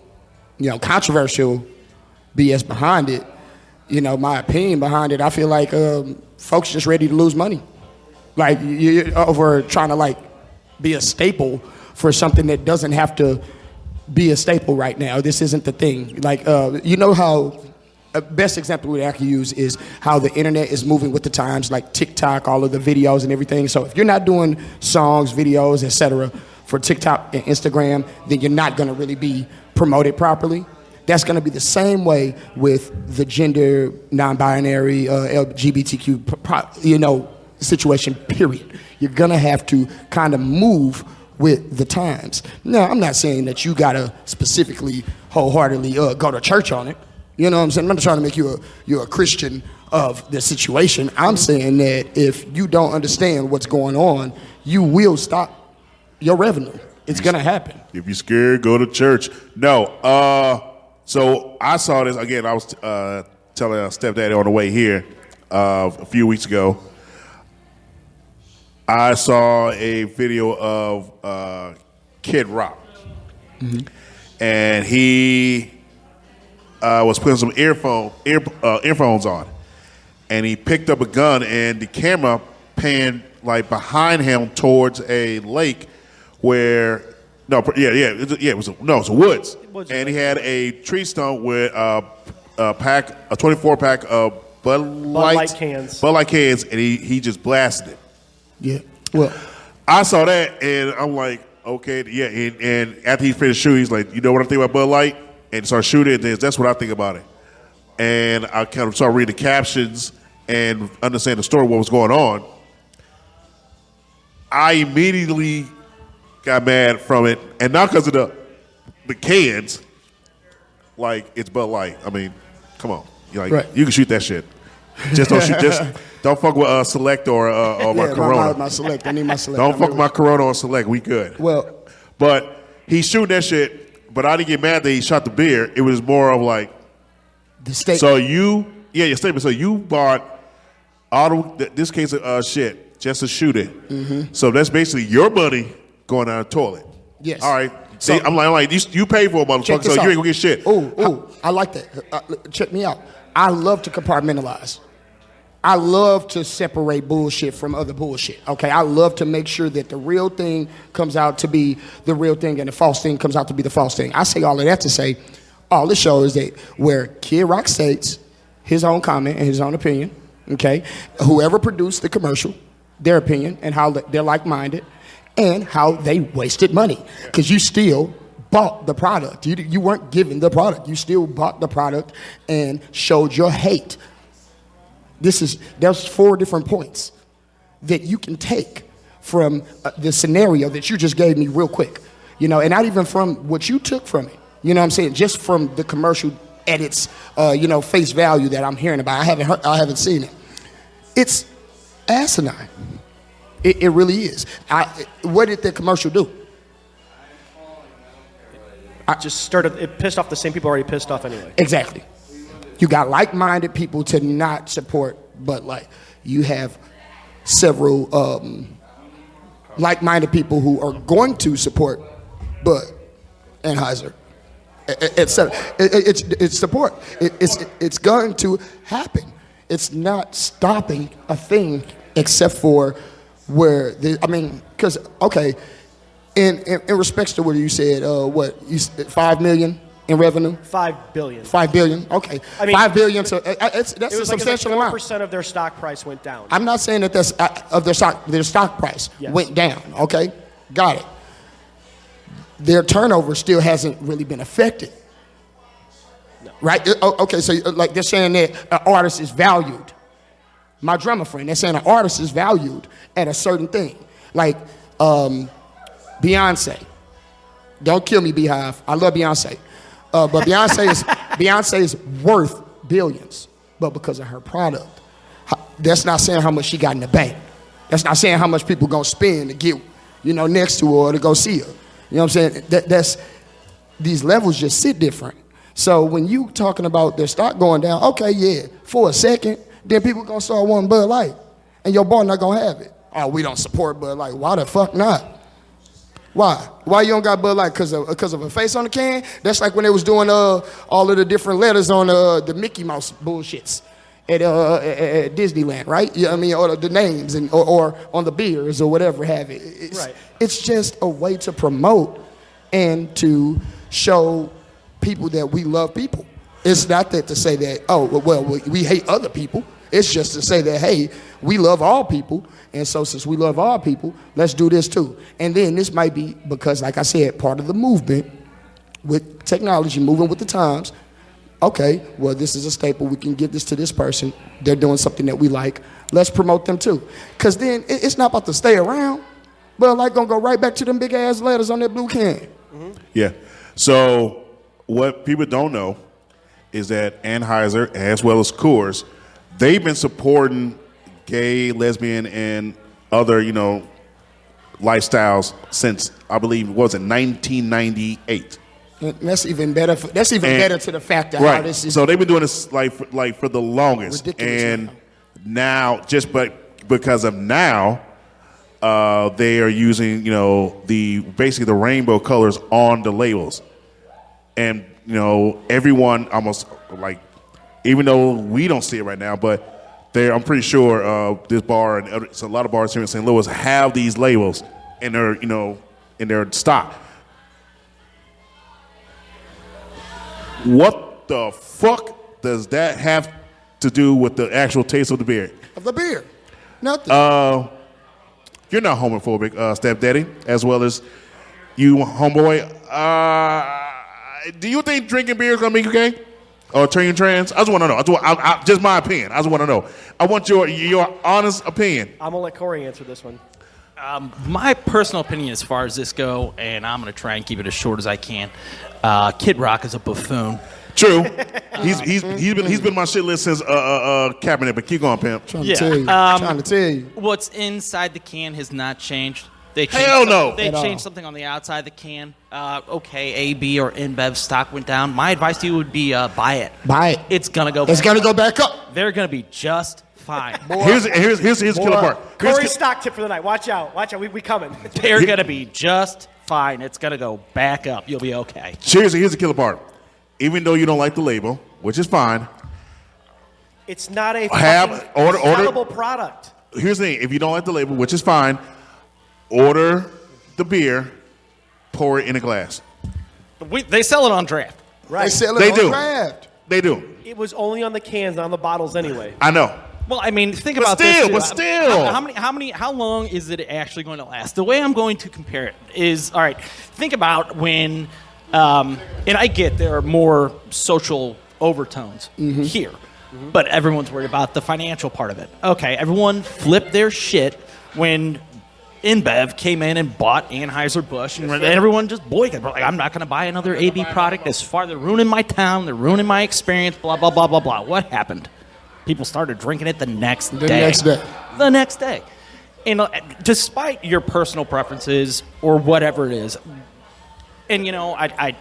you know controversial BS behind it. You know my opinion behind it. I feel like um, folks just ready to lose money, like you- you over trying to like be a staple for something that doesn't have to be a staple right now. This isn't the thing. Like, uh, you know how, a best example we I can use is how the internet is moving with the times, like TikTok, all of the videos and everything. So if you're not doing songs, videos, etc., for TikTok and Instagram, then you're not going to really be promoted properly. That's going to be the same way with the gender, non-binary, uh, LGBTQ, pro- pro- you know, situation. Period. You're going to have to kind of move with the times. Now, I'm not saying that you gotta specifically wholeheartedly uh, go to church on it. You know what I'm saying? I'm not trying to make you a you're a Christian of the situation. I'm saying that if you don't understand what's going on, you will stop your revenue. It's gonna happen. If you're scared, go to church. No. Uh, so I saw this again. I was uh, telling our stepdaddy on the way here uh, a few weeks ago. I saw a video of uh, Kid Rock, Mm-hmm. and he uh, was putting some earphone ear, uh, earphones on, and he picked up a gun, and the camera panned like behind him towards a lake where no yeah yeah it was- yeah it was a, no it was a woods, and he had a tree stump with a, a pack a twenty four pack of Bud Light, Light cans. Bud Light cans, and he he just blasted it. Yeah. Well, I saw that and I'm like, okay, yeah. And, and after he finished shooting, he's like, you know what I think about Bud Light? And start shooting at this. That's what I think about it. And I kind of started reading the captions and understand the story, what was going on. I immediately got mad from it, and not because of the the cans. Like it's Bud Light. I mean, come on, You're like Right. you can shoot that shit. Just don't shoot. Just don't fuck with uh, Select or uh, or my yeah, Corona. My, my select. I need my select. Don't I'm fuck really- my Corona on Select. We good. Well, but he shooting that shit. But I didn't get mad that he shot the beer. It was more of like the state. So you, yeah, your statement. So you bought auto th- this case of uh, shit just to shoot it. Mhm. So that's basically your money going down the toilet. Yes. All right. So- See, I'm like, I'm like, you, you paid for it, Check motherfucker. So this you ain't out. gonna get shit. Ooh, ooh, I like that. Uh, uh, check me out. I love to compartmentalize. I love to separate bullshit from other bullshit. Okay, I love to make sure that the real thing comes out to be the real thing, and the false thing comes out to be the false thing. I say all of that to say, all this shows that where Kid Rock states his own comment and his own opinion. Okay, whoever produced the commercial, their opinion and how they're like-minded, and how they wasted money because you still bought the product. You, you weren't given the product. You still bought the product and showed your hate. This is there's four different points that you can take from uh, the scenario that you just gave me real quick. You know, and not even from what you took from it. You know what I'm saying? Just from the commercial at its uh, you know face value that I'm hearing about. I haven't heard, I haven't seen it. It's asinine. It, it really is. I, what did the commercial do? I just started. It pissed off the same people already pissed off anyway. Exactly. You got like minded people to not support Bud Light. You have several um, like minded people who are going to support E, Bud Anheuser. Etc. It's, it's support. It- It's, it's going to happen. It's not stopping a thing except for where the, I mean, because, okay, in, in, in respects to what you said, uh, what, you, s- 5 million in revenue? Five billion. Five billion. Okay, I mean, five billion. So uh, uh, it's, that's it a was like substantial amount. Percent of their stock price went down. I'm not saying that that's uh, of their stock. Their stock price Yes. went down. Okay, got it. Their turnover still hasn't really been affected. Right? Uh, oh, Okay, so uh, like they're saying that an artist is valued. My drummer friend, they're saying an artist is valued at a certain thing. Like um, Beyonce. Don't kill me, Beehive. I love Beyonce. Uh, but Beyonce is Beyonce is worth billions, but because of her product, Ho- that's not saying how much she got in the bank. That's not saying how much people gonna spend to get, you know, next to her or to go see her. You know what I'm saying? That, that's these levels just sit different. So when you talking about their stock going down, okay, yeah, for a second, then people gonna start wanting Bud Light, and your bar not gonna have it. Oh, we don't support Bud Light. Why the fuck not? Why? Why you don't got Bud Light? Cause of, cause of a face on the can? That's like when they was doing uh all of the different letters on uh, the Mickey Mouse bullshits at uh at, at Disneyland, right? Yeah, I mean, or the names and or, or on the beers or whatever have it. It's, Right. It's just a way to promote and to show people that we love people. It's not that to say that oh well we, we hate other people. It's just to say that hey we love all people, and so since we love all people, let's do this too. And then this might be because, like I said, part of the movement with technology moving with the times. Okay, well this is a staple. We can give this to this person. They're doing something that we like. Let's promote them too, because then it- it's not about to stay around. But like gonna go right back to them big ass letters on that blue can. Yeah. So what people don't know is that Anheuser, as well as Coors, they've been supporting gay, lesbian, and other you know lifestyles since I believe was it 1998. And That's even better. For, that's even And- better to the fact that how right. this is. so they've been doing this like for, like for the longest, Ridiculous and now just but because of now, uh, they are using you know the basically the rainbow colors on the labels, and you know everyone almost like even though we don't see it right now, but they I'm pretty sure uh, this bar and other, so a lot of bars here in St. Louis have these labels in their you know in their stock. What the fuck does that have to do with the actual taste of the beer? of the beer. Nothing. Uh, you're not homophobic, uh, stepdaddy, as well as you, homeboy. Uh, do you think drinking beer is gonna make you gay or turn you trans? I just want to know. I just, want- I, I, just my opinion. I just want to know. I want your your honest opinion. I'm gonna let Corey answer this one. Um, my personal opinion as far as this go, and I'm going to try and keep it as short as I can. Uh, Kid Rock is a buffoon. True. He's he's he's been he's been my shit list since uh, uh, uh cabinet. But keep going, pimp. Trying to Yeah, tell you. um, trying to tell you. What's inside the can has not changed. They changed Hell some- no. They At all. changed something on the outside of the can. Uh, okay, AB or InBev stock went down. My advice to you would be uh, buy it. Buy it. It's gonna go. It's gonna go back up. They're gonna be just fine. Here's- here's- here's- here's the killer part. Corey's stock tip for the night. Watch out. Watch out. We, we coming. They're gonna be just fine. It's gonna go back up. You'll be okay. Here's here's the killer part. Even though you don't like the label, which is fine, It's not a Have- fucking order- order- sellable product. here's the thing if you don't like the label which is fine order the beer pour it in a glass We, they sell it on draft Right. They sell it they on do draft. they do It was only on the cans, not on the bottles anyway. i know Well, I mean, think But about still, this. too. but How- still. how, many? How many? How long is it actually going to last? The way I'm going to compare it is, all right. Think about when Um, and I get there are more social overtones Mm-hmm. here, Mm-hmm. but everyone's worried about the financial part of it. Okay, everyone flipped their shit when InBev came in and bought Anheuser-Busch, and everyone just boycotted. Like, I'm not going to buy another AB product this far. They're ruining my town. They're ruining my experience, blah, blah, blah, blah, blah. What happened? People started drinking it the next The next day. the next day. And uh, despite your personal preferences or whatever it is, and you know, I, I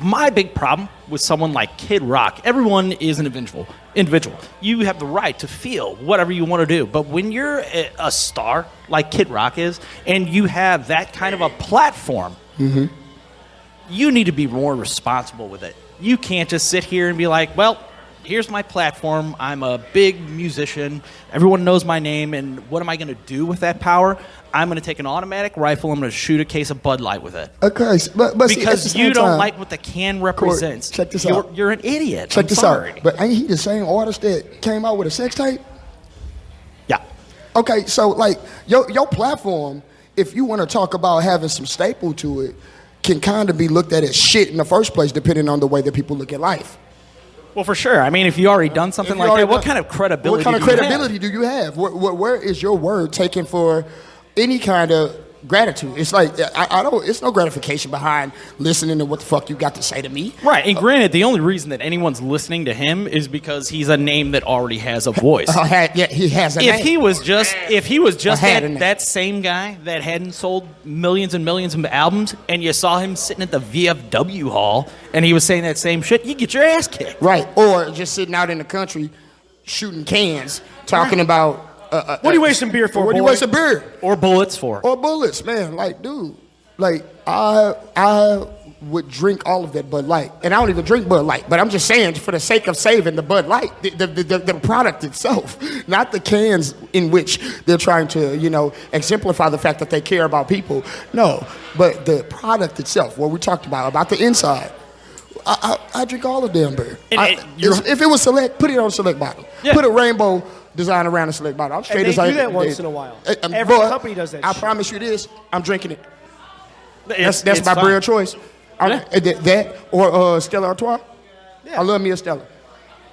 my big problem with someone like Kid Rock, everyone is an individual. Individual, you have the right to feel whatever you want to do. But when you're a, a star like Kid Rock is, and you have that kind of a platform, Mm-hmm. you need to be more responsible with it. You can't just sit here and be like, well, here's my platform. I'm a big musician. Everyone knows my name. And what am I going to do with that power? I'm going to take an automatic rifle. I'm going to shoot a case of Bud Light with it. Okay, s- but, but see, at the because same you don't time- like what the can Corey, represents. check this you're, out. You're an idiot. Check I'm this sorry. out. But ain't he the same artist that came out with a sex tape? Yeah. Okay, so like your your platform, if you want to talk about having some staple to it, can kind of be looked at as shit in the first place, depending on the way that people look at life. Well, for sure. I mean, if you already done something If you like already that, what done- kind of credibility? What kind of do you have? credibility do you have? Where, where, where is your word taken for any kind of gratitude? It's like I, I don't. It's no gratification behind listening to what the fuck you got to say to me. Right, and granted, the only reason that anyone's listening to him is because he's a name that already has a voice. Uh, had- yeah, he has a if name. he was just if he was just I had that, a name. that same guy that hadn't sold millions and millions of albums and you saw him sitting at the VFW hall and he was saying that same shit, you get your ass kicked. Right. Or just sitting out in the country shooting cans, talking about. Uh, uh, What are you wasting beer for, What are you boy? wasting beer? Or bullets for? Or bullets, man. Like, dude, like I I would drink all of that Bud Light, and I don't even drink Bud Light. But I'm just saying, for the sake of saving the Bud Light, the the, the, the, the product itself, not the cans in which they're trying to, you know, exemplify the fact that they care about people. No, but the product itself, what we talked about, about the inside. I, I, I drink all of them beer. And I- it- you're- if- if it was select, put it on select bottle. Put a rainbow design around a select bottle. I'm straight And they as I do that they- once in a while. Uh, um, Every but company does that. I promise you this: I'm drinking it. That's It's- that's it's my fine. beer of choice. I'm- uh, that, that or uh, Stella Artois. I love me a Stella.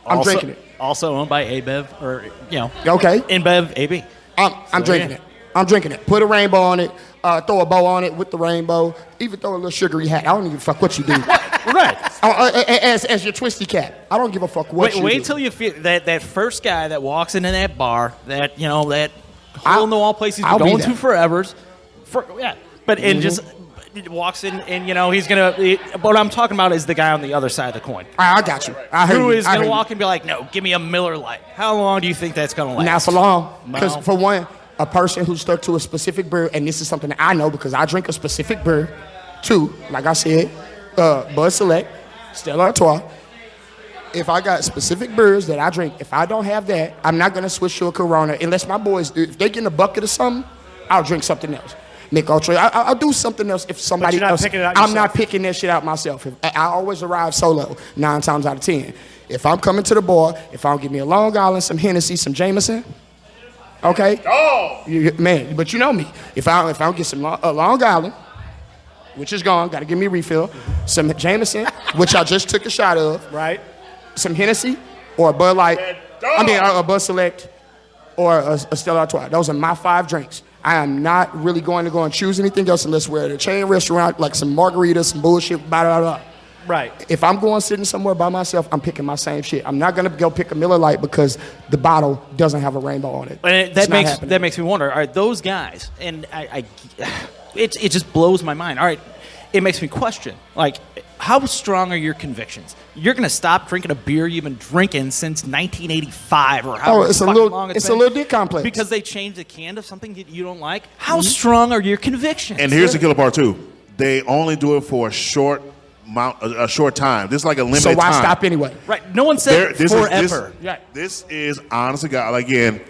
I'm Also- drinking it. Also owned by ABEV or you know Okay. InBev AB. I'm, I'm So, drinking yeah. it. I'm drinking it. Put a rainbow on it. Uh, throw a bow on it with the rainbow. Even throw a little sugary hat. I don't even fuck what you do. Uh, right. as, as your twisty cap. I don't give a fuck what Wait, you wait do. till you feel that, that first guy that walks into that bar, that you know, that hole in the wall place he's been I'll be going there. to forever's. For, yeah, but and Mhm. just but he walks in, and you know he's gonna. It, what I'm talking about is the guy on the other side of the coin. I, I got you. I heard Who you. is I heard gonna you. walk and be like, "No, give me a Miller Lite." How long do you think that's gonna last? Not for long. Because No. for one, a person who's stuck to a specific beer, and this is something that I know because I drink a specific beer. Two, like I said, uh, Bud Select, Stella Artois. If I got specific beers that I drink, if I don't have that, I'm not gonna switch to a Corona unless my boys. If they get in a bucket or something, I'll drink something else. Nick Ultra, I, I- I'll do something else if somebody you're not else. picking it out I'm yourself. not picking that shit out myself. If- I I always arrive solo nine times out of ten. If I'm coming to the bar, if I don't give me a Long Island, some Hennessy, some Jameson, okay? Oh, you, man! But you know me. If I if I don't get some Lo- uh, Long Island, which is gone, gotta give me a refill. Some Jameson, which I just took a shot of. Right. Some Hennessy or a Bud Light. I mean, a, a Bud Select or a, a Stella Artois. Those are my five drinks. I am not really going to go and choose anything else unless we're at a chain restaurant, like some margaritas, some bullshit, blah, blah, blah. Right. If I'm going sitting somewhere by myself, I'm picking my same shit. I'm not going to go pick a Miller Lite because the bottle doesn't have a rainbow on it. And it, It's that not makes happening. that makes me wonder. All right, those guys, and I, I it it just blows my mind. All right, it makes me question. Like, how strong are your convictions? You're gonna stop drinking a beer you've been drinking since 1985, or how Oh, it's a little- long it's a been, little dick complex. Mm-hmm. because they changed the can of something that you don't like. How strong are your convictions? And here's the killer part too: they only do it for a short amount, a, a short time. This is like a limited So why time. stop anyway? Right. No one There- said this is- this- forever. This is honest to God. Again,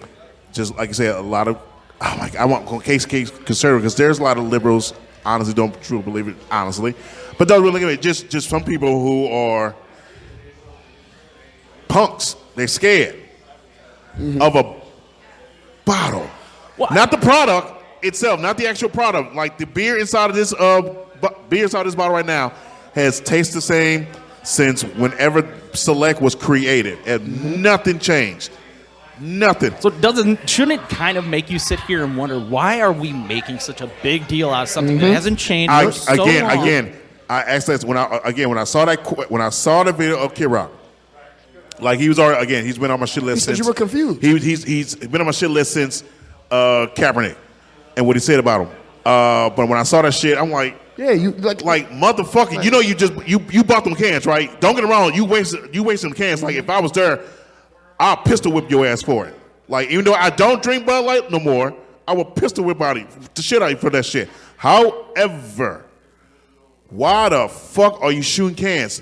just like I said, a lot of oh my, God, I want case case conservative because there's a lot of liberals. Honestly, don't truly believe it. Honestly, but don't really look at it. Just just some people who are punks. They're scared of a bottle, not the product itself, not the actual product. Like the beer inside of this uh bu- beer inside of this bottle right now has tasted the same since whenever Select was created, and nothing changed. Nothing. So doesn't shouldn't it kind of make you sit here and wonder why are we making such a big deal out of something that hasn't changed Mm-hmm. I, for so again, long? again, I asked this when I again when I saw that qu- when I saw the video of Kid Rock, like he was already again he's been on my shit list. said since you were confused. He, he's he's been on my shit list since uh, Kaepernick and what he said about him. Uh, but when I saw that shit, I'm like. Yeah, you like like motherfucker. you know, you just you you bought them cans, right? Don't get me wrong. You wasted you wasted them cans. Like if I was there, I'll pistol whip your ass for it. Like even though I don't drink Bud Light no more, I will pistol whip out of you- the shit out of you for that shit. However, why the fuck are you shooting cans?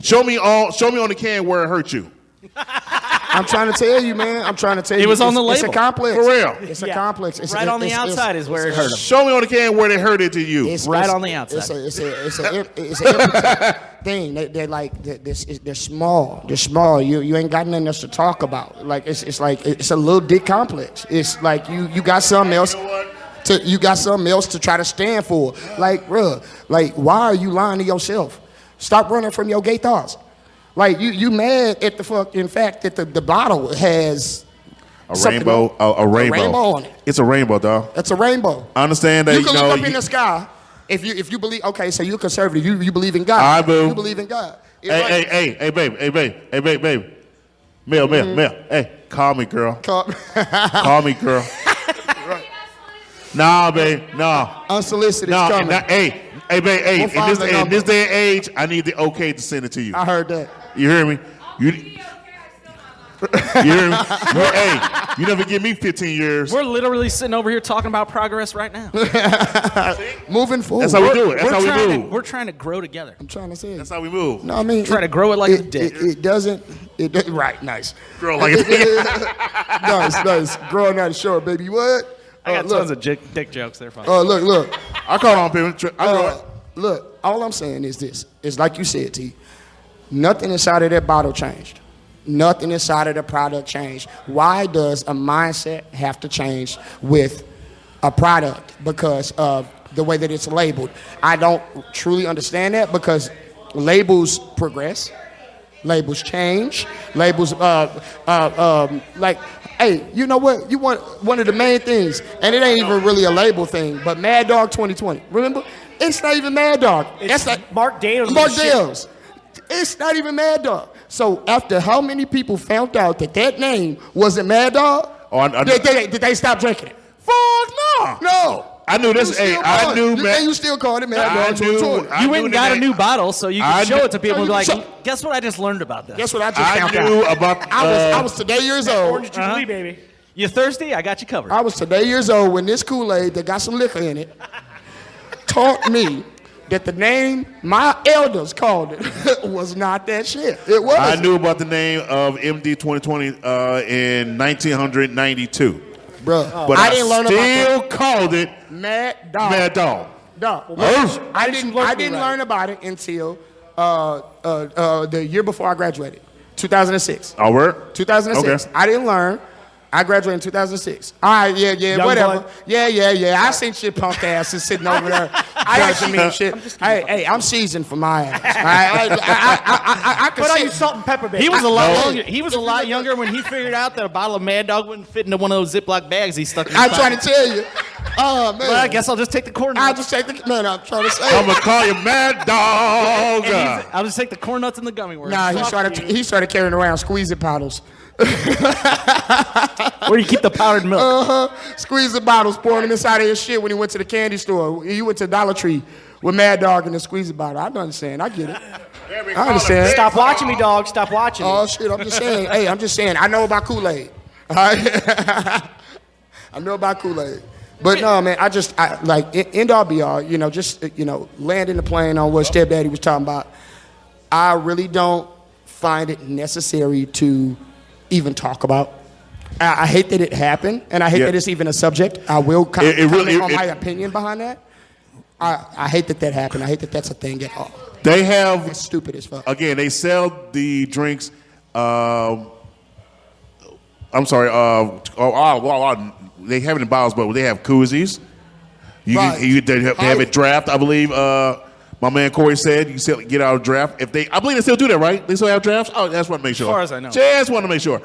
Show me all. Show me on the can where it hurt you. I'm trying to tell you, man. I'm trying to tell It you. was on It's- the It's label. a complex. For real. It's a Yeah. complex. It's Right a, on the it's- it's- outside is where it hurt 'em. Show me on the can where it hurted to you. It's- it's- It's a it's a it's a, it's a impotent thing. They, they're like they're, this is- they're small. They're small. You you ain't got nothing else to talk about. Like it's it's like it's a little dick complex. It's like you you got something else. To, you got something else to try to stand for. Like, bruh, like, why are you lying to yourself? Stop running from your gay thoughts. Like, you you mad at the fucking fact that the, the bottle has a something- rainbow. A, a rainbow. rainbow on it. It's a rainbow, dog. It's a rainbow. I understand that you, you can know. look up you- in the sky if you if you believe. Okay, so you're conservative. You you believe in God. All right, boo. You believe in God. It's Hey, like- hey, hey, hey, baby, hey, baby, hey, baby, baby. Mel, Mel, Mhm. Mel. Hey, call me, girl. Call, me, girl. Nah, babe, nah. Unsolicited nah, coming. nah, hey, hey, babe, hey. We'll in, find this, the in number. this day and age, I need the okay to send it to you. I heard that. You hear me? You, you hear me? You- hey, you never give me 15 years. We're literally sitting over here talking about progress right now. Moving forward. That's how we do it. That's We're how we trying do to- it. we're trying to grow together. I'm trying to say. That's how we move. No, I mean try it- to grow it like a dick. It, it doesn't. It do- right. Nice. Grow like a dick. nice, nice. Growing out of short, baby. What? I got Uh, look. tons of dick, dick jokes. They're fun. Oh, look, look. I caught on, people. Uh, look, all I'm saying is this. It's like you said, T. Nothing inside of that bottle changed. Nothing inside of the product changed. Why does a mindset have to change with a product because of the way that it's labeled? I don't truly understand that because labels progress, labels change, labels, uh, uh, um, like, hey, you know what? You want one of the main things, and it ain't even really a label thing, but Mad Dog 2020. Remember? It's not even Mad Dog. It's That's not, Mark Daniels. Mark and shit. Daniels. It's not even Mad Dog. So after how many people found out that that name wasn't Mad Dog, Oh, I- I- did, they, did they stop drinking it? no. Fuck No. I knew this. You Hey, still I call it- knew. you- Mad- and you still called it Mad I Dog knew- 2020. I you knew went and the got a name. new bottle, so you can I show knew- it to people and be like, So- guess what I just learned about this? Guess what I just found out. knew about. I was, I uh, was today years old. Orange Jubilee, baby. You thirsty? I got you covered. I was today years old when this Kool Aid that got some liquor in it taught me that the name my elders called it was not that shit. It was. I knew about the name of MD 2020 uh, in 1992. Bruh, Uh, But Oh. I I, didn't learn about still that. called it Mad Dog. Mad Dog. No, Well, I didn't. I didn't right. learn about it until uh, uh, uh, the year before I graduated, 2006. All right. 2006. Okay. I didn't learn. I graduated in 2006. All right, yeah, yeah, Young whatever. boy. Yeah, yeah, yeah. I seen shit punk asses sitting over there. I actually- actually mean shit. Hey, hey, I'm seasoned for my ass. All right, I, I, I, I, I, I could But are sit- you salt and pepper, baby? He was a lot No. younger. He was a lot younger when he figured out that a bottle of Mad Dog wouldn't fit into one of those Ziploc bags he stuck. in his I'm trying pocket. to tell you. Oh man. Well, I guess I'll just take the corn. I'll just take the man. I'm trying to say. I'm gonna call you Mad Dog. And he's- I'll just take the corn nuts and the gummy worms. Nah, he Fuck started. you. He started carrying around squeezing bottles. Where do you keep the powdered milk? Uh huh. Squeezing bottles, pouring them inside of his shit when he went to the candy store. He went to Dollar Tree with Mad Dog and the squeezing bottle. I understand. I get it. I understand. Stop watching me, dog. Stop watching me. Oh shit! I'm just saying. hey, I'm just saying. I know about Kool Aid. All right. I know about Kool Aid. But no, man. I just I, like e- end all be all. You know, just uh, you know, landing the plane on what Stepdaddy was talking about. I really don't find it necessary to even talk about. I, I hate that it happened, and I hate Yeah. that it's even a subject. I will co- It- it comment really- on it- my it- opinion behind that. I, I hate that that happened. I hate that that's a thing at all. They have stupid as fuck. Again, they sell the drinks. Um, I'm sorry. Uh, oh, oh, oh, oh, they have it in bottles, but they have koozies. You, can- Right. you they, have, they have it draft, I believe. Uh, My man Corey said you still get out of draft if they. I believe they still do that, right? They still have drafts. Oh, that's what to make sure. far as I know. just want to make sure.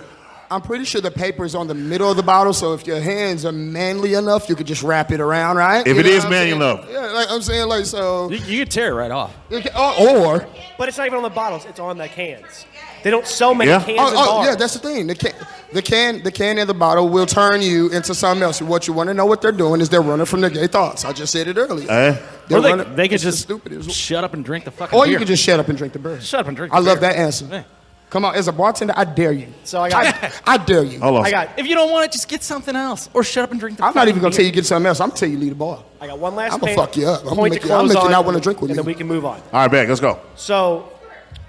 I'm pretty sure the paper is on the middle of the bottle, so if your hands are manly enough, you could just wrap it around, right? If You it know is what I'm man, you saying? love. Yeah, like I'm saying, like so. oh, You, you could tear it right off. Or, or But it's not even on the bottles, it's on the cans. They don't sell many cans Oh, in oh, bars. yeah, that's the thing. The can, the can, the can and the bottle will turn you into something else. What you want to know what they're doing is they're running from their gay thoughts. I just said it earlier. They're or they, running- they could it's just stupid. shut up and drink the fucking Or beer. you can just shut up and drink the beer. Shut up and drink I the love beer. that answer. Come on, as a bartender, I dare you. So I got. I, I dare you. Hold on. I got. If you don't want it, just get something else, or shut up and drink the. I'm not even gonna beer. tell you get something else. I'm gonna tell you leave the bar. I got one last I'ma thing- fuck you up. I'ma point make to you- I'ma close make you on, not wanna drink with and me. then we can move on. All right, back. Let's go. So,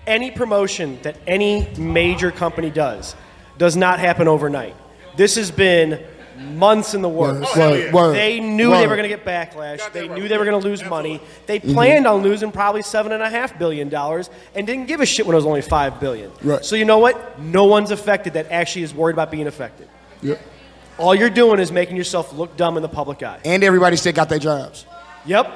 any promotion that any major company does does not happen overnight. This has been months in the Word, works. word, Oh, yeah. word, they knew they word. were going to get backlash. They knew they were going to lose money. They Mm-hmm. planned on losing probably seven and a half billion dollars and didn't give a shit when it was only five billion. Right. So you know what? No one's affected that actually is worried about being affected. Yeah. All you're doing is making yourself look dumb in the public eye. And everybody still got their jobs. Yep.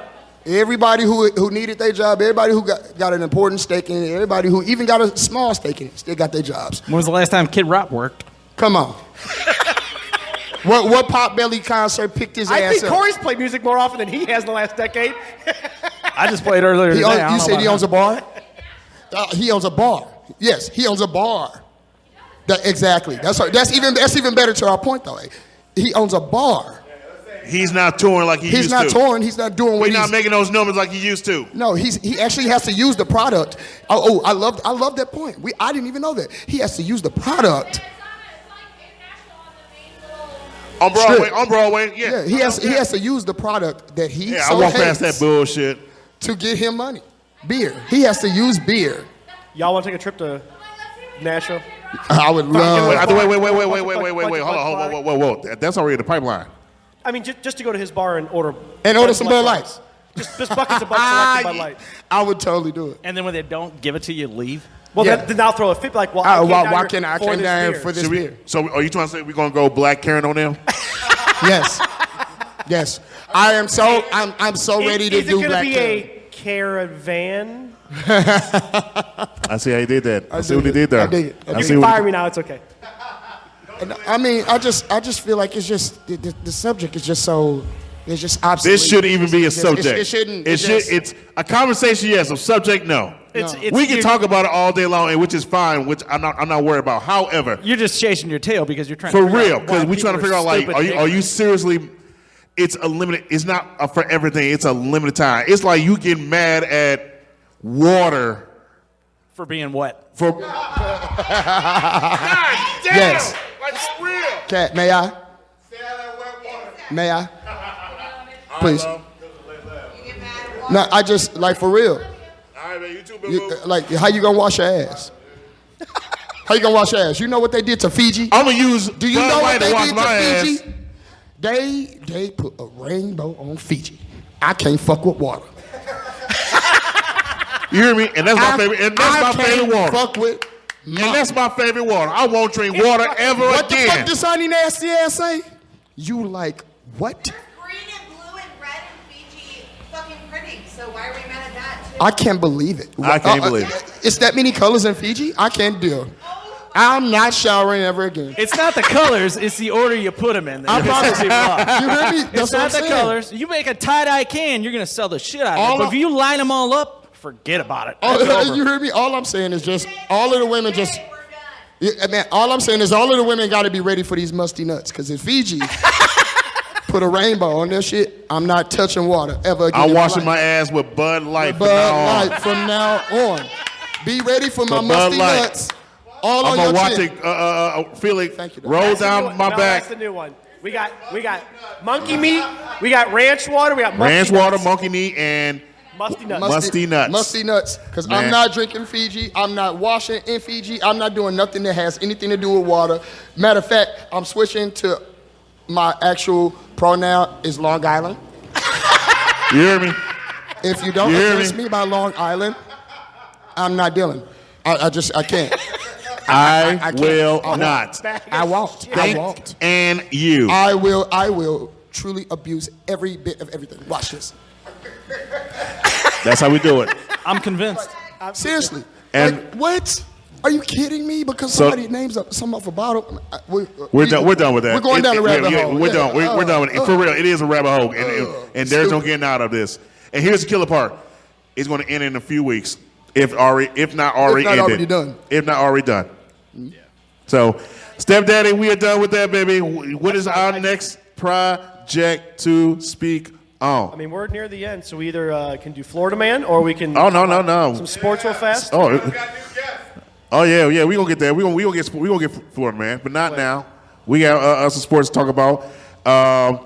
Everybody who who needed their job, everybody who got, got an important stake in it, everybody who even got a small stake in it, still got their jobs. When was the last time Kid Rock worked? Come on. what what pop belly concert picked his I ass think up? Corey's played music more often than he has in the last decade. I just played earlier He today. owns- I don't you know said about he owns him. a bar? Uh, he owns a bar. Yes, he owns a bar. That- exactly. That's right. That's even that's even better to our point though. Like, he owns a bar. He's not touring like he he's used not to. touring. He's not doing what He's not he's making those numbers like he used to. No, he's he actually has to use the product. Oh, oh I love I love that point. We I didn't even know that he has to use the product. On Broadway, Strip. on Broadway, yeah. he has he has to use the product that he Yeah, I so walk hates past that bullshit. to get him money. Beer. He has to use beer. Y'all want to take a trip to Nashville? I would love. Wait, wait, wait, wait, wait, wait, wait, wait, wait, wait. Hold on, hold on, whoa, whoa, whoa. That- That's already in the pipeline. I mean, just, just to go to his bar and order And order some Bud Lights. Ah, Just, just buckets of Bud Select and Bud Light. I would totally do it. And then when they don't give it to you, leave. Well, Yeah. then, then I'll throw a fit like, well, Oh, I came why- down why here can't I for came this down beer. for this Should we- so are you trying to say we're gonna go black Karen on them? yes. Yes. I am so I'm I'm so Is- ready to is do it gonna black be Karen. a caravan? I see how he did that. I, see what he dig did it. there. I dig it. you see can what he fire did. me now. It's okay. And I mean, I just, I just feel like it's just the, the, the subject is just so, it's just obsolete. This shouldn't even be a It's just- it's- subject. It, shouldn't. It it's should. just- It's a conversation, yes. A subject, no. It's- No. it's- we can you- talk about it all day long, and which is fine. Which I'm not. I'm not worried about. However, You're just chasing your tail because you're trying for to figure real, out why because we're trying to people figure out like, stupid are you are you ignorant. seriously? It's a limited. It's not a for everything. It's a limited time. It's like you getting mad at water for being what? for. Yes. Like for real. Cat, may I? May I? Please. No, I just like for real. All right, man. You too, You- like, how you gonna wash your ass? How you gonna wash your ass? You know what they did to Fiji? I'm gonna use. Do you Bud know what Light to they wash did my to ass. Fiji? They they put a rainbow on Fiji. I can't fuck with water. You hear me? And that's my I- favorite. And that's I my can't favorite water. fuck with and that's my favorite water. I won't drink water ever what again. the fuck does Sonny Nasty ass say? You like what? I can't believe it. I can't Uh, uh, believe It's that many colors in Fiji? I can't deal. I'm not showering ever again. It's not the colors; it's the order you put them in. I promise you. you. You hear me? That's what it's not I'm the saying. colors. You make a tie dye can, you're gonna sell the shit out of All it. But I- if you line them all up, forget about it. All, It's over. you hear me? All I'm saying is just all of the women just. Yeah, man, all I'm saying is all of the women got to be ready for these musty nuts. Cause if Fiji put a rainbow on their shit, I'm not touching water ever again. I'm in washing life. my ass with Bud Light. from now on. Bud Light from now on. Be ready for my But Bud musty Light. nuts. All I'm on your gonna watch chin. it. Uh, uh, uh, feel it roll That's the new down one. my No, That's back. the new one. We got we got monkey meat. We got ranch water. We got musty Ranch nuts. water, monkey knee, and Musty nuts. musty nuts. Musty nuts. Because Man. I'm not drinking Fiji. I'm not washing in Fiji. I'm not doing nothing that has anything to do with water. Matter of fact, I'm switching to my actual pronoun is Long Island. You hear me? If you don't You hear address me? me? by Long Island, I'm not dealing. I, I just I can't. I, I can't. will I won't. not. I won't. I Thank won't. And you. I will. I will truly abuse every bit of everything. Watch this. That's how we do it. I'm convinced. Seriously. And- Like, what? Are you kidding me? Because So- somebody names up some off a bottle. I- we- uh, We're we- done. We're done with that. We're going It- down the it- rabbit yeah, hole. We're Yeah. done. We- We're Uh, done with it. For real, it is a rabbit hole, and, and, and there's no getting out of this. And here's the killer part: it's going to end in a few weeks, if already, if not already If not ended. already done. Mm-hmm. If not already done. So, stepdaddy, we are done with that, baby. Wh- What is our next project to speak I on? mean, we're near the end, so we either uh, can do Florida Man or we can. Oh no, no, no. Some sports real fast. Oh, it- oh yeah, yeah. We gonna get there. We gonna we gonna get we gonna get Florida man, but not now. We got uh, uh, some sports to talk about. Um,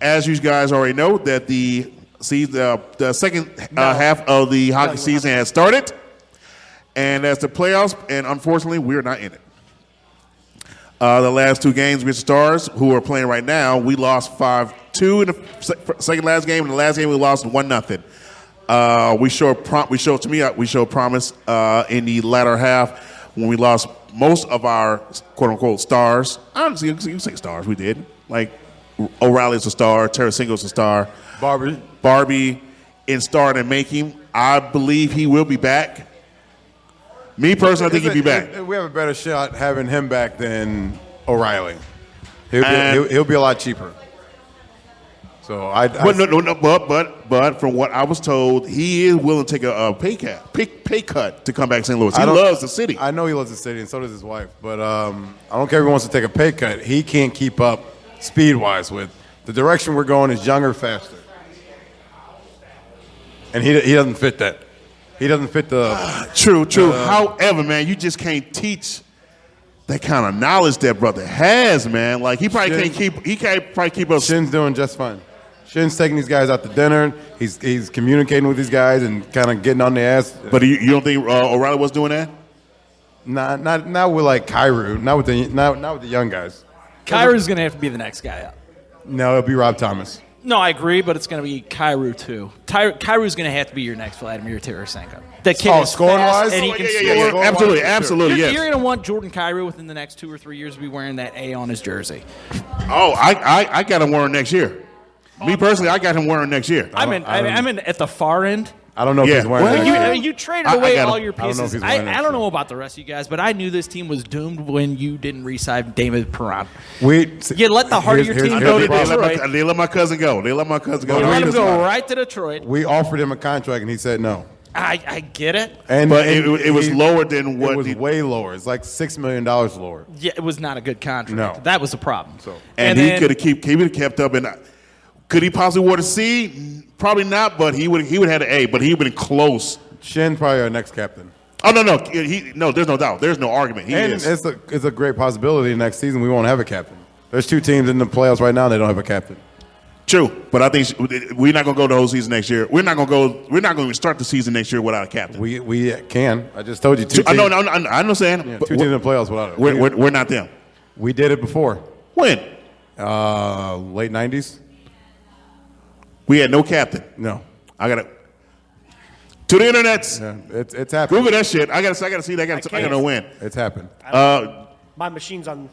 as you guys already know, that the see the the second uh, half of the hockey season has started, and that's the playoffs. And unfortunately, we're not in it. Uh, the last two games against the Stars, who are playing right now, we lost 5 2 in the se- second last game, and the last game we lost 1 0. Uh, we showed prom- we showed to me uh, we showed promise uh, in the latter half when we lost most of our quote unquote stars. Honestly, you can say stars. We did like O'Reilly's a star, Tarasenko's a star, Barbie, Barbie, in star and making. I believe he will be back. Me personally, I think he'll be back. We have a better shot having him back than O'Reilly. He'll be, And- he'll, he'll be a lot cheaper. So uh, I, I but no, no, no, but but but from what I was told, he is willing to take a, a pay cut, pay, pay cut to come back to St. Louis. He I don't- loves the city. I know he loves the city, and so does his wife. But um, I don't care if he wants to take a pay cut. He can't keep up speed wise with the direction we're going is younger, faster, and he he doesn't fit that. He doesn't fit the True, true. Uh, However, man, you just can't teach that kind of knowledge that brother has, man. Like he probably Shin- can't keep. He can't probably keep up. Shin's doing just fine. Shin's taking these guys out to dinner. He's he's communicating with these guys and kind of getting on their ass. But you, you don't think uh, O'Reilly was doing that? Nah, not not with like Cairo. Not with the not, not with the young guys. Kyro's going to have to be the next guy up. No, it'll be Rob Thomas. No, I agree, but it's going to be Cairo too. Ty- Cairo's going to have to be your next Vladimir Tarasenko. That kid Oh, is scoring-wise? fast and he Oh, can yeah, yeah, score. yeah, yeah. Absolutely, You're- absolutely, You're, yes. going to want Jordan Cairo within the next two or three years to be wearing that A on his jersey. Oh, I I, I got him wearing next year. Me personally, I got him wearing next year. I'm in. Oh. I am in at the far end. I don't know Yeah. if he's wearing. Well, that you- shirt. I You, you traded I- I away got all him. your I don't know if pieces. he's I, wearing I, that don't know about the rest of you guys, but I knew this team was doomed when you didn't re-sign David Perron. We you let the heart of your team I go know to they, they let Detroit. my, they let my cousin go. They let my cousin go. You let Here's him the go spot. right to Detroit. We offered him a contract and he said no. I, I get it. And But it- and it was he- lower than what It was he- way lower. It's like six million dollars lower. Yeah, it was not a good contract. No. That was the problem. So, and, he could have keep he would have kept up and I- could he possibly wore the C? Probably not, but he would he would have had an A, but he would have been close. Shin probably our next captain. Oh no no he no there's no doubt there's no argument he and is it's a it's a great possibility next season we won't have a captain. There's two teams in the playoffs right now that don't have a captain. true, but I think sh- we're not gonna go the whole season next year. We're not gonna go we're not gonna even start the season next year without a captain. We we can. I just told you two. I know teams- I know- I know- I understand. yeah, but two teams in the playoffs without it. we're, we're, we're not them. We did it before. When? Uh, late '90s. We had no captain. No. I gotta to the internets. it's it's happened. Google that shit. I gotta I gotta see that. I gotta I, can't. gotta win. It's happened. Uh, My machine's on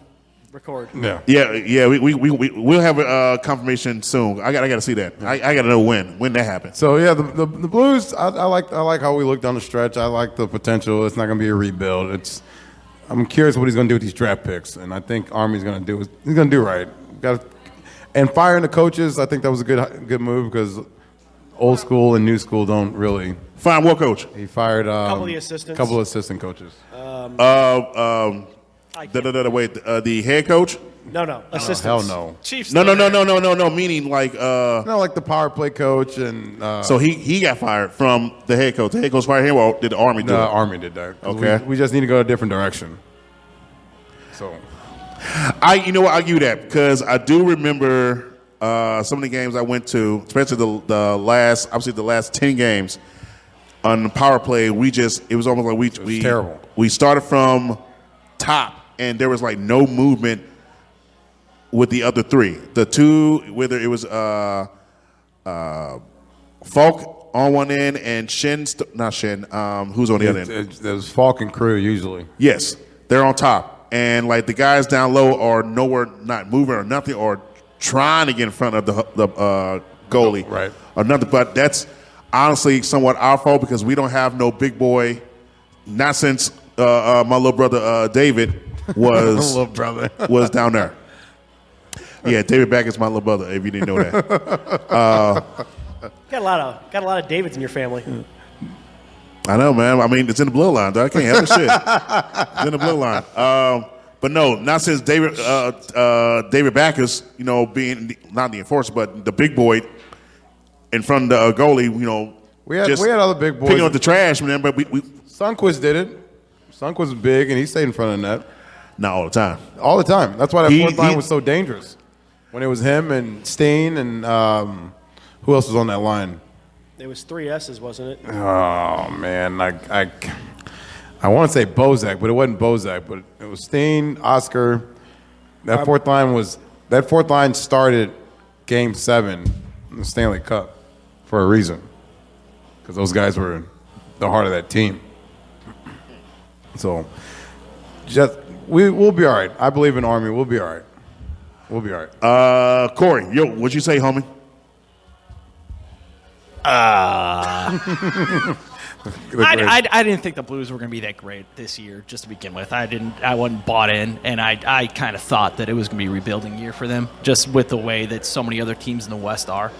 record. Yeah, yeah, we we we we- we'll have a uh, confirmation soon. I got I got to see that. I, I got to know when when that happens. So yeah, the the, the Blues. I, I like I like how we look down the stretch. I like the potential. It's not going to be a rebuild. It's I'm curious what he's going to do with these draft picks, and I think Army's going to do. He's going to do right. Got and firing the coaches. I think that was a good good move because old school and new school don't really fine. What coach? He fired um, Couple of the assistants. Couple of assistant coaches. Um, Uh, um, da, da, da, da, wait, uh, the head coach? no, no, assistants. hell no. Chiefs. No, no, no, no, no, no, no. Meaning like uh, Not like the power play coach and uh, so he he got fired from the head coach. The head coach fired him, or did the army do the it? Army did that. 'Cause Okay. we, we just need to go a different direction. So I you know what I give you that because I do remember uh, some of the games I went to, especially the the last obviously the last ten games on the power play. We just it was almost like we we terrible. We started from top and there was like no movement with the other three. The two whether it was uh uh Falk on one end and Shin st- not Shin um who's on the other end. It, it was Falk and crew usually. Yes, they're on top, and like the guys down low are nowhere, not moving or nothing, or trying to get in front of the the uh, goalie, right? Or nothing. But that's honestly somewhat our fault because we don't have no big boy. Not since uh, uh, my little brother uh, David was Little brother. was down there. Yeah, David Back is my little brother. If you didn't know that, uh, Got a lot of got a lot of Davids in your family. Hmm. I know, man. I mean, it's in the bloodline. dog. I can't help the shit. It's in the bloodline. Um, but no, not since David uh, uh, David Backus, you know, being the- not the enforcer, but the big boy in front of the uh, goalie, you know, We had- we had other big boys. picking up the trash, man. But we, we Sunquist did it. Sunquist was big, and he stayed in front of the net. Not all the time. All the time. That's why that He- fourth line he- was so dangerous. When it was him and Steen and um, who else was on that line? It was three S's, wasn't it? Oh man, I I, I want to say Bozak, but it wasn't Bozak, but it was Steen, Oscar. That Um, fourth line was that fourth line started game seven in the Stanley Cup for a reason, because those guys were the heart of that team. So, just we we'll be all right. I believe in Army. We'll be all right. We'll be all right. Uh, Corey, yo, what'd you say, homie? Uh, The I, Grizz. I, I didn't think the Blues were going to be that great this year, just to begin with. I didn't. I wasn't bought in, and I, I kind of thought that it was going to be a rebuilding year for them, just with the way that so many other teams in the West are.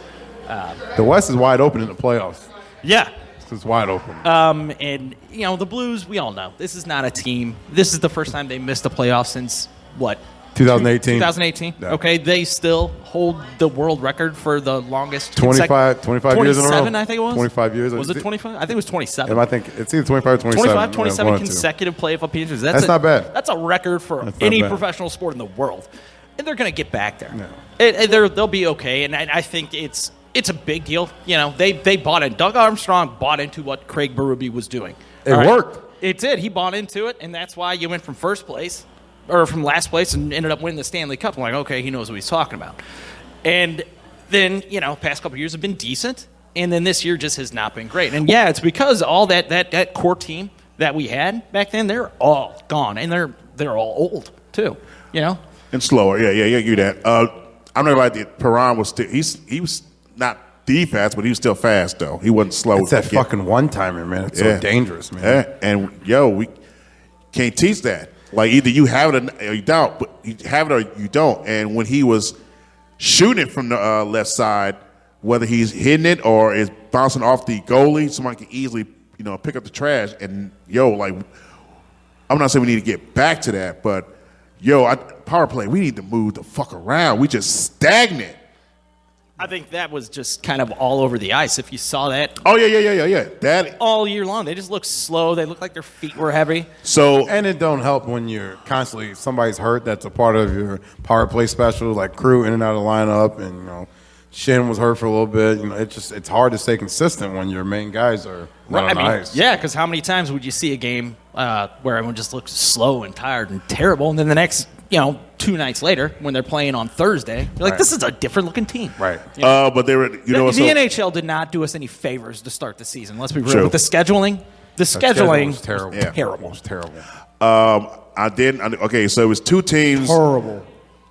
Um, The West is wide open in the playoffs. yeah, It's wide open. um, and you know the Blues. We all know this is not a team. This is the first time they missed the playoffs since what 2018. 2018. Yeah. Okay, they still hold the world record for the longest. consec- 25, 25 years in a row. 27, I think it was. 25 years. Was it 25? I think it was 27. And I think it's either 25 or 27. 25, yeah, 27 one or two. consecutive playoff appearances. That's, That's a- not bad. That's a record for That's not any bad. professional sport in the world, and they're going to get back there. And- and they're, they'll be okay, and I, I think it's it's a big deal. You know, they they bought in. Doug Armstrong bought into what Craig Berube was doing. It All worked. It did. He bought into it, and that's why you went from first place or from last place and ended up winning the Stanley Cup. I'm like, okay, he knows what he's talking about. And then you know, past couple years have been decent, and then this year just has not been great. And yeah, it's because all that that that core team that we had back then, they're all gone, and they're they're all old too. You know, And slower. Yeah, yeah, yeah, you that. Uh, I'm not gonna lie, to you, Perron was still, he's, he was not the fast, but he was still fast, though. He wasn't slow. It's that fucking one timer, man. It's so dangerous, man. Yeah, and yo, we can't teach that. Like, either you have it or you don't, but you have it or you don't. And when he was shooting it from the uh, left side, whether he's hitting it or is bouncing off the goalie, somebody can easily, you know, pick up the trash. And yo, like, I'm not saying we need to get back to that, but yo, I, power play, we need to move the fuck around. We just stagnant. I think that was just kind of all over the ice. If you saw that, oh yeah, yeah, yeah, yeah, yeah, that all year long, they just look slow. They look like their feet were heavy. So and it don't help when you're constantly somebody's hurt. That's a part of your power play special, like crew in and out of the lineup, and you know, Shin was hurt for a little bit. You know, it just it's hard to stay consistent when your main guys are not Right, on I mean, the ice. yeah, because how many times would you see a game uh, where everyone just looks slow and tired and terrible, and then the next, you know, two nights later when they're playing on Thursday, you're like, Right. this is a different looking team. Right. Uh, but they were, you know, the, so, the NHL did not do us any favors to start the season. Let's be real. True. With the scheduling, the schedule scheduling was terrible. was terrible. It was terrible. Um, I did. I, okay, so it was two teams. Horrible.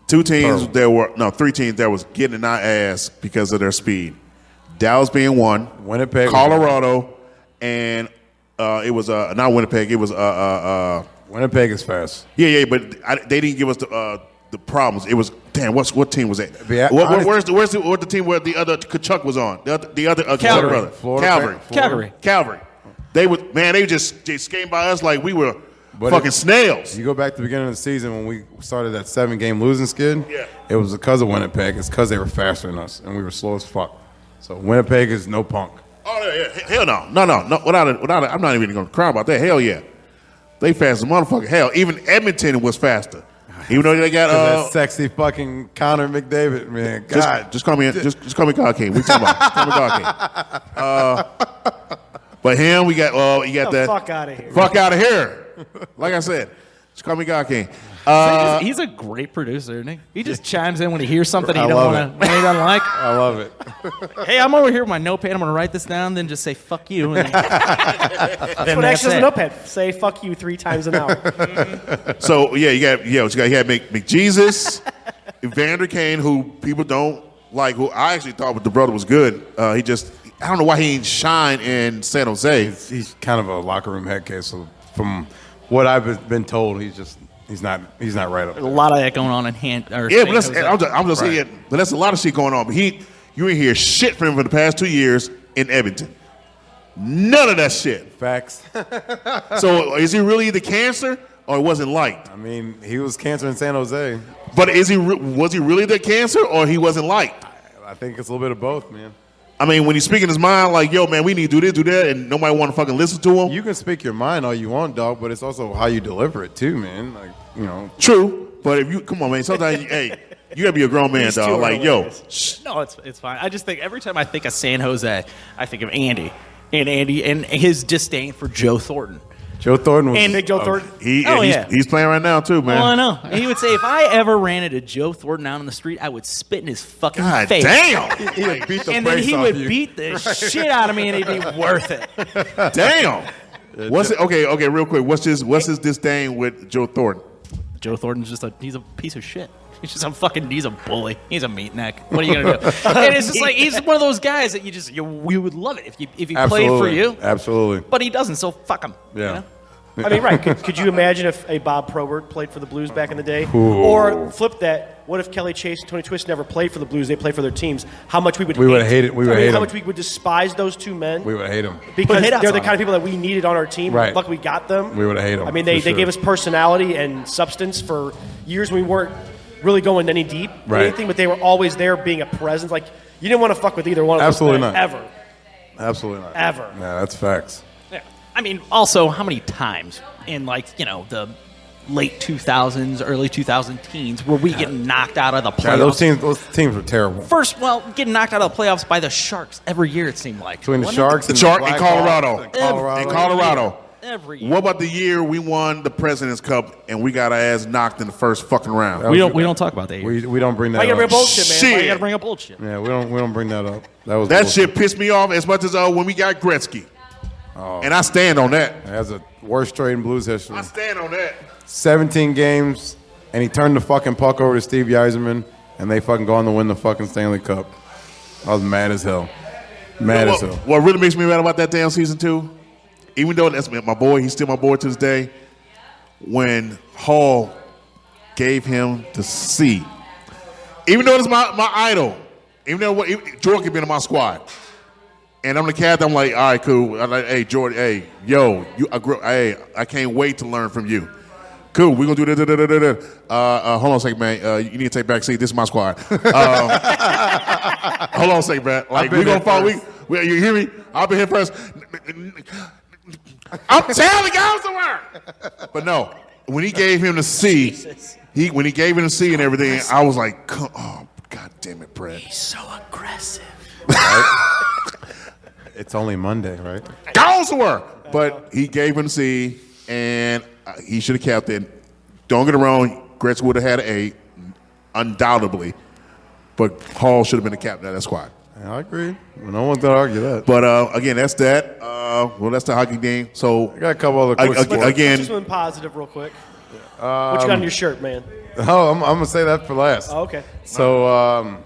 Two teams that were no three teams that was getting our ass because of their speed. Dallas being one, Winnipeg, Colorado, and uh, it was uh, not Winnipeg. It was uh, uh, uh, Winnipeg is fast. Yeah, yeah, but I, they didn't give us the uh, the problems. It was damn. What's what team was that? Yeah, What- what- honest- where's the where's the, what the team where the other Kachuk was on? The other, the other uh, Kachuk Calgary. brother, Florida, Calvary, Florida. Calgary. Calvary. They would man. They just just came by us like we were fucking if- snails. You go back to the beginning of the season when we started that seven game losing skid. Yeah. It was because of Winnipeg. It's because they were faster than us and we were slow as fuck. So Winnipeg is no punk. Oh yeah, yeah. Hell no, no, no, no. Without it, without it, I'm not even gonna cry about that. Hell yeah, they fast as motherfucker. Hell, even Edmonton was faster. Even though they got 'Cause uh, that sexy fucking Connor McDavid, man. God. Just, just call me. Just, just call me God King. We talking about call me God King. Uh, but him, we got. Uh, you got The that. fuck outta here. Fuck out of here. Like I said, just call me God King. So Uh, he's, he's a great producer, isn't he? He just chimes in when he hears something he I don't love want to, he don't like. I love it. Hey, I'm over here with my notepad. I'm gonna write this down, then just say "fuck you." And That's what actually does a notepad. Say fuck you three times an hour. so yeah, you got yeah, you got you got Mc, McJesus, Evander Kane, who people don't like. Who I actually thought the brother was good. Uh, he just I don't know why he ain't shine in San Jose. He's, he's kind of a locker room head case. So from what I've been told, he's just he's not he's not right up. a lot of that going on in hand. Or Yeah, San but that's, Jose. I'm just, I'm just saying, but that's a lot of shit going on. But he, you ain't hear shit from him for the past two years in Edmonton. None of that shit. Facts. so is he really the cancer, or it wasn't light? I mean, he was cancer in San Jose. But is he re- was he really the cancer, or he wasn't light? I think it's a little bit of both, man. I mean, when he's speaking his mind, like, yo, man, we need to do this, do that, and nobody want to fucking listen to him. You can speak your mind all you want, dog, but it's also how you deliver it too, man. Like you know. True, but if you come on, man, sometimes you, hey, you gotta be a grown man, These two dog. are Like, yo, hilarious. no, it's it's fine. I just think every time I think of San Jose, I think of Andy and Andy and his disdain for Joe Thornton. Joe Thornton was And Big Joe Thornton. He, Oh, he's, yeah. he's playing right now too, man. Well, I know. And he would say, if I ever ran into Joe Thornton out on the street, I would spit in his fucking God face. damn. He would beat the and then brakes he off would you. beat the Right. shit out of me, and it'd be worth it. Damn. What's it? Okay, okay, real quick. What's his What's his disdain with Joe Thornton? Joe Thornton's just a he's a piece of shit. He's just a fucking he's a bully. He's a meat neck. What are you gonna do? and it's just like he's one of those guys that you just you, you would love it if you if he played for Absolutely. you, Absolutely. but he doesn't. So fuck him. Yeah. I mean, right. Could, could you imagine if a Bob Probert played for the Blues back in the day? Ooh. Or flip that, what if Kelly Chase and Tony Twist never played for the Blues? They played for their teams. How much we would We hate, would hate it. We would I mean, hate How them. much we would despise those two men We would hate him. because hate us they're the on kind of people that we needed on our team. Right. Luck we got them. We would've hated 'em, I mean, they, for they sure. gave us personality and substance for years. We weren't really going any deep or Right. anything, but they were always there, being a presence. Like you didn't want to fuck with either one of Absolutely those men, not. ever. Absolutely not. Ever. Yeah, that's facts. Yeah. I mean, also how many times in like you know the late 2000s, early 2000 teens were we getting knocked out of the playoffs? Yeah, those teams those teams were terrible. First, well, getting knocked out of the playoffs by the Sharks every year it seemed like Between the wasn't it? Sharks The Shark in Colorado. In Colorado. In Colorado. Every What about the year we won the President's Cup and we got our ass knocked in the first fucking round? We don't- we don't talk about that. We, we don't bring that. Why you gotta up. bring bullshit, man? Why you Shit. gotta bring up bullshit? Yeah, we don't we don't bring that up. That was That bullshit. shit pissed me off as much as uh, when we got Gretzky. Oh. And I stand on that. That's the worst trade in Blues history. Stand on that. 17 games, and he turned the fucking puck over to Steve Yzerman, and they fucking go on to win the fucking Stanley Cup. I was mad as hell. Mad You know as what, hell. what really makes me mad about that damn season two, even though that's my boy, he's still my boy to this day. When Hall gave him the C, even though it's my, my idol, even though what, even, Jordan could be in my squad, and I'm the cat, I'm like, all right, cool. I'm like, hey, Jordan, hey, yo, you, I grew, hey, I can't wait to learn from you. Cool, we're gonna do this. da- da- da- da- da. Uh, uh, hold on a second, man. Uh, you need to take back seat. This is my squad. Um, Hold on a second, man. Like been we gonna here follow. We, we, you hear me? I've been here first. I'm telling you, I was the word. But no, when he gave him the C, he when he gave him the C and everything, I was like, "Come- oh god damn it, Brad. He's so aggressive. It's only Monday, right? Goes to work. But he gave him the C, and uh, he should have kept it. Don't get it wrong. Gretz would have had an A, undoubtedly. But Hall should have been the captain of that squad. I agree. No one's gonna argue that. But uh, again, that's that. Uh, well, that's the hockey game. So I got a couple other quick ag- sports. again. Just something positive, real quick. Um, what you got on your shirt, man? Oh, I'm, I'm gonna say that for last. Oh, okay. So,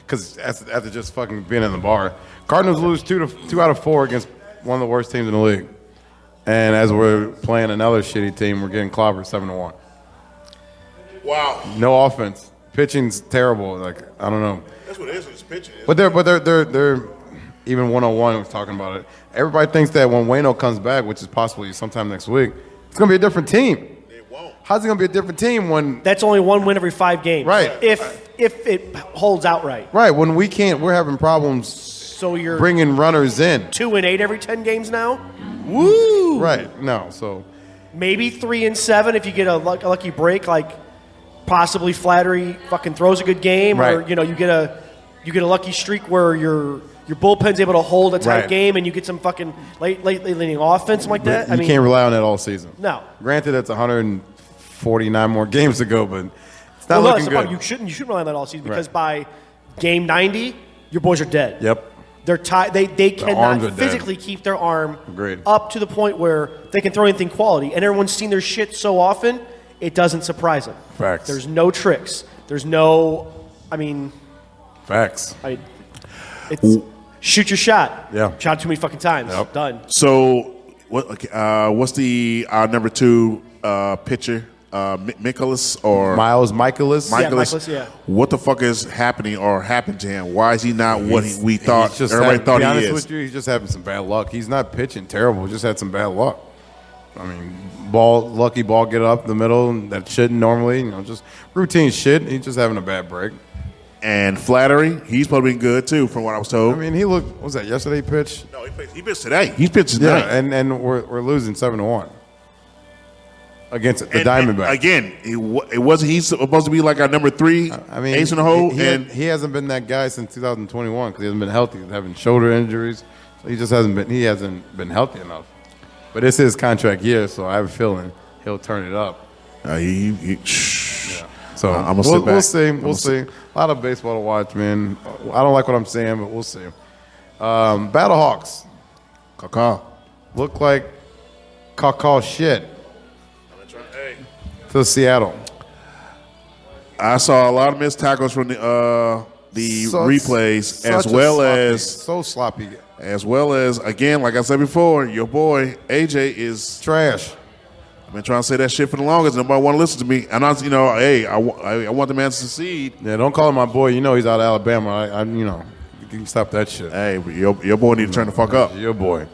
because after, after just fucking being in the bar, Cardinals lose two to two out of four against one of the worst teams in the league, and as we're playing another shitty team, we're getting clobbered seven to one. Wow. No offense. Pitching's terrible. Like I don't know. That's what it is. It's pitching. But they're but they're they're they're even 101 was talking about it. Everybody thinks that when Wayno comes back, which is possibly sometime next week, it's gonna be a different team. It won't. How's it gonna be a different team when that's only one win every five games? Right. If if it holds outright, Right. When we can't, we're having problems so you're bringing runners in. two and eight every ten games now. Woo! Right. No. So Maybe three and seven if you get a, luck, a lucky break, like possibly Flattery fucking throws a good game, or Right. you know you get a you get a lucky streak where your your bullpen's able to hold a tight Right. game, and you get some fucking late late, late leaning offense like that. you I mean, can't rely on that all season. no. Granted, that's 149 more games to go, but it's Well, not no, that's looking the good. problem. You shouldn't you shouldn't rely on that all season because by game ninety, your boys are dead. Yep. They're tied. They they Their arms are cannot dead. physically keep their arm Agreed. up to the point where they can throw anything quality. And everyone's seen their shit so often, it doesn't surprise them. Facts. There's no tricks. There's no. I mean, Facts. I. It's Shoot your shot. Yeah. Shot too many fucking times. Done. So, what? okay, Uh, what's the uh, number two uh, pitcher? Uh, Mi- Michaelis or Miles Michaelis? Michaelis. Yeah, Michaelis, yeah. What the fuck is happening or happened to him? Why is he not what he, He's- we thought? he's just everybody had- to thought be he honest is. With you, he's just having some bad luck. He's not pitching terrible. Just had some bad luck. I mean, ball lucky ball get up the middle and that shouldn't normally. You know, just routine shit. He's just having a bad break. And flattery, he's probably been good too, from what I was told. I mean, he looked. What was that yesterday pitch? No, he pitched. He pitched today. He pitched Yeah, tonight. and and we're, we're losing seven to one against the And- and Diamondbacks. again, it, wa- it wasn't. He's supposed to be like our number three I mean, ace in the hole, he, he, and he hasn't been that guy since 2021 because he hasn't been healthy. He's having shoulder injuries, so he just hasn't been. He hasn't been healthy enough. But it's his contract year, so I have a feeling he'll turn it up. Uh, he, he, So Uh, I'ma we'll, sit we'll back. see. I'ma We'll see. sit- A lot of baseball to watch, man. I don't like what I'm saying, but we'll see. Um, Battlehawks. Caw Look like caw shit to Seattle. I saw a lot of missed tackles from the uh, the Such- replays, such as a well sloppy- as so sloppy, as well as again, like I said before, your boy AJ is trash. I've been trying to say that shit for the longest. Nobody want to listen to me, and I, you know, hey, I, wa- I, I want the man to succeed. Yeah, don't call him my boy. You know he's out of Alabama. I, I you know, you can stop that shit. Hey, your, your boy need to turn the fuck up. Your boy.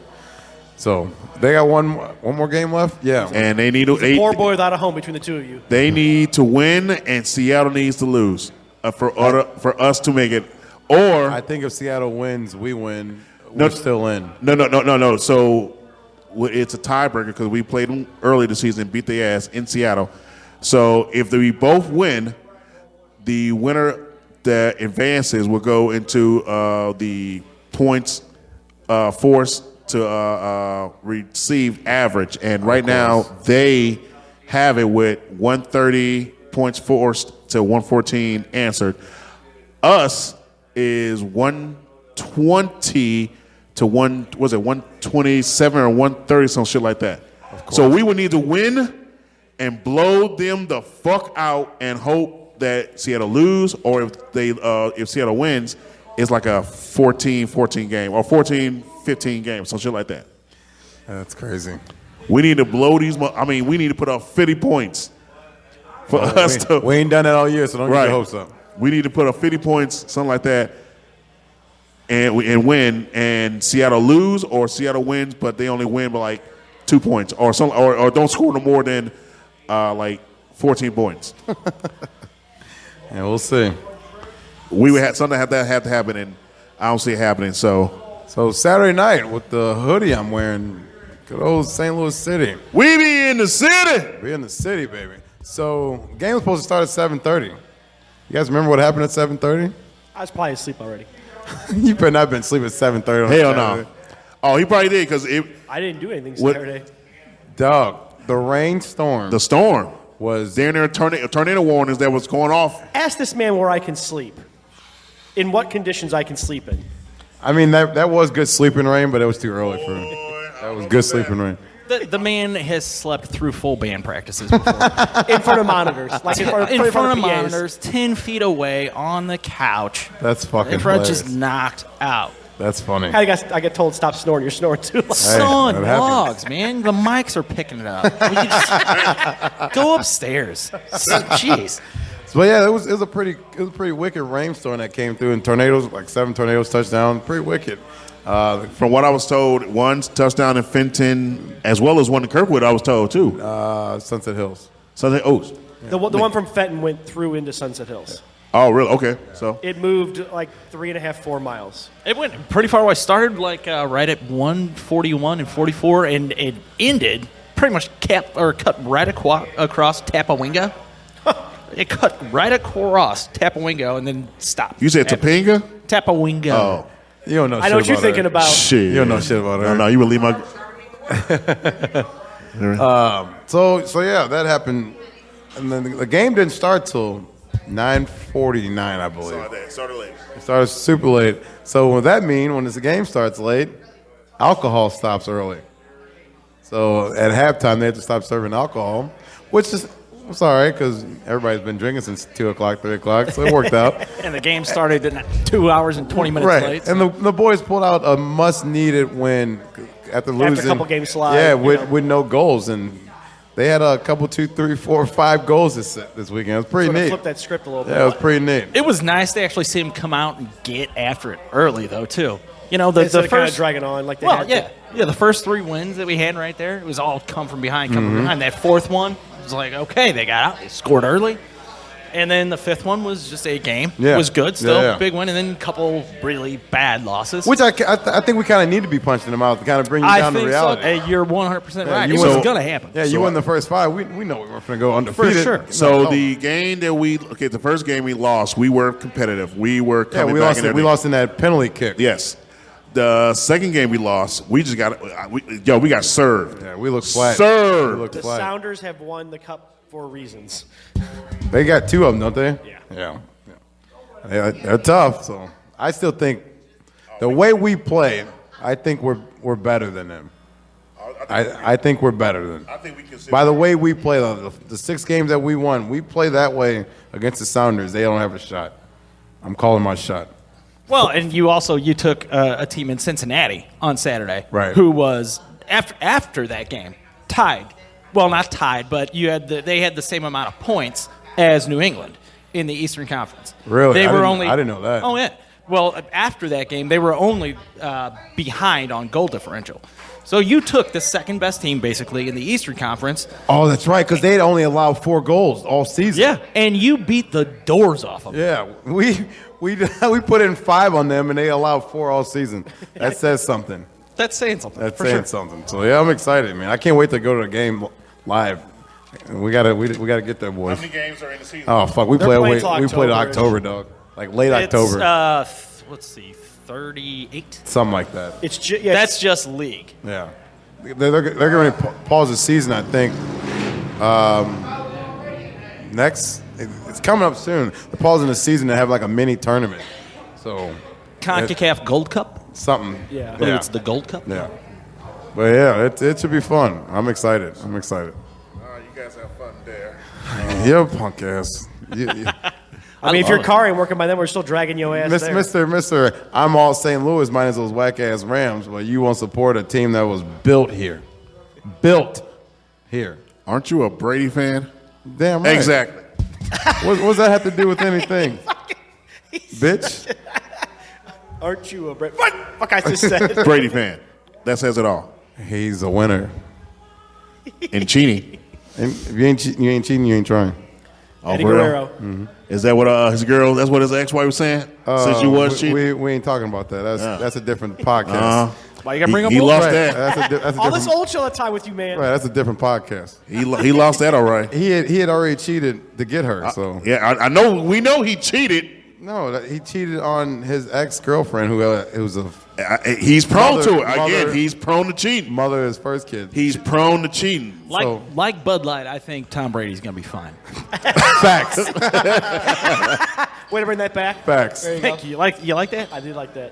So they got one one more game left. Yeah, and they need to It's a they, poor boy without a home between the two of you. they need to win, and Seattle needs to lose uh, for order, for us to make it. Or I think if Seattle wins, we win. No, We're still in. No, no, no, no, no. So w- it's a tiebreaker because we played them early this season, beat their ass in Seattle. So if we both win, the winner that advances will go into uh, the points uh, force to uh, uh, receive average. And right now they have it with 130 points forced to 114 answered. Us is 120 to one was it 127 or 130 some shit like that. So we would need to win and blow them the fuck out and hope that Seattle lose or if they uh, if Seattle wins it's like a 14-14 game or 14-15 game some shit like that. That's crazy. We need to blow these mo- I mean we need to put up 50 points for Well, us we- to We ain't done that all year, so don't get your hopes up. we need to put up 50 points, something like that, and we, and win. And Seattle lose, or Seattle wins, but they only win by like two points, or some, or, or don't score no more than uh, like 14 points. And we'll see. We would have something had that had to happen, and I don't see it happening. So, so Saturday night with the hoodie I'm wearing, good old St. Louis City. We be in the city. We in the city, baby. So game was supposed to start at 7:30. You guys remember what happened at 7:30? I was probably asleep already. you better not been sleeping at 7:30. on Hell no. Saturday. Oh, he probably did because it. I didn't do anything What- Saturday. Dog, the rainstorm. The storm was there. There tornado tornado warnings that was going off. Ask this man where I can sleep. In what conditions I can sleep in. I mean that that was good sleeping rain, but it was too early for me. That was good sleeping rain. The, the man has slept through full band practices before. In front of monitors. Like in front of, in front of PAs. monitors, ten feet away on the couch. That's fucking. And Fred hilarious. just knocked out. That's funny. I got, I got told stop snoring. You're snoring too loud. Son dogs, man. The mics are picking it up. Will you just- go upstairs. So- Jeez. But yeah, it was it was a pretty it was a pretty wicked rainstorm that came through and tornadoes like seven tornadoes touched down. Pretty wicked. Uh, From what I was told, one touchdown in Fenton, as well as one in Kirkwood. I was told too. Uh, Sunset Hills. Sunset oh. Oaks. The, one- the one from Fenton went through into Sunset Hills. Oh, really? Okay. So It moved like three and a half, four miles. It went pretty far away. Started like uh, right at 141 and 44, and it ended pretty much cap or cut right aqua- across Tapawinga. it cut right across Tapawinga and then stopped. you said At- Topanga? Tapawinga. Oh, you don't know. I know shit what you're about thinking her. about. Shit, You don't know shit about her. No, no, you would leave my. um, so so yeah, that happened, and then the, the game didn't start till nine forty nine, I believe. It started super late. So what that mean when this game starts late, alcohol stops early. So at halftime they have to stop serving alcohol, which is It's all right because everybody's been drinking since two o'clock, three o'clock, so it worked out. and the game started in two hours and 20 minutes right. late. And the, the boys pulled out a must needed win after losing couple game slide, Yeah, you with know. with no goals and. They had a couple, two, three, four, five goals this this weekend. It was pretty Sort of neat. flipped that script a little bit. Yeah, it was pretty neat. It was nice to actually see him come out and get after it early, though, too. You know, the, Instead the of kinda first dragging on like they well, had to. yeah, yeah. The first three wins that we had right there, it was all come from behind, come from Mm-hmm. Mhm. behind. That fourth one was like, okay, they got out, they scored early, and then the fifth one was just a game. Yeah. It was good, still Yeah, yeah. big win, and then a couple really bad losses. Which I, ca- I, th- I think we kind of need to be punched in the mouth to kind of bring you I down think to reality. so. Hey, you're 100 percent Yeah, right. you it win- was gonna happen. Yeah, you won the first five. We, we know we weren't going to go undefeated. So No. the game that we okay, the first game we lost, we were competitive. We were yeah, coming we back lost. in there. it- We lost in that penalty kick. Yes. The second game we lost, we just got I- we, yo, we got served. Yeah, we looked flat. Served. We looked The flat. Sounders have won the cup for reasons. They got two of them, don't they? Yeah. Yeah. They- They're, tough. So I still think the way we play, I think we're we're better than them. I, I think we're better than. I think we consider- By the way we play, though, the, the six games that we won, we play that way against the Sounders. They don't have a shot. I'm calling my shot. Well, and you also you took uh, a team in Cincinnati on Saturday, Right. Who was after after that game tied? Well, not tied, but you had the, they had the same amount of points as New England in the Eastern Conference. Really? They I were didn't- only I didn't know that. Oh yeah. Well, after that game, they were only uh, behind on goal differential. So you took the second best team basically in the Eastern Conference, Oh, that's right, because they'd only allowed four goals all season. Yeah, and you beat the doors off of them. Yeah, we we we put in five on them, and they allowed four all season. That says something. That's saying something. That's for saying sure. something. So yeah, I'm excited, man. I can't wait to go to the game live. We gotta we, we gotta get there, boys. How many games are in the season? Oh fuck, we They're play playing away. till We play to October, October. dog. Like late It's, October, Uh, th- let's see, thirty-eight. something like that. It's ju- that's just league. Yeah, they're they're, they're going to pause the season, I think. Um, next, it's coming up soon. They're pausing the season to have like a mini tournament. So, Concacaf Gold Cup, something. Yeah. Maybe it's the Gold Cup? Yeah, but yeah, it it should be fun. I'm excited. I'm excited. All right, you guys have fun there. You're a punk ass. You- you- I, mean, if your car ain't working by then, we're still dragging your ass Miss, there. Mister, Mister, I'm all St. Louis minus those whack ass Rams, but you won't support a team that was built here, built here. Aren't you a Brady fan? Damn right. Exactly. what, what's that have to do with anything, bitch? Aren't you a Brady? What? Fuck, I just said. Brady fan. That says it all. He's a winner. And cheating. And if you ain't che- you ain't cheating, you ain't trying. Oh, Eddie for real? Guerrero. Is that what uh, his girl? That's what his ex-wife was saying. Since you Uh, was we, cheating. we, we ain't talking about that. That's Yeah. that's a different podcast. Uh-huh. Why you gotta He- bring up he old- lost Right, that. That's a, di- that's a All this different. old shit I tie with you, man. Right, that's a different podcast. He lo- he lost that all right. He had, he had already cheated to get her. So yeah, I, I know. We know he cheated. No, that- he cheated on his ex girlfriend, who uh, it was a. he's prone to it. Again, he's prone to cheating. Mother of his first kid. He's prone to cheating. Like like Bud Light, I think Tom Brady's gonna be fine. Facts. Way to bring that back. Facts. There you Heck, you like you like that? I did like that.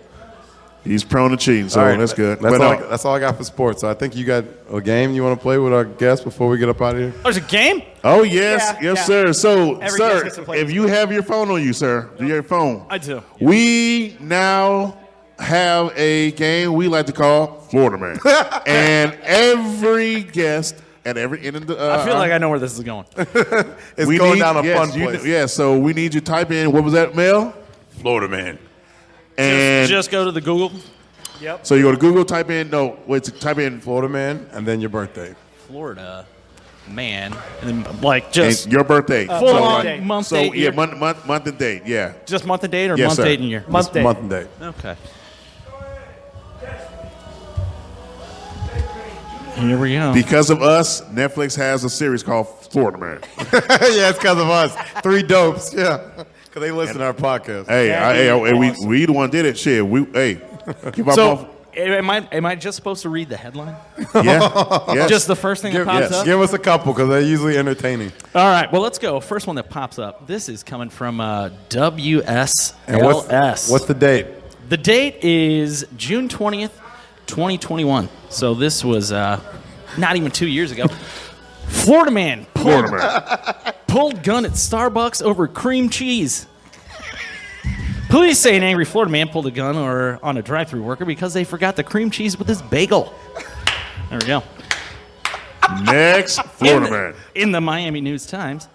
He's prone to cheating, so All right, that's good. That's, But, all, uh, I, that's all I got for sports. So I think you got a game you want to play with our guests before we get up out of here. Oh, there's a game. Oh yes, Yeah, yes, yeah. sir. So, Every guest gets to sir, play if you have your phone on you, sir, do your phone. I do. We now have a game we like to call Florida Man, and every guest at every end of the. Uh, I feel like I know where this is going. it's going down a yes, fun you- place. yeah, so we need you to type in what was that, Mel? Florida Man, and just go to the Google. Yep. so you go to Google, type in no, wait, type in Florida Man, and then your birthday. Florida man, and then like just Uh, And your birthday, full So, on like, month, so date, yeah, year. month, month, month and date, yeah. just month and date or Yes, month sir. date and year. Month Just date. month and date. Okay. Here we go. Because of us, Netflix has a series called Florida Man. yeah, it's because of us. Three dopes. Yeah. Because they listen to our podcast. Hey, I, hey, I- hey, we we the one did it. Shit, we hey, keep our mouth- So, am I am I just supposed to read the headline? Yeah, yes. Just the first thing give, that pops up. Give us a couple because they're usually entertaining. All right, well, let's go. First one that pops up. This is coming from uh, WSLS. And what's, what's the date? the date is June 20th, 2021. So this was uh, not even two years ago. Florida man pulled, Florida man. pulled gun at Starbucks over cream cheese. Police say an angry Florida man pulled a gun or on a drive-through worker because they forgot the cream cheese with his bagel. There we go. Next Florida in the, man. In the Miami News Times,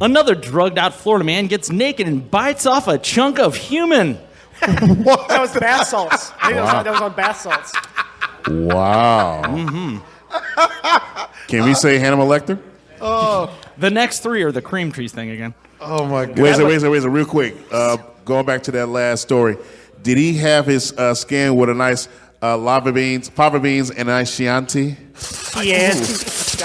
another drugged-out Florida man gets naked and bites off a chunk of human. what? That was bath salts. I think that, Wow. was, that was on bath salts. Wow. Mm-hmm. Mm-hmm. Can we say Hannibal Lecter? Oh. The next three are the cream cheese thing again. Oh my Wait a second, wait a second, wait a second, real quick. Uh, going back to that last story, did he have his uh, skin with a nice uh, lava beans, fava beans, and a nice Chianti? Yeah.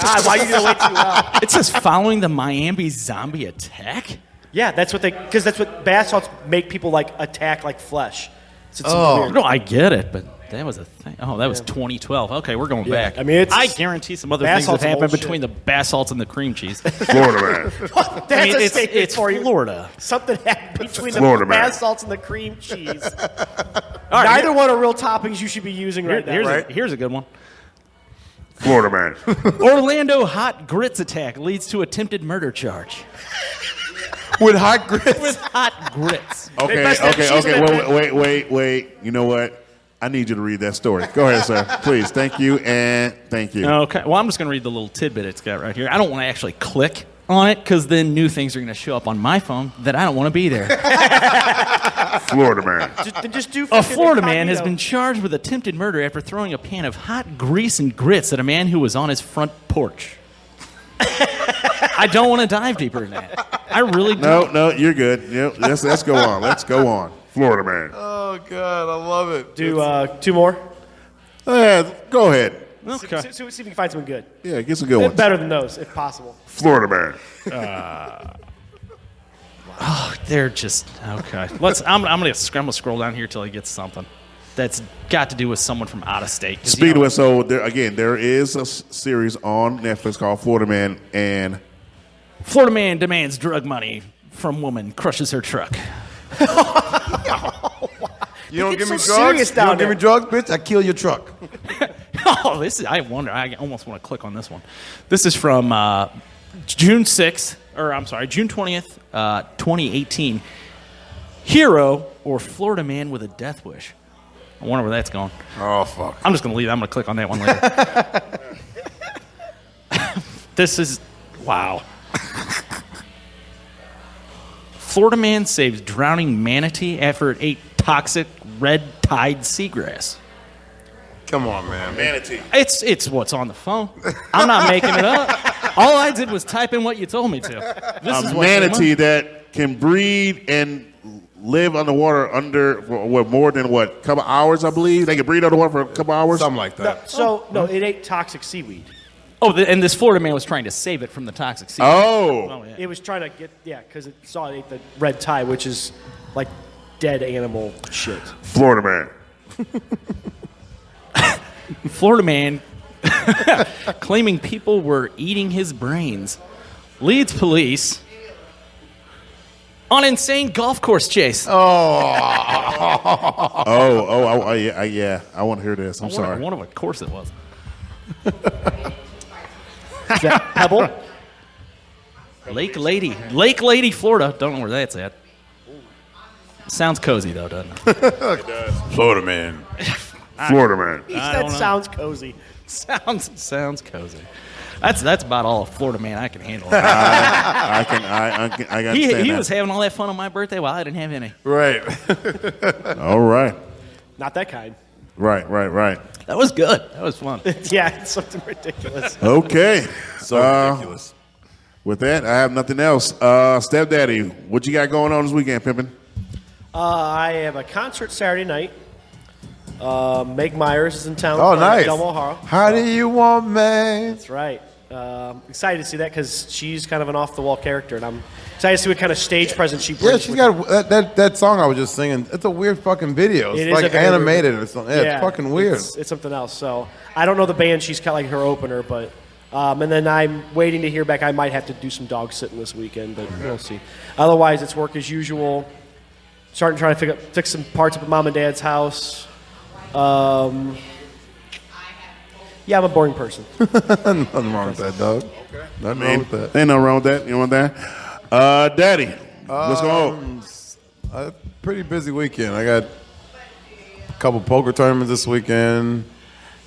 God, why you gonna wait too long? It says following the Miami zombie attack. Yeah, that's what they because that's what bath salts make people like attack like flesh. So it's Oh. Oh. weird. no, I get it, but that was a thing. Oh, that was 2012. Okay, we're going Yeah, back. I mean, it's- I guarantee some other Bath things have salt's happened bullshit. between the basalts and the cream cheese. Florida man. That's I mean, a it's- statement it's for you. Florida. Something happened between Florida, the man. bath salts and the cream cheese. right, Neither here- one are real toppings you should be using Here- right now. here's, right? a, here's a good one. Florida man. Orlando hot grits attack leads to attempted murder charge. With hot grits? With hot grits. Okay, okay, okay. Wait, wait, wait, wait. You know what? I need you to read that story. Go ahead, sir. Please. Thank you and thank you. Okay. Well, I'm just going to read the little tidbit it's got right here. I don't want to actually click on it because then new things are going to show up on my phone that I don't want to be there. Florida man. Just, then just do A fucking Florida man has incognito. been charged with attempted murder after throwing a pan of hot grease and grits at a man who was on his front porch. I don't want to dive deeper in that. I really No, don't. no, you're good. Yep, let's let's go on. Let's go on. Florida man. Oh god, I love it. Do uh, two more. Oh, Yeah, go ahead. Okay. See, see, see if you can find something good. Yeah, get some good Bit ones. Better than those, if possible. Florida man. Uh, Oh, they're just okay. Let's. I'm, I'm gonna scramble scroll down here till I get something that's got to do with someone from out of state. 'Cause, you Speaking know, of it, so there again, there is a s- series on Netflix called Florida Man, and Florida man demands drug money from woman, crushes her truck. You don't get give me drugs. so serious You down don't give me there. drugs, bitch. I kill your truck. oh, this is. I wonder. I almost want to click on this one. This is from uh, June 6th, or I'm sorry, June 20th, uh, 2018. Hero or Florida man with a death wish. I wonder where that's going. Oh fuck. I'm just gonna leave. I'm gonna click on that one later. this is wow. Florida man saves drowning manatee after it ate toxic red tide seagrass. Come on, man. Manatee. It's it's what's on the phone. I'm not making it up. All I did was type in what you told me to. This is a what came up. manatee that can breed and live underwater under what more than what couple hours, I believe. They can breed underwater for a couple hours, something like No, so no, it ate toxic seaweed. Oh, th- and this Florida man was trying to save it from the toxic sea. Oh. Oh. It was trying to get yeah, because it saw it ate the red tie, which is like dead animal shit. Florida man. Florida man claiming people were eating his brains leads police on insane golf course chase. Oh. oh, oh, I, I, yeah, I, yeah. I want to hear this. I'm I sorry. Wonder, wonder what course it was. Pebble? Lake Lady. Lake Lady, Florida. Don't know where that's at. Sounds cozy, though, doesn't it? Florida man. Florida man. that sounds cozy. Sounds sounds cozy. That's that's about all of Florida man I can handle. I, I can, I, I, can, I got he he was having all that fun on my birthday while I didn't have any. Right. All right, Not that kind. right, right, right. That was good. That was fun. yeah, it's something ridiculous. Okay. uh, So ridiculous. With that, I have nothing else. Uh, Stepdaddy, what you got going on this weekend, Pimpin? Uh, I have a concert Saturday night. Uh, Meg Myers is in town. Oh, playing at nice. Del Moharo. How do you want me? That's right. Um, excited to see that because she's kind of an off the wall character, and I'm excited to see what kind of stage presence she brings. Yeah, she's got that, that that song I was just singing. It's a weird fucking video. It's It is a like very- animated or something. Yeah, it's fucking weird. It's, it's something else. So I don't know the band. She's got like her opener, but um, and then I'm waiting to hear back. I might have to do some dog sitting this weekend, but we'll see. Otherwise, it's work as usual. Starting trying to fix, up, fix some parts up at mom and dad's house. Um, Yeah, I'm a boring person. Nothing wrong with that, dog. Nothing wrong with that. Ain't nothing wrong with that. You know what I'm saying? Uh, Daddy, what's going on? Um, s- A pretty busy weekend. I got a couple poker tournaments this weekend,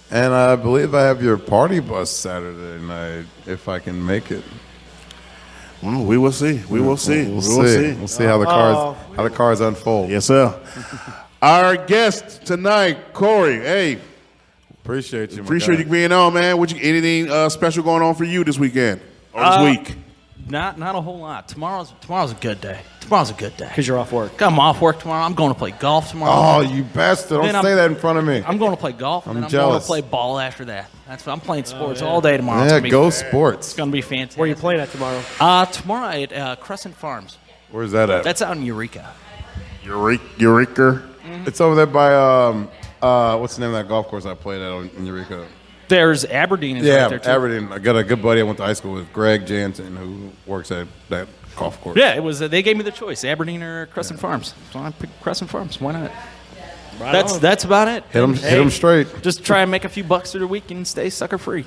and I believe I have your party bus Saturday night if I can make it. Well, we will see. We will see. We'll, We will see. see. We'll see how the Oh. cars how the cars unfold. Yes, sir. Our guest tonight, Corey. Hey, appreciate you. Oh my appreciate guy. you being on, man. What you anything uh, special going on for you this weekend or this Uh, week? Not not a whole lot. Tomorrow's tomorrow's a good day. Tomorrow's a good day. Cause you're off work. I'm off work tomorrow. I'm going to play golf tomorrow. Oh, you bastard! Then Don't I'm- say that in front of me. I'm going to play golf. And I'm then I'm jealous. going to play ball after that. That's what I'm playing sports all day tomorrow. It's Yeah, gonna be go fun. sports. It's gonna be fantastic. Where are you playing at tomorrow? Uh, tomorrow at uh, Crescent Farms. Where's that at? That's out in Eureka. Eureka. Eureka. It's over there by um uh what's the name of that golf course I played at on- in Eureka? There's Aberdeen. Is yeah, right there too. Aberdeen. I got a good buddy I went to high school with, Greg Jansen, who works at that golf course. Yeah, it was. Uh, they gave me the choice: Aberdeen or Crescent Farms. So I picked Crescent Farms. Why not? that's on. that's about it. Hit 'em- hit 'em straight. Just try and make a few bucks through the week and stay sucker free.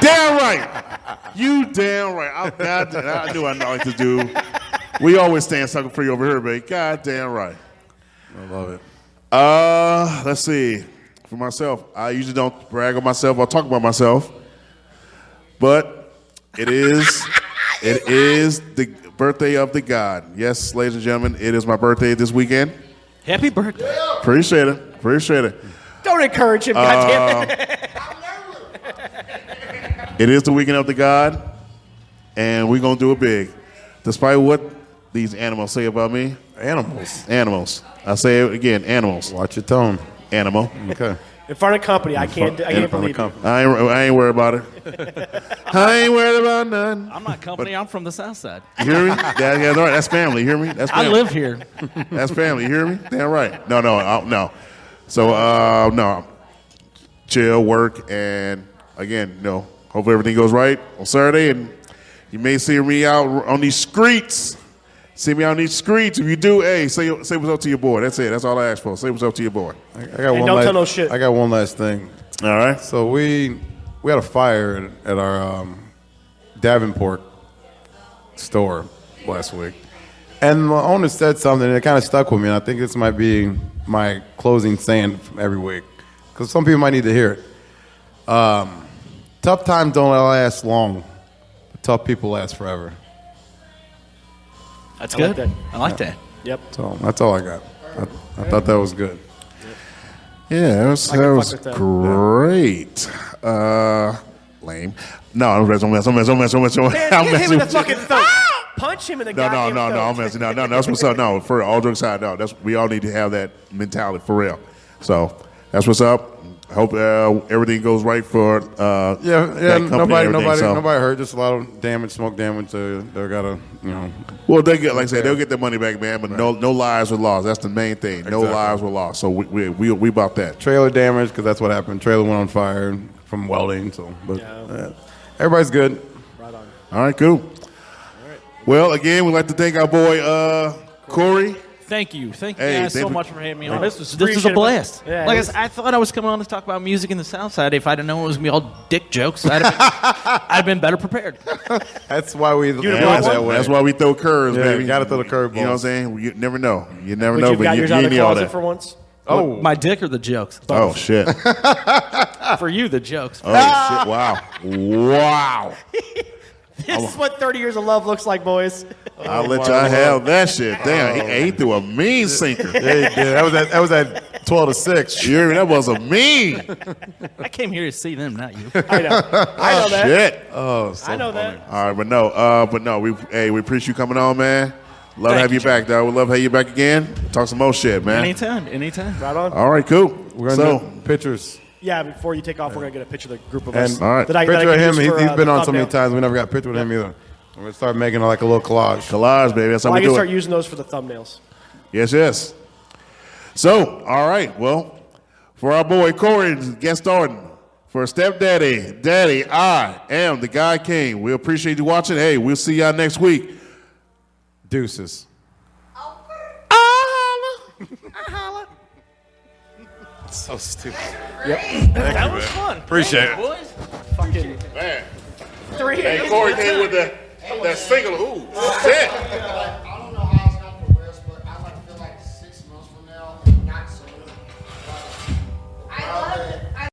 damn right. You damn right. I, God, I knew I know what to do. We always stand sucker free over here, babe. God damn right. I love it. Uh, let's see. For myself, I usually don't brag on myself or talk about myself, but it is it is the birthday of the God. Yes, ladies and gentlemen, it is my birthday this weekend. Happy birthday! Appreciate it. Appreciate it. Don't encourage him, Uh, goddammit. Um, It is the weekend of the God, and we're gonna do it big, despite what these animals say about me. Animals. Animals. I say it again. Animals. Watch your tone. Animal. Okay. In front of company, I can't. I can't believe it. I ain't, I ain't worried about it. I ain't worried about none. I'm not company. I'm from the South Side. You hear me? That, that's all right. That's family. You hear me? That's I family. live here. That's family. You hear me? Damn right. No, no, I, no. So, uh, no. Chill, work, and again, you know, hopefully everything goes right on Saturday, and you may see me out on these streets. See me out on these streets. If you do, hey, say, say what's up to your boy. That's it. That's all I ask for. Say what's up to your boy. I got one last, I got one last thing. All right. So we we had a fire at, at our um, Davenport store last week, and the owner said something and it kind of stuck with me. And I think this might be my closing saying from every week because some people might need to hear it. Um, tough times don't last long, but tough people last forever. That's I like good. that. I like that. Yep. So that's all I got. I, I thought that was good. Yeah, that was, I can that fuck was with that. great. Uh, lame. No, I'm messing, I'm messing, I'm messing, I'm messing, I'm messing. Man, I'm hit him in the messing with you. fucking throat. Ah! Punch him in the No, no, goddamn no, no, throat. I'm messing. No, no, no, that's what's up. No, for all jokes aside, no, that's we all need to have that mentality for real. So that's what's up. I hope uh, everything goes right for uh, Yeah, that yeah. company and Nobody, everything, nobody, so. nobody hurt. Just a lot of damage, smoke damage. Uh, they got to, you know. Well, they get like I said, they'll get their money back, man. But no, no lives were lost. That's the main thing. No Exactly. lives were lost. So we we we, we about that. trailer damage because that's what happened. Trailer went on fire from welding. So, but uh, everybody's good. All right, cool. Well, again, we'd like to thank our boy uh, Corey. Thank you. Thank you Hey, guys so thank- much for having me thank- on. This was this was Appreciate a it. blast. Yeah, like it I, said, I thought I was coming on to talk about music in the South Side. If I'd have known it was gonna be all dick jokes, I'd have been, I'd have been better prepared. That's why we. You'd have Yeah, brought that's, one? that's why we throw curves, Yeah, baby. you gotta throw the curve. You know what I'm curveballs. saying? You never know. You never Would know. you've but got you, yours you out of need the all closet that. for once. Oh, my dick or the jokes? Oh shit! for you, the jokes. Oh shit! Wow! Wow! This is what 30 years of love looks like, boys. I'll let y'all have that shit. Damn, he, he threw a mean sinker. Oh, Yeah, he did. That was at, that was at twelve to six. You hear me? That was a mean. I came here to see them, not you. I know. I know that. Shit! Oh, I know that. All right, but no, uh, but no, we hey, we appreciate you coming on, man. Love to Thank have you back, dog. We love to have you back again. Talk some more shit, man. Anytime, anytime. Right on. All right, cool. We're gonna so, do pictures. Yeah, before you take off, we're gonna get a picture of the group of us. And that I- that I picture can of him. use He, for, he's uh, been the on so many thumbnail. times. We never got a picture with him either. We're gonna start making like a little collage. Collage, baby. That's how Well, I we can do start it. using those for the thumbnails. Yes, yes. So, all right. Well, for our boy Corey, guest on for stepdaddy, daddy, I am the guy King. We appreciate you watching. Hey, we'll see y'all next week. Deuces. I holla. So stupid. Yep. Thank That you, was man. fun. Appreciate it. Fucking Man. Three Hey, hits. Corey came with the, that single. Ooh, shit.